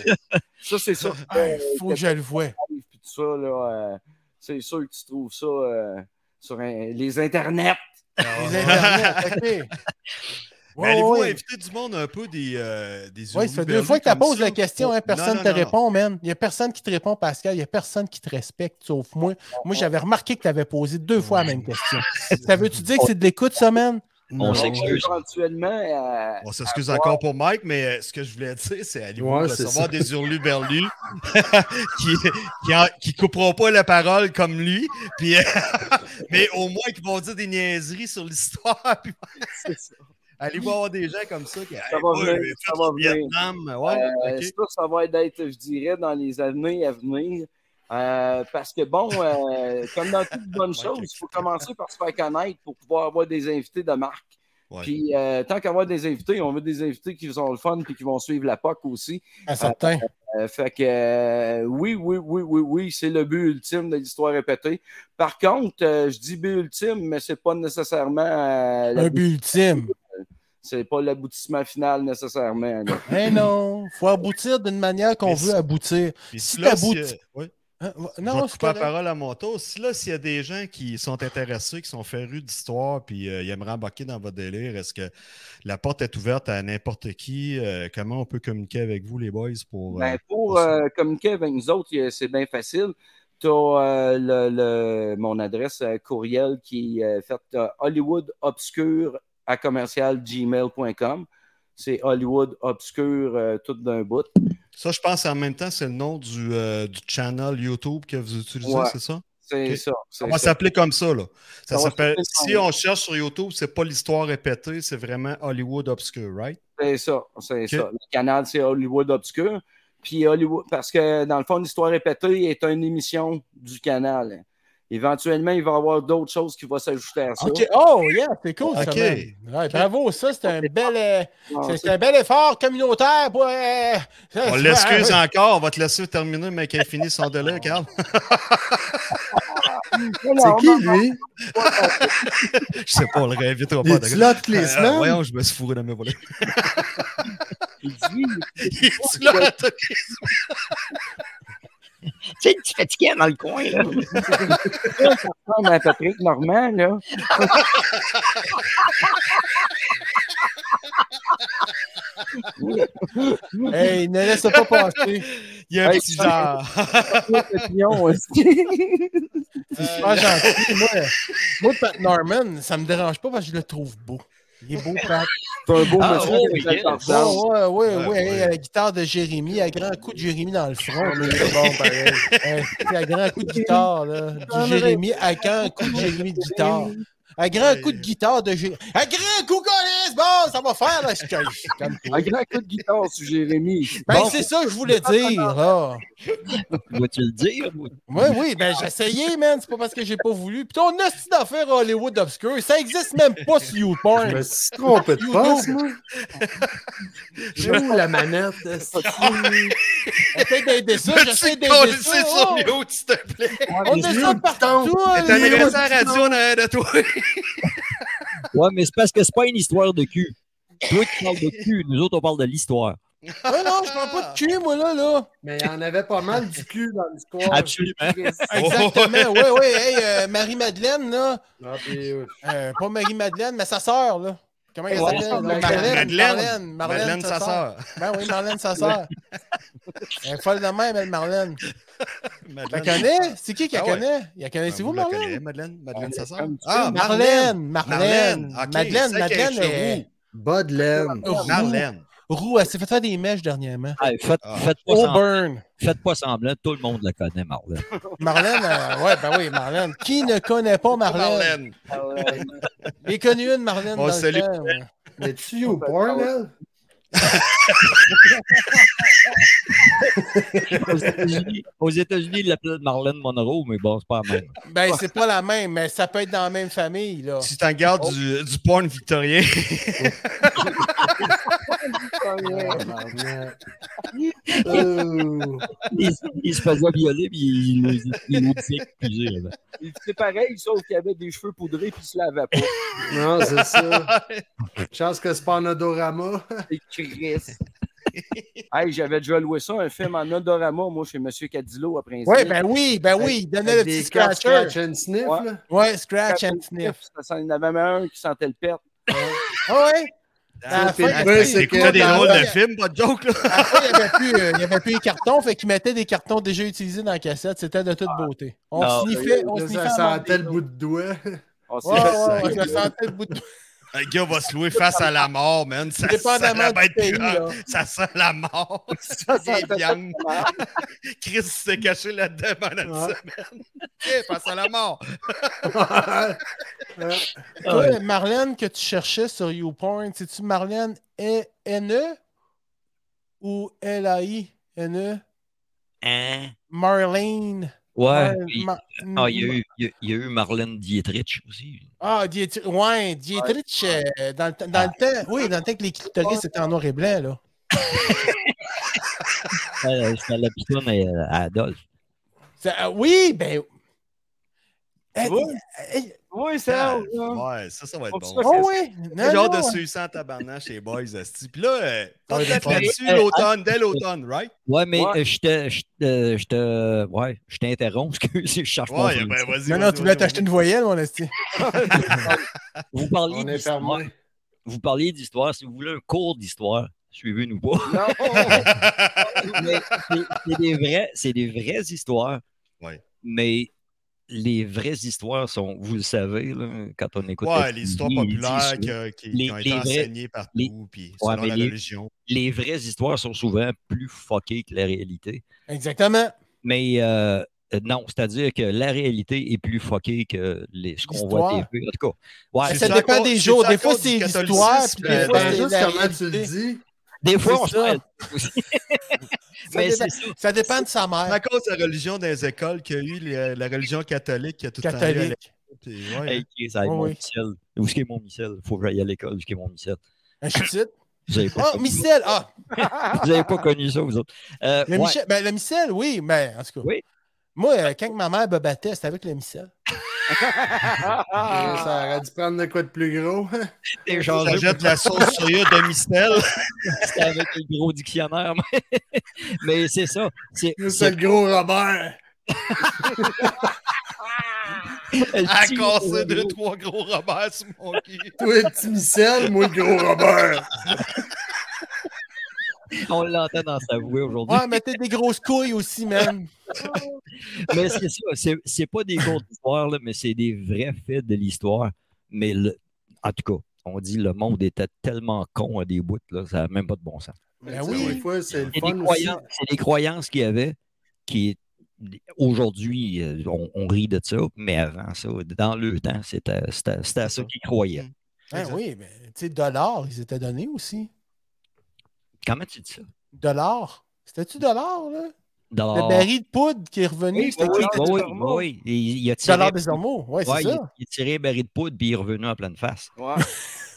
Speaker 2: ouais.
Speaker 5: Ça, c'est sûr. que,
Speaker 1: Ah,
Speaker 5: euh,
Speaker 1: faut que je le voie.
Speaker 5: t'arrives, puis tout ça, là, euh, c'est sûr que tu trouves ça euh, sur un- les internets.
Speaker 3: Ah
Speaker 1: Les internets, ok.
Speaker 3: Mais
Speaker 1: Ouais,
Speaker 3: allez-vous
Speaker 1: ouais.
Speaker 3: inviter du monde un peu des. Euh, des
Speaker 1: Oui, ça fait deux
Speaker 3: hurluberlus
Speaker 1: fois que tu
Speaker 3: comme
Speaker 1: poses
Speaker 3: ça?
Speaker 1: la question, hein,
Speaker 3: Non,
Speaker 1: personne
Speaker 3: non,
Speaker 1: ne te
Speaker 3: non, non.
Speaker 1: répond, man. Il n'y a personne qui te répond, Pascal. Il n'y a personne qui te respecte, sauf moi. Moi, j'avais remarqué que tu avais posé deux fois la même question.
Speaker 3: Ah,
Speaker 1: Ça veut-tu dire que c'est de l'écoute, ça, man?
Speaker 6: On
Speaker 2: Non.
Speaker 6: s'excuse.
Speaker 5: Éventuellement, euh,
Speaker 3: On s'excuse encore pour Mike, mais euh, ce que je voulais dire, c'est allez-vous
Speaker 2: Ouais, c'est
Speaker 3: recevoir
Speaker 2: ça.
Speaker 3: des hurluberlus qui, qui, en- qui couperont pas la parole comme lui, puis, euh, mais au moins qui vont dire des niaiseries sur l'histoire. puis- allez-vous avoir des gens comme ça qui hey,
Speaker 5: va
Speaker 3: moi,
Speaker 5: venir,
Speaker 3: j'ai
Speaker 5: ça
Speaker 3: fait
Speaker 5: va
Speaker 3: du
Speaker 5: venir.
Speaker 3: Vietnam. Ouais,
Speaker 5: Euh,
Speaker 3: ok.
Speaker 5: Ça, ça va être, je dirais, dans les années à venir. Euh, parce que bon, euh, comme dans toute bonne chose, il faut commencer par se faire connaître pour pouvoir avoir des invités de marque.
Speaker 3: Ouais.
Speaker 5: Puis euh, tant qu'avoir des invités, on veut des invités qui ont le fun et qui vont suivre la POC aussi.
Speaker 1: Ah, certain.
Speaker 5: Euh, fait que euh, oui, oui, oui, oui, oui, c'est le but ultime de l'histoire répétée. Par contre, euh, je dis but ultime, mais c'est pas nécessairement euh, la-
Speaker 1: Un but ultime.
Speaker 5: c'est pas l'aboutissement final nécessairement. là.
Speaker 1: Mais non, faut aboutir d'une manière qu'on
Speaker 3: Mais
Speaker 1: veut
Speaker 3: si-
Speaker 1: aboutir.
Speaker 3: Puis
Speaker 1: si
Speaker 3: si là,
Speaker 1: t'aboutis-
Speaker 3: s'il y a- ouais,
Speaker 1: Hein, va-
Speaker 3: je
Speaker 1: Non,
Speaker 3: vais
Speaker 1: c'est
Speaker 3: couper la
Speaker 1: correct.
Speaker 3: parole à mon tour. Si là, s'il y a des gens qui sont intéressés, qui sont férus d'histoire, puis euh, ils aimeraient embarquer dans votre délire, est-ce que la porte est ouverte à n'importe qui? Euh, comment on peut communiquer avec vous, les boys, pour... euh,
Speaker 5: Ben, pour
Speaker 3: pour ça?
Speaker 5: euh, communiquer avec nous autres, euh, c'est bien facile. Tu as le, le- mon adresse euh, courriel qui est faite euh, hollywoodobscure à commercial gmail.com. C'est Hollywood Obscure euh, tout d'un bout.
Speaker 3: Ça, je pense en même temps, c'est le nom du, euh, du channel YouTube que vous utilisez,
Speaker 5: Ouais.
Speaker 3: c'est ça?
Speaker 5: C'est
Speaker 3: Ok.
Speaker 5: ça. c'est
Speaker 3: Ça va
Speaker 5: ça.
Speaker 3: s'appeler comme ça, là. Ça
Speaker 5: Ça va
Speaker 3: s'appelle...
Speaker 5: s'appeler comme
Speaker 3: Si
Speaker 5: ça.
Speaker 3: on cherche sur YouTube, c'est pas l'histoire répétée, c'est vraiment Hollywood Obscure, right?
Speaker 5: C'est ça, c'est ça. Le canal, c'est Hollywood Obscure. Puis Hollywood, parce que dans le fond, l'histoire répétée est une émission du canal. Éventuellement, il va y avoir d'autres choses qui vont s'ajouter à ça.
Speaker 1: Ok. Oh, yeah, c'est cool, ça,
Speaker 3: Ok.
Speaker 1: man. Ouais, Bravo, ça, c'est un bel. euh,
Speaker 5: Non,
Speaker 1: C'est
Speaker 5: c'est-
Speaker 1: c'est un bel effort communautaire pour. euh,
Speaker 3: On
Speaker 1: hein,
Speaker 3: l'excuse encore, on va te laisser terminer, mais qu'elle finit son délire, Carl.
Speaker 5: Voilà,
Speaker 2: C'est
Speaker 5: on
Speaker 2: qui, lui?
Speaker 3: je sais pas, on le réinvitera pas.
Speaker 2: Il est
Speaker 3: d'accord?
Speaker 2: là toutes les
Speaker 3: Euh,
Speaker 2: semaines?
Speaker 3: voyons, je me suis fourré dans mes volets.
Speaker 5: Il dit-
Speaker 3: Es-tu là, Anthony?
Speaker 6: Tu sais, le petit fatigué dans le coin, là.
Speaker 5: Non, mais Patrick Normand, là.
Speaker 1: Hey, ne laisse pas passer.
Speaker 3: Il y a un
Speaker 5: Hey,
Speaker 3: petit genre.
Speaker 5: Le pion aussi.
Speaker 3: Euh,
Speaker 1: C'est super gentil. Moi, moi, Pat Norman, ça me dérange pas parce que je le trouve beau. Il est beau, Pat.
Speaker 5: C'est un beau
Speaker 6: Ah,
Speaker 5: monsieur
Speaker 6: oh,
Speaker 5: qui fait
Speaker 6: yes.
Speaker 5: par
Speaker 1: Ouais,
Speaker 5: exemple.
Speaker 1: Ah, ouais, ouais,
Speaker 3: Ouais,
Speaker 1: ouais, hey,
Speaker 3: ouais.
Speaker 1: à la guitare de Jérémy, à grand coup de Jérémy dans le front.
Speaker 2: On est bon, pareil.
Speaker 1: Hey, à grand coup de guitare, là. Du Jérémy, à grand coup de Jérémy de guitare. À grand coup de guitare de Jérémy. À grand coup, Colis! Bon, ça va faire, là, je je suis comme-
Speaker 5: Un grand coup de guitare sur Jérémy.
Speaker 1: Ben,
Speaker 5: Bon,
Speaker 1: c'est ça que je voulais dire. ah.
Speaker 6: Dois-tu le dire? ou-
Speaker 1: Oui, oui, ben j'ai essayé, man. C'est pas parce que j'ai pas voulu. Puis ton hostie d'affaires à Hollywood Obscure, ça existe même pas sur
Speaker 2: Je
Speaker 1: YouPorn.
Speaker 2: me suis trompé de
Speaker 1: You
Speaker 2: poste,
Speaker 1: know.
Speaker 2: moi. J'ai où la manette? est-ce que-
Speaker 1: J'essaie d'aider ça, j'essaie
Speaker 3: Petit
Speaker 1: d'aider
Speaker 3: colis
Speaker 1: ça.
Speaker 3: sur mute, s'il te plaît.
Speaker 1: oh, On est
Speaker 2: J'ai
Speaker 1: ça
Speaker 2: eu le temps.
Speaker 1: partout. hein,
Speaker 3: T'as
Speaker 1: les-
Speaker 3: adressé à la radio en arrière de toi.
Speaker 7: Ouais, mais c'est parce que c'est pas une histoire de cul. Toi, tu parles de cul. Nous autres, on parle de l'histoire.
Speaker 1: Ouais, non, je parle pas de cul, moi, là, là.
Speaker 3: Oh,
Speaker 2: Mais il y en avait pas mal du cul dans l'histoire.
Speaker 1: Ah,
Speaker 7: Absolument.
Speaker 2: Chris.
Speaker 1: Exactement, oui, oui. Hey, euh, Marie-Madeleine, là.
Speaker 2: Ah, puis, euh,
Speaker 1: Euh, pas Marie-Madeleine, mais sa sœur, là. Comment elle
Speaker 2: Ouais,
Speaker 1: s'appelle?
Speaker 2: Marlène.
Speaker 1: Marlène. Marlène,
Speaker 3: Madeleine, sa sœur.
Speaker 1: Ben oui, Marlène, sa sœur. Elle est folle de même, elle, Marlène. Tu la
Speaker 3: Madeleine.
Speaker 1: connais? C'est qui qui la
Speaker 3: Ah ouais.
Speaker 1: connaît? La connaissez-vous,
Speaker 3: Ben, vous la
Speaker 1: Marlène?
Speaker 3: connaissez, Madeleine? Madeleine, sa sœur?
Speaker 5: comme tu
Speaker 3: Ah,
Speaker 5: veux.
Speaker 1: Marlène, Marlène,
Speaker 3: Marlène, ok,
Speaker 1: Madeleine,
Speaker 3: c'est qu'elle
Speaker 1: Madeleine,
Speaker 3: était
Speaker 1: euh,
Speaker 2: Bud Lane.
Speaker 3: Oh,
Speaker 1: roux.
Speaker 3: Marlène.
Speaker 1: Roux, elle s'est fait faire des mèches dernièrement.
Speaker 7: Hey, faites,
Speaker 3: Ah.
Speaker 7: faites pas semblant,
Speaker 1: Auburn.
Speaker 7: faites pas semblant, tout le monde la connaît, Marlène.
Speaker 1: Marlène, euh, ouais, ben oui, Marlène. Qui ne connaît pas Marlène?
Speaker 3: Marlène.
Speaker 1: J'ai connu une Marlène
Speaker 3: On
Speaker 1: dans
Speaker 3: salue.
Speaker 1: le temps. moi.
Speaker 2: Mais tu au porn, elle?
Speaker 7: Aux États-Unis, aux États-Unis, ils l'appellent Marlène Monroe, mais bon, c'est pas la même.
Speaker 1: Ben, c'est pas la même, mais ça peut être dans la même famille, là.
Speaker 3: Tu t'en gardes du, du porn victorien.
Speaker 2: Ah, Euh,
Speaker 7: Ils, ils se faisaient violer, puis ils nous ils nous disaient que puis j'ai-
Speaker 5: C'est pareil, sauf qu'il avait des cheveux poudrés puis il se lavait pas.
Speaker 2: Non, c'est ça. Chance que c'est pas en odorama.
Speaker 5: Et Chris. hey, j'avais déjà loué ça, un film en odorama, moi, chez Monsieur Cadillo à Prince.
Speaker 1: Oui, ben oui, ben oui, il donnait le
Speaker 2: Avec
Speaker 1: petit
Speaker 2: des cartes
Speaker 1: scratcher.
Speaker 2: scratch and sniff,
Speaker 5: Ouais.
Speaker 2: là.
Speaker 1: Ouais, scratch and sniff.
Speaker 5: Ça, il y en avait même un qui sentait le perte.
Speaker 1: Ah ouais? À la
Speaker 2: Ah,
Speaker 1: fin,
Speaker 2: c'est
Speaker 1: à
Speaker 2: vrai,
Speaker 1: la fin,
Speaker 2: c'est
Speaker 1: il-
Speaker 2: que
Speaker 3: T'as des
Speaker 1: dans-
Speaker 2: dans-
Speaker 3: drôles de films, pas de joke, là.
Speaker 1: à la fin, il n'y avait, plus, euh, il y avait plus les cartons, fait qu'ils mettaient des cartons déjà utilisés dans la cassette. C'était de toute beauté. On
Speaker 7: Non,
Speaker 1: sniffait, on
Speaker 2: Là,
Speaker 1: sniffait.
Speaker 2: ça
Speaker 1: avant
Speaker 2: sentait
Speaker 1: des
Speaker 2: le bout de doigt.
Speaker 5: On s'est
Speaker 1: Ouais,
Speaker 5: fait
Speaker 1: ouais,
Speaker 5: Ah, ça.
Speaker 1: ouais, je me sentais le bout de
Speaker 3: Le gars va se louer face à la mort, man. Ça sent
Speaker 1: Dépendamment
Speaker 3: la
Speaker 1: du
Speaker 3: bête
Speaker 1: pays,
Speaker 3: puante.
Speaker 1: là.
Speaker 3: Ça sent la mort. Ça sent la viande. Chris s'est caché là-dedans pendant une
Speaker 2: Ouais.
Speaker 3: semaine. Tiens, face à la mort.
Speaker 1: Toi, Marlène que tu cherchais sur YouPorn, c'est-tu Marlène E- N-E ou L-A-I-N-E?
Speaker 7: Hein?
Speaker 1: E? Marlène.
Speaker 7: Ouais.
Speaker 1: Mar-
Speaker 7: il-
Speaker 1: Mar-
Speaker 7: Ah, il y a eu, il y a- il y a eu Marlène Dietrich aussi.
Speaker 1: Ah, Dietri- ouais, Dietrich, euh, dans, le te- dans le temps, oui, dans le temps que les clitoris étaient en noir et blanc, là.
Speaker 7: Elle, C'était la piscine à, à euh, Adolphe.
Speaker 1: Ça- euh, oui, ben. Hey,
Speaker 5: Oui.
Speaker 1: hey,
Speaker 5: Oui, hein. ça. ouais.
Speaker 3: Ah, Ouais, ça, ça va être
Speaker 5: Pour
Speaker 3: bon.
Speaker 5: ça,
Speaker 1: oh, oui!
Speaker 3: Le
Speaker 1: Non,
Speaker 3: genre de
Speaker 1: non.
Speaker 3: suivre ça en tabarnak chez les Boys, Asti. Puis là, euh, on
Speaker 2: Ouais,
Speaker 3: tape
Speaker 2: j'ai pas-
Speaker 3: là-dessus
Speaker 7: Hey,
Speaker 3: l'automne, dès l'automne, right?
Speaker 7: Ouais, mais
Speaker 5: Ouais.
Speaker 7: euh, je te. Je te- je te- ouais, je t'interromps, excuse, je cherche mon
Speaker 3: Ouais,
Speaker 7: fil.
Speaker 3: ben vas-y.
Speaker 1: Non, non,
Speaker 3: vas-y,
Speaker 1: tu voulais
Speaker 3: vas-y,
Speaker 1: t'acheter une voyelle, mon esti.
Speaker 7: Vous parliez
Speaker 2: On est
Speaker 7: d'histoire.
Speaker 2: fermé.
Speaker 7: Vous parliez d'histoire. Si vous voulez un cours d'histoire, suivez-nous pas.
Speaker 5: Non,
Speaker 7: Mais c'est- c'est des vrais- c'est des vraies histoires.
Speaker 3: Ouais.
Speaker 7: Mais les vraies histoires sont, vous le savez, là, quand on écoute.
Speaker 3: Ouais,
Speaker 7: FTV,
Speaker 3: les histoires
Speaker 7: ils
Speaker 3: populaires
Speaker 7: disent
Speaker 3: que- qui,
Speaker 7: Les-
Speaker 3: qui ont été
Speaker 7: les vrais-
Speaker 3: enseignées partout,
Speaker 7: les-
Speaker 3: puis
Speaker 7: Ouais,
Speaker 3: selon
Speaker 7: mais
Speaker 3: la
Speaker 7: les-
Speaker 3: religion.
Speaker 7: les vraies histoires sont souvent plus fuckées que la réalité.
Speaker 1: Exactement.
Speaker 7: Mais euh, euh, non, c'est-à-dire que la réalité est plus fuckée que les, ce qu'on voit à
Speaker 1: L'histoire.
Speaker 7: TV. En tout cas, ouais,
Speaker 1: Ça,
Speaker 3: C'est
Speaker 1: ça
Speaker 3: ça
Speaker 1: dépend
Speaker 3: encore-
Speaker 1: des
Speaker 3: c'est
Speaker 1: jours.
Speaker 3: ça
Speaker 1: Des fois,
Speaker 3: encore
Speaker 1: c'est
Speaker 3: du
Speaker 1: l'histoire,
Speaker 3: catholicisme,
Speaker 1: puis
Speaker 3: euh,
Speaker 1: des fois,
Speaker 2: Ben,
Speaker 1: c'est
Speaker 2: juste
Speaker 1: la
Speaker 2: comment tu le
Speaker 1: réalité.
Speaker 2: dis.
Speaker 7: des fois,
Speaker 1: c'est
Speaker 7: on se
Speaker 1: ça.
Speaker 7: perd aussi. Mais
Speaker 1: dépend.
Speaker 7: c'est ça.
Speaker 1: Ça dépend de sa
Speaker 3: C'est
Speaker 1: mère.
Speaker 3: à cause de la religion des écoles qu'il y a eu, les- la religion catholique qui a tout le temps eu à l'époque,
Speaker 1: Catholique.
Speaker 3: puis ouais,
Speaker 7: Hey, Chris, hey,
Speaker 1: Oui,
Speaker 7: mon
Speaker 1: oui.
Speaker 7: Michel. Où est-ce qu'est mon Michel? Il faut que j'aille à l'école. Où est-ce qu'est mon Michel?
Speaker 1: Un chutite.
Speaker 7: Vous n'avez pas,
Speaker 1: Oh,
Speaker 7: connu-
Speaker 1: Michel! Ah,
Speaker 7: vous avez pas connu ça, vous autres. Euh,
Speaker 1: le
Speaker 7: ouais.
Speaker 1: Michel. Ben, le Michel, oui, mais en tout cas.
Speaker 7: Oui.
Speaker 1: Moi, euh, quand ma mère me battait, c'était avec le Michel.
Speaker 5: Ah.
Speaker 1: Ah.
Speaker 2: euh, Ça aurait dû prendre de quoi de plus gros.
Speaker 1: euh,
Speaker 7: T'es
Speaker 3: Ça
Speaker 7: changé
Speaker 3: jette de la sauce soya de Mistel.
Speaker 7: c'était avec le gros dictionnaire. Mais, mais c'est ça. C'est
Speaker 2: C'est le gros Robert.
Speaker 3: à casser deux, trois gros Robert sur mon cul.
Speaker 2: Toi, le petit Michel, moi, le gros Robert.
Speaker 7: On l'entend dans sa voix aujourd'hui.
Speaker 1: Ouais, mettait des grosses couilles aussi, même.
Speaker 7: Mais c'est ça. C'est, c'est pas des cours d'histoire, là, mais c'est des vrais faits de l'histoire. Mais le- en tout cas, on dit le monde était tellement con à des bouts, là, ça n'a même pas de bon sens.
Speaker 2: Mais
Speaker 1: Ben
Speaker 2: tu sais,
Speaker 1: oui.
Speaker 2: des fois, c'est le
Speaker 7: C'est
Speaker 2: fun
Speaker 7: des
Speaker 2: aussi.
Speaker 7: croyances, c'est des croyances qu'il y avait qui, aujourd'hui, euh, on, on rit de ça, mais avant ça, dans le temps, c'était c'était- c'était à ça qu'ils croyaient.
Speaker 1: Ben oui, mais tu sais, dollars, ils étaient donnés aussi.
Speaker 7: Comment tu dis ça?
Speaker 1: Dollars. C'était-tu dollars, là?
Speaker 7: Dans...
Speaker 1: Le baril de poudre qui est revenu,
Speaker 5: Oui,
Speaker 1: c'était
Speaker 7: Oui,
Speaker 1: qui?
Speaker 7: oui, oui,
Speaker 5: Desormeaux.
Speaker 7: oui. Et Il, il a tiré,
Speaker 1: Dollars des ormeaux. Oui, c'est
Speaker 7: Ouais, il,
Speaker 1: ça.
Speaker 7: il a tiré un baril de poudre puis il est revenu en pleine face.
Speaker 5: Ouais.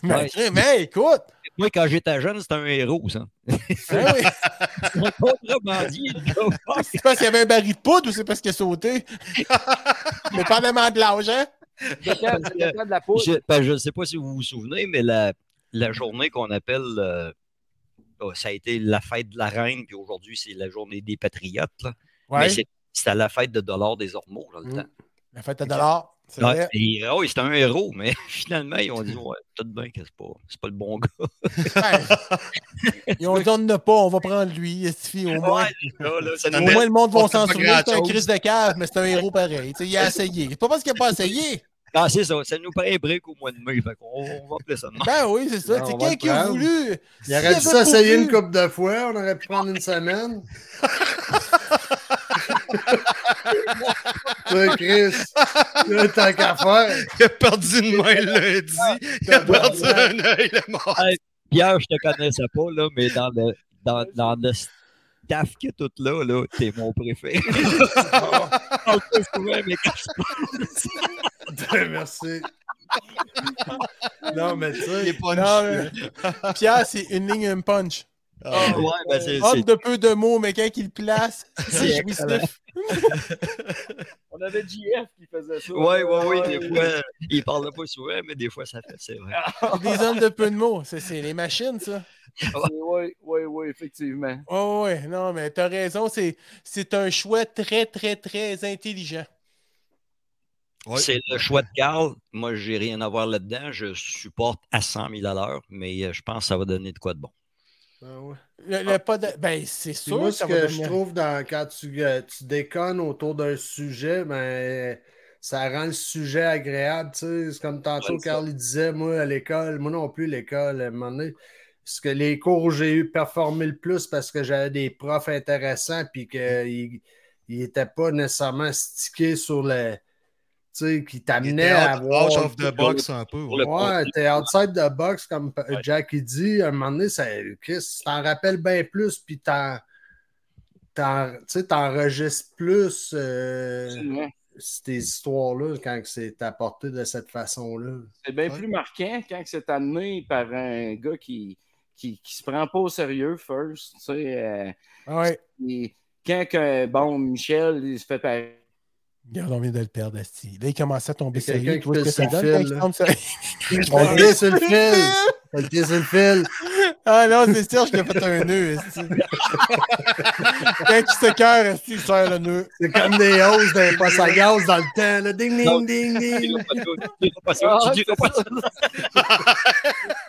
Speaker 1: Mais, mais écoute,
Speaker 7: Moi, quand j'étais jeune, c'était un héros, ça.
Speaker 1: ben oui.
Speaker 7: On a contrebandier, le gars.
Speaker 1: c'est parce qu'il y avait un baril de poudre ou c'est parce qu'il a sauté? mais pas vraiment de l'argent.
Speaker 5: C'était le temps de la poudre.
Speaker 7: Je- ben, je ne sais pas si vous vous souvenez, mais la, la journée qu'on appelle, euh, oh, ça a été la fête de la reine, puis aujourd'hui, c'est la journée des patriotes. là. Mais
Speaker 1: Ouais.
Speaker 7: c'est- c'était la fête de dollars des ormeaux, dans le
Speaker 1: Mm,
Speaker 7: temps.
Speaker 1: La fête à dollars. C'est
Speaker 7: Ouais,
Speaker 1: vrai.
Speaker 7: et, oh, c'était un héros, mais finalement, ils ont dit ouais, tout bien que c'est pas, c'est pas le bon gars.
Speaker 1: Ouais. Ils ont dit on ne pas, on va prendre lui, Estifi, au moins.
Speaker 7: Là, là, ça
Speaker 3: Ça
Speaker 1: Au
Speaker 7: nous-
Speaker 3: met-
Speaker 1: moins, le monde
Speaker 3: on
Speaker 1: va
Speaker 3: fait
Speaker 1: s'en
Speaker 3: pas
Speaker 1: souvenir. C'est un
Speaker 3: grand-chose.
Speaker 1: crise de cave, mais c'est un héros pareil. Tu sais, il a essayé. C'est pas parce qu'il n'a pas essayé.
Speaker 7: Ah, c'est ça, ça nous paraît un break au mois de mai. Fait qu'on- on, va appeler ça de même.
Speaker 1: Ben oui, c'est ça.
Speaker 2: Ben,
Speaker 1: C'est
Speaker 2: on
Speaker 1: quelqu'un
Speaker 2: va le
Speaker 1: qui a
Speaker 2: prendre.
Speaker 1: voulu.
Speaker 2: Il aurait dû
Speaker 1: S'il avait
Speaker 2: s'essayer
Speaker 1: pas
Speaker 2: une
Speaker 1: voulu-
Speaker 2: couple de fois, on aurait pu prendre une semaine. Toi, Chris, là, tant qu'à faire.
Speaker 3: Il a perdu une main lundi. Il a perdu un œil le mort.
Speaker 7: Pierre, je te connaissais pas, là, mais dans le, dans, dans le staff qui est tout là, là t'es mon préféré. Je parle pas souvent, mais quand je
Speaker 2: Dieu merci. Non, mais tu
Speaker 3: Il
Speaker 2: sais,
Speaker 3: est pas
Speaker 1: Non,
Speaker 3: une chute.
Speaker 1: mais- Pierre, c'est une ligne, un punch.
Speaker 3: Ah,
Speaker 7: ouais, ben c'est,
Speaker 1: Homme
Speaker 7: c'est-
Speaker 1: de peu de mots, mais quand il le place, c'est jouissif.
Speaker 5: On avait JF qui faisait ça.
Speaker 7: ouais, ouais, ouais, des fois, il parle pas souvent, mais des fois, ça fait, c'est vrai.
Speaker 1: Des hommes de peu de mots. C'est- C'est les machines, ça.
Speaker 5: Oui, oui, oui, effectivement.
Speaker 1: Oh, ouais, non, mais t'as raison, c'est, c'est un choix très, très, très intelligent.
Speaker 3: Ouais.
Speaker 7: C'est le choix de Carl. Moi, j'ai rien à voir là-dedans. Je supporte à 100 000 à l'heure, mais euh, je pense que ça va donner de quoi de bon.
Speaker 2: Ah ouais.
Speaker 1: Le, le pas de- Ben, c'est
Speaker 2: Puis
Speaker 1: sûr
Speaker 2: moi,
Speaker 1: que
Speaker 2: ce
Speaker 1: ça
Speaker 2: que
Speaker 1: va
Speaker 2: je
Speaker 1: devenir-
Speaker 2: trouve dans- quand tu, euh, tu déconnes autour d'un sujet, ben, ça rend le sujet agréable. tu sais. C'est comme tantôt,
Speaker 7: Ouais, ça.
Speaker 2: Carl il disait, moi, à l'école, moi non plus, l'école, à un moment donné, ce que les cours où j'ai eu performé le plus parce que j'avais des profs intéressants puis qu'ils n'étaient pas nécessairement stickés sur le. Tu sais, qui
Speaker 3: Il
Speaker 2: t'amenaient
Speaker 3: était
Speaker 2: à
Speaker 3: out,
Speaker 2: avoir.
Speaker 3: out of the box un peu.
Speaker 7: Pour le-
Speaker 2: Ouais, t'es outside the box, comme
Speaker 7: Ouais.
Speaker 2: Jack il dit. À un moment donné, ça, Chris, tu t'en rappelles bien plus, puis t'en, t'en, tu sais, t'enregistres plus euh,
Speaker 5: Effectivement.
Speaker 2: ces histoires-là quand que c'est apporté de cette façon-là.
Speaker 5: C'est bien
Speaker 3: Ouais.
Speaker 5: plus marquant quand que c'est amené par un gars qui, qui, qui se prend pas au sérieux, first. Tu sais, euh,
Speaker 1: Ouais.
Speaker 5: et quand que, bon, Michel, il se fait pareil.
Speaker 1: Regarde, on vient de le perdre, Asti. Là, il commençait à tomber
Speaker 2: Il y a
Speaker 1: sérieux.
Speaker 2: quelqu'un
Speaker 1: Tu vois
Speaker 2: qui
Speaker 1: ce que
Speaker 2: fait
Speaker 1: ça
Speaker 2: sur
Speaker 1: donne
Speaker 2: le
Speaker 1: quand
Speaker 2: fil,
Speaker 1: il tombe
Speaker 2: là.
Speaker 1: sérieux?
Speaker 2: On était sur le fil! On était sur le fil!
Speaker 1: Ah non, c'est Serge qui a fait un nœud, Asti. quand il se cœur, Asti, il serre le nœud.
Speaker 2: C'est comme des hausses d'un poste à gaz dans le temps, là. Ding, ding, ding, ding!
Speaker 5: Ah,
Speaker 7: Tu diras pas ça.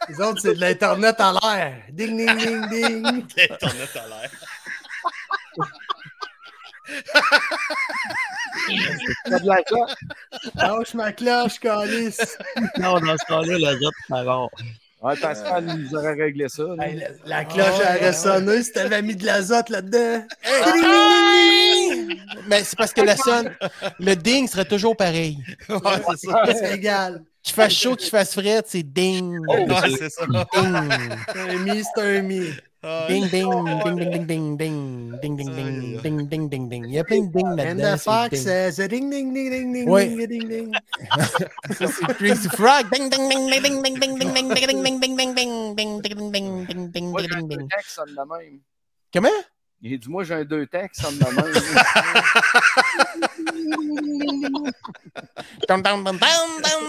Speaker 2: Les autres, c'est de l'Internet en l'air! Ding, ding, ding, ding!
Speaker 3: T'en as tout à l'air.
Speaker 5: Pas de la classe.
Speaker 2: Lâche ma cloche, calice!
Speaker 7: Non, dans ce temps-là, la zone, ça va.
Speaker 5: Ouais, Pascal il nous aurait réglé ça. là.
Speaker 2: Hey, la, la cloche
Speaker 1: Ah,
Speaker 2: elle aurait
Speaker 1: ouais. ah!
Speaker 2: sonné si t'avais mis de l'azote là-dedans.
Speaker 1: Eh!
Speaker 3: Ah!
Speaker 1: Mais c'est parce que la sonne, le ding serait toujours pareil.
Speaker 3: Ouais, c'est ça.
Speaker 2: C'est égal.
Speaker 1: Qu'il fasse chaud, qu'il fasse frais, Oh, c'est ding.
Speaker 3: Ouais, c'est ça.
Speaker 1: Ding.
Speaker 2: C'est un mi, c'est un mi.
Speaker 3: Ah,
Speaker 1: Ding, ding, ding, ding, ding, ding, ding, ding, ding, ding, ding, ding, ding, ding. Il y a plein de ding
Speaker 2: And
Speaker 1: là-dedans.
Speaker 2: the fox
Speaker 1: c'est le
Speaker 2: says euh, ding ding ding ding ding
Speaker 1: Ouais.
Speaker 2: ding ding ding.
Speaker 1: ding. Ça, c'est Crazy Frog. Ding, ding, ding, ding, ding.
Speaker 5: Moi, j'ai un deux textes, ça me de même.
Speaker 1: Comment?
Speaker 5: Il dit, moi, j'ai un deux textes, ça me de même.
Speaker 1: Dum, dum, dum, dum, dum,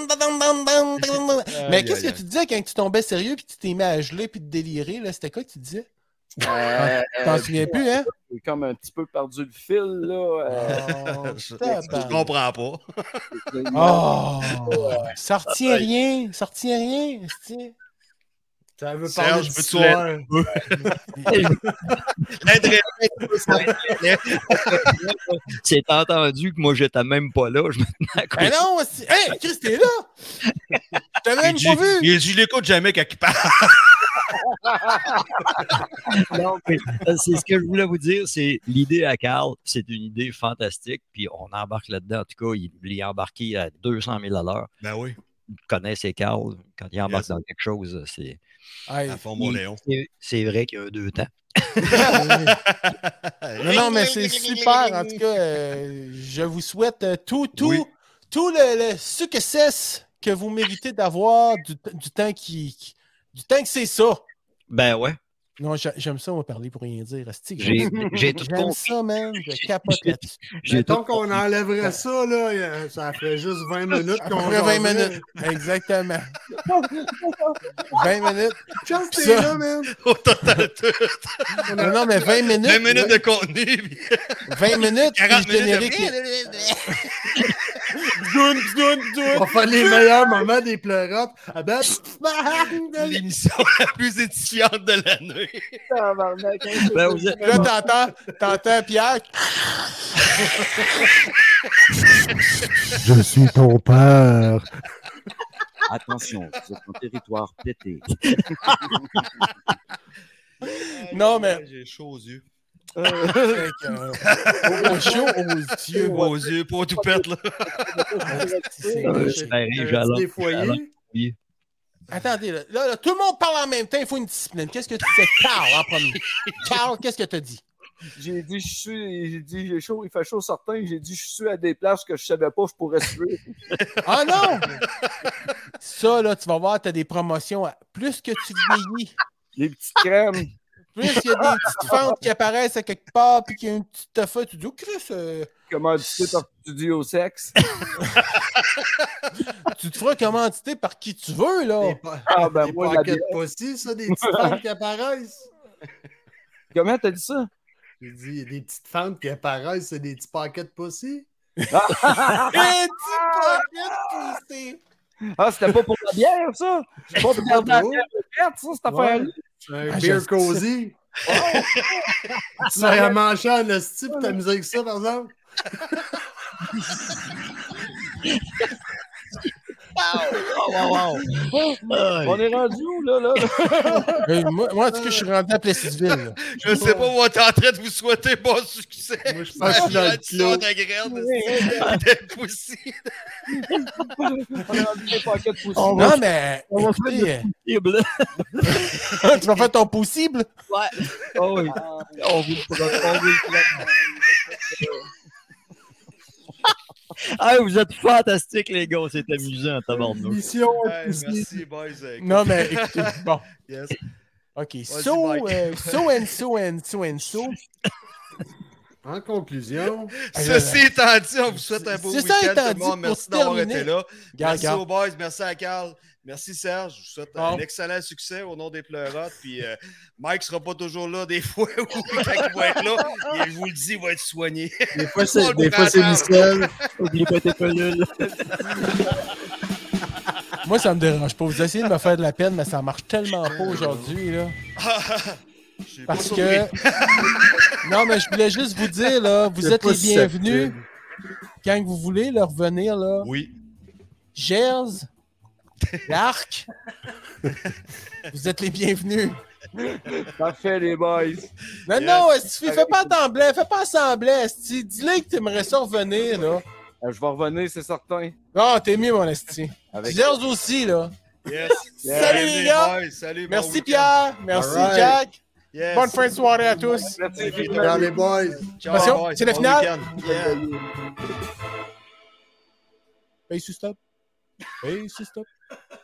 Speaker 1: dum, dum, dum, dum, dum. Mais
Speaker 3: aïe,
Speaker 1: qu'est-ce que
Speaker 3: aïe.
Speaker 1: tu disais quand tu tombais sérieux puis tu t'es mis à geler puis te délirer? là? C'était quoi que tu disais?
Speaker 5: Euh,
Speaker 1: T'en
Speaker 5: euh,
Speaker 1: souviens plus, hein?
Speaker 5: j'ai comme un petit peu perdu le fil, là. euh,
Speaker 3: Je, je
Speaker 1: Tabarnak.
Speaker 3: comprends pas.
Speaker 1: Ah. Oh! Sortiez rien! Sortiez rien! esti.
Speaker 2: Ça veut parler
Speaker 3: Serge, veux-tu
Speaker 2: d'histoire.
Speaker 7: C'est entendu que moi, j'étais même pas là. Je me tenais à côté.
Speaker 1: Mais Eh non, c'est- Hey, Chris, t'es là! Je t'avais même pas vu!
Speaker 3: Il dit, je l'écoute jamais quand il parle.
Speaker 7: Non, mais, euh, c'est ce que je voulais vous dire, c'est l'idée à Carl, c'est une idée fantastique, puis on embarque là-dedans. En tout cas, il il est embarqué à 200 000 à l'heure.
Speaker 3: Ben oui,
Speaker 7: Il connaît ses Carl. Quand il embarque
Speaker 3: Yes.
Speaker 7: dans quelque chose, c'est,
Speaker 1: Hey,
Speaker 3: à fond mon
Speaker 7: il-
Speaker 3: Léon.
Speaker 7: c'est- c'est vrai qu'il y a un deux temps.
Speaker 1: Non, non, mais c'est super. En tout cas, euh, je vous souhaite euh, tout, tout,
Speaker 3: Oui.
Speaker 1: tout le, le succès que vous méritez d'avoir du, t- du temps qui, qui- Du temps que c'est ça.
Speaker 7: Ben ouais,
Speaker 1: Non, j'a- j'aime ça, on va parler pour rien dire. asti,
Speaker 7: j'ai,
Speaker 1: J'aime
Speaker 7: j'ai tout
Speaker 1: j'aime
Speaker 7: compris.
Speaker 1: ça, man. Je capote
Speaker 7: J'ai-
Speaker 1: là-dessus.
Speaker 7: J'ai
Speaker 2: Mettons
Speaker 7: tout
Speaker 2: qu'on enlèverait ça, là, euh, ça ferait juste 20 minutes qu'on
Speaker 1: Après 20
Speaker 2: jasait.
Speaker 1: minutes. Exactement. 20 minutes.
Speaker 2: Charles, t'es
Speaker 1: Ça.
Speaker 2: là, man.
Speaker 3: Au total, tout.
Speaker 1: Non, non, mais 20 minutes.
Speaker 3: 20 minutes de contenu, puis
Speaker 1: 20 minutes.
Speaker 3: 40
Speaker 1: puis le
Speaker 3: minutes
Speaker 1: générique.
Speaker 3: de...
Speaker 1: Doun, doun, doun.
Speaker 2: On va faire les meilleurs moments des pleurotes. Ah ben,
Speaker 3: L'émission la plus édifiante de l'année.
Speaker 5: hein,
Speaker 7: Ben, vous êtes-
Speaker 1: Là, t'entends, t'entends Pierre.
Speaker 2: Je suis ton père.
Speaker 5: Attention, vous êtes en territoire pété.
Speaker 1: Non, mais-
Speaker 3: J'ai chaud aux yeux.
Speaker 1: Fait que, euh, au- au chaud aux yeux.
Speaker 3: Aux yeux, pas tout pète, là.
Speaker 7: Euh, je t'arrive, j'allonge,
Speaker 2: Des foyers.
Speaker 1: Attendez, là, là, là, tout le monde parle en même temps, il faut une discipline. Qu'est-ce que tu fais, Carl, en premier? Carl, qu'est-ce que tu as dit?
Speaker 5: J'ai dit, je suis, j'ai dit, j'ai chaud, il fait chaud certain. J'ai dit, je suis à des places que je savais pas, je pourrais suivre.
Speaker 1: Ah non! Ça, là, tu vas voir, tu as des promotions. à- Plus que tu vieillis,
Speaker 5: Les petites crèmes.
Speaker 1: plus il y a des petites fentes qui apparaissent à quelque part, puis qu'il y a une petite affaire, tu dis, oh, Chris, euh,
Speaker 5: Comment tu fais par studio sexe?
Speaker 1: tu te feras commanditer par qui tu veux, là.
Speaker 2: Des pa-
Speaker 5: Ah, ben
Speaker 2: des
Speaker 5: moi, la
Speaker 2: pocket pussy, ça, des petites fentes qui apparaissent.
Speaker 5: Comment t'as dit ça?
Speaker 2: J'ai dit, des petites fentes qui apparaissent, c'est des petits pocket pussy.
Speaker 1: Eh, tu pocket pussy!
Speaker 5: Ah, c'était pas pour la bière, ça? Pas pour la bière
Speaker 2: trop.
Speaker 5: verte, ça, cette
Speaker 2: Ouais.
Speaker 5: affaire-là?
Speaker 2: Oh, Un
Speaker 1: Ah,
Speaker 2: beer
Speaker 1: je-
Speaker 2: cozy. Tu serais à manger en hostie pour t'amuser avec ça, par exemple?
Speaker 7: Oh,
Speaker 5: On est rendu où, là, là?
Speaker 1: Euh, moi, moi, en tout cas, je suis rendu à Plessisville. là.
Speaker 3: Je sais pas, moi, t'es en train de vous souhaiter bon succès.
Speaker 2: Moi, je pense que je suis dans le clos.
Speaker 3: de graines, de poussi.
Speaker 5: On est rendu des paquets de poussi.
Speaker 1: Non, mais.
Speaker 7: on va se
Speaker 1: écoutez,
Speaker 7: possible.
Speaker 1: euh, tu vas faire ton possible?
Speaker 7: Ah oui. On vous le promet, on vous le promet. Ah, vous êtes fantastiques, les gars. C'est amusant, tabarnouche.
Speaker 2: Mission pussy.
Speaker 3: Merci, boys.
Speaker 1: Non, mais écoutez, bon.
Speaker 3: Yes.
Speaker 1: OK.
Speaker 3: Vas-y,
Speaker 1: So,
Speaker 3: Mike.
Speaker 1: euh, so and so and so and so.
Speaker 2: En conclusion,
Speaker 3: Ceci
Speaker 1: euh,
Speaker 3: étant dit, on vous souhaite un beau
Speaker 1: Ceci
Speaker 3: week-end.
Speaker 1: étant
Speaker 3: tout le
Speaker 1: dit,
Speaker 3: monde.
Speaker 1: pour
Speaker 3: merci d'avoir
Speaker 1: terminer,
Speaker 3: été là.
Speaker 1: Regarde,
Speaker 3: merci
Speaker 1: regarde.
Speaker 3: aux boys, merci à Carl, merci Serge. Je vous souhaite
Speaker 1: Bon.
Speaker 3: un excellent succès au nom des pleurotes. Puis euh, Mike sera pas toujours là des fois où quand il va être là. Il vous le dit, il va être soigné.
Speaker 2: des fois
Speaker 3: On
Speaker 2: c'est
Speaker 3: le
Speaker 2: des fois, c'est
Speaker 3: prend en
Speaker 2: Michel.
Speaker 7: Oublie pas tes pelules.
Speaker 1: Moi, ça me dérange pas. Vous essayez de me faire de la peine, mais ça marche tellement pas aujourd'hui, là.
Speaker 3: Je suis pas
Speaker 1: Parce
Speaker 3: surpris.
Speaker 1: que. Non, mais je voulais juste vous dire, là, vous
Speaker 2: C'est
Speaker 1: êtes
Speaker 2: pas
Speaker 1: les bienvenus.
Speaker 2: susceptible.
Speaker 1: Quand vous voulez, là, revenir, là.
Speaker 3: Oui.
Speaker 1: Gers, Larc. vous êtes les bienvenus.
Speaker 5: Parfait, les boys.
Speaker 1: Non,
Speaker 3: Yes.
Speaker 1: non, Esti, fais pas semblant, fais pas semblant, Esti. Dis-le que t'aimerais ça revenir, là.
Speaker 5: Euh, Je vais revenir, c'est certain.
Speaker 1: Ah, t'es mieux, mon Esti.
Speaker 5: Ah, Avec...
Speaker 1: Gers aussi, là.
Speaker 3: Yes.
Speaker 5: Yes.
Speaker 1: Salut, les gars.
Speaker 3: boys. Salut, bon
Speaker 1: Merci,
Speaker 3: week-end.
Speaker 1: Pierre. Merci,
Speaker 2: Alright.
Speaker 1: Jack.
Speaker 3: Yes.
Speaker 1: Bonne fin de soirée à tous.
Speaker 5: Merci, infiniment.
Speaker 2: Dans les boys.
Speaker 3: Ciao,
Speaker 1: Attention,
Speaker 3: boys.
Speaker 1: c'est la
Speaker 3: Bon
Speaker 1: finale.
Speaker 3: week-end. Yeah.
Speaker 1: Hey, stop. Hey, stop.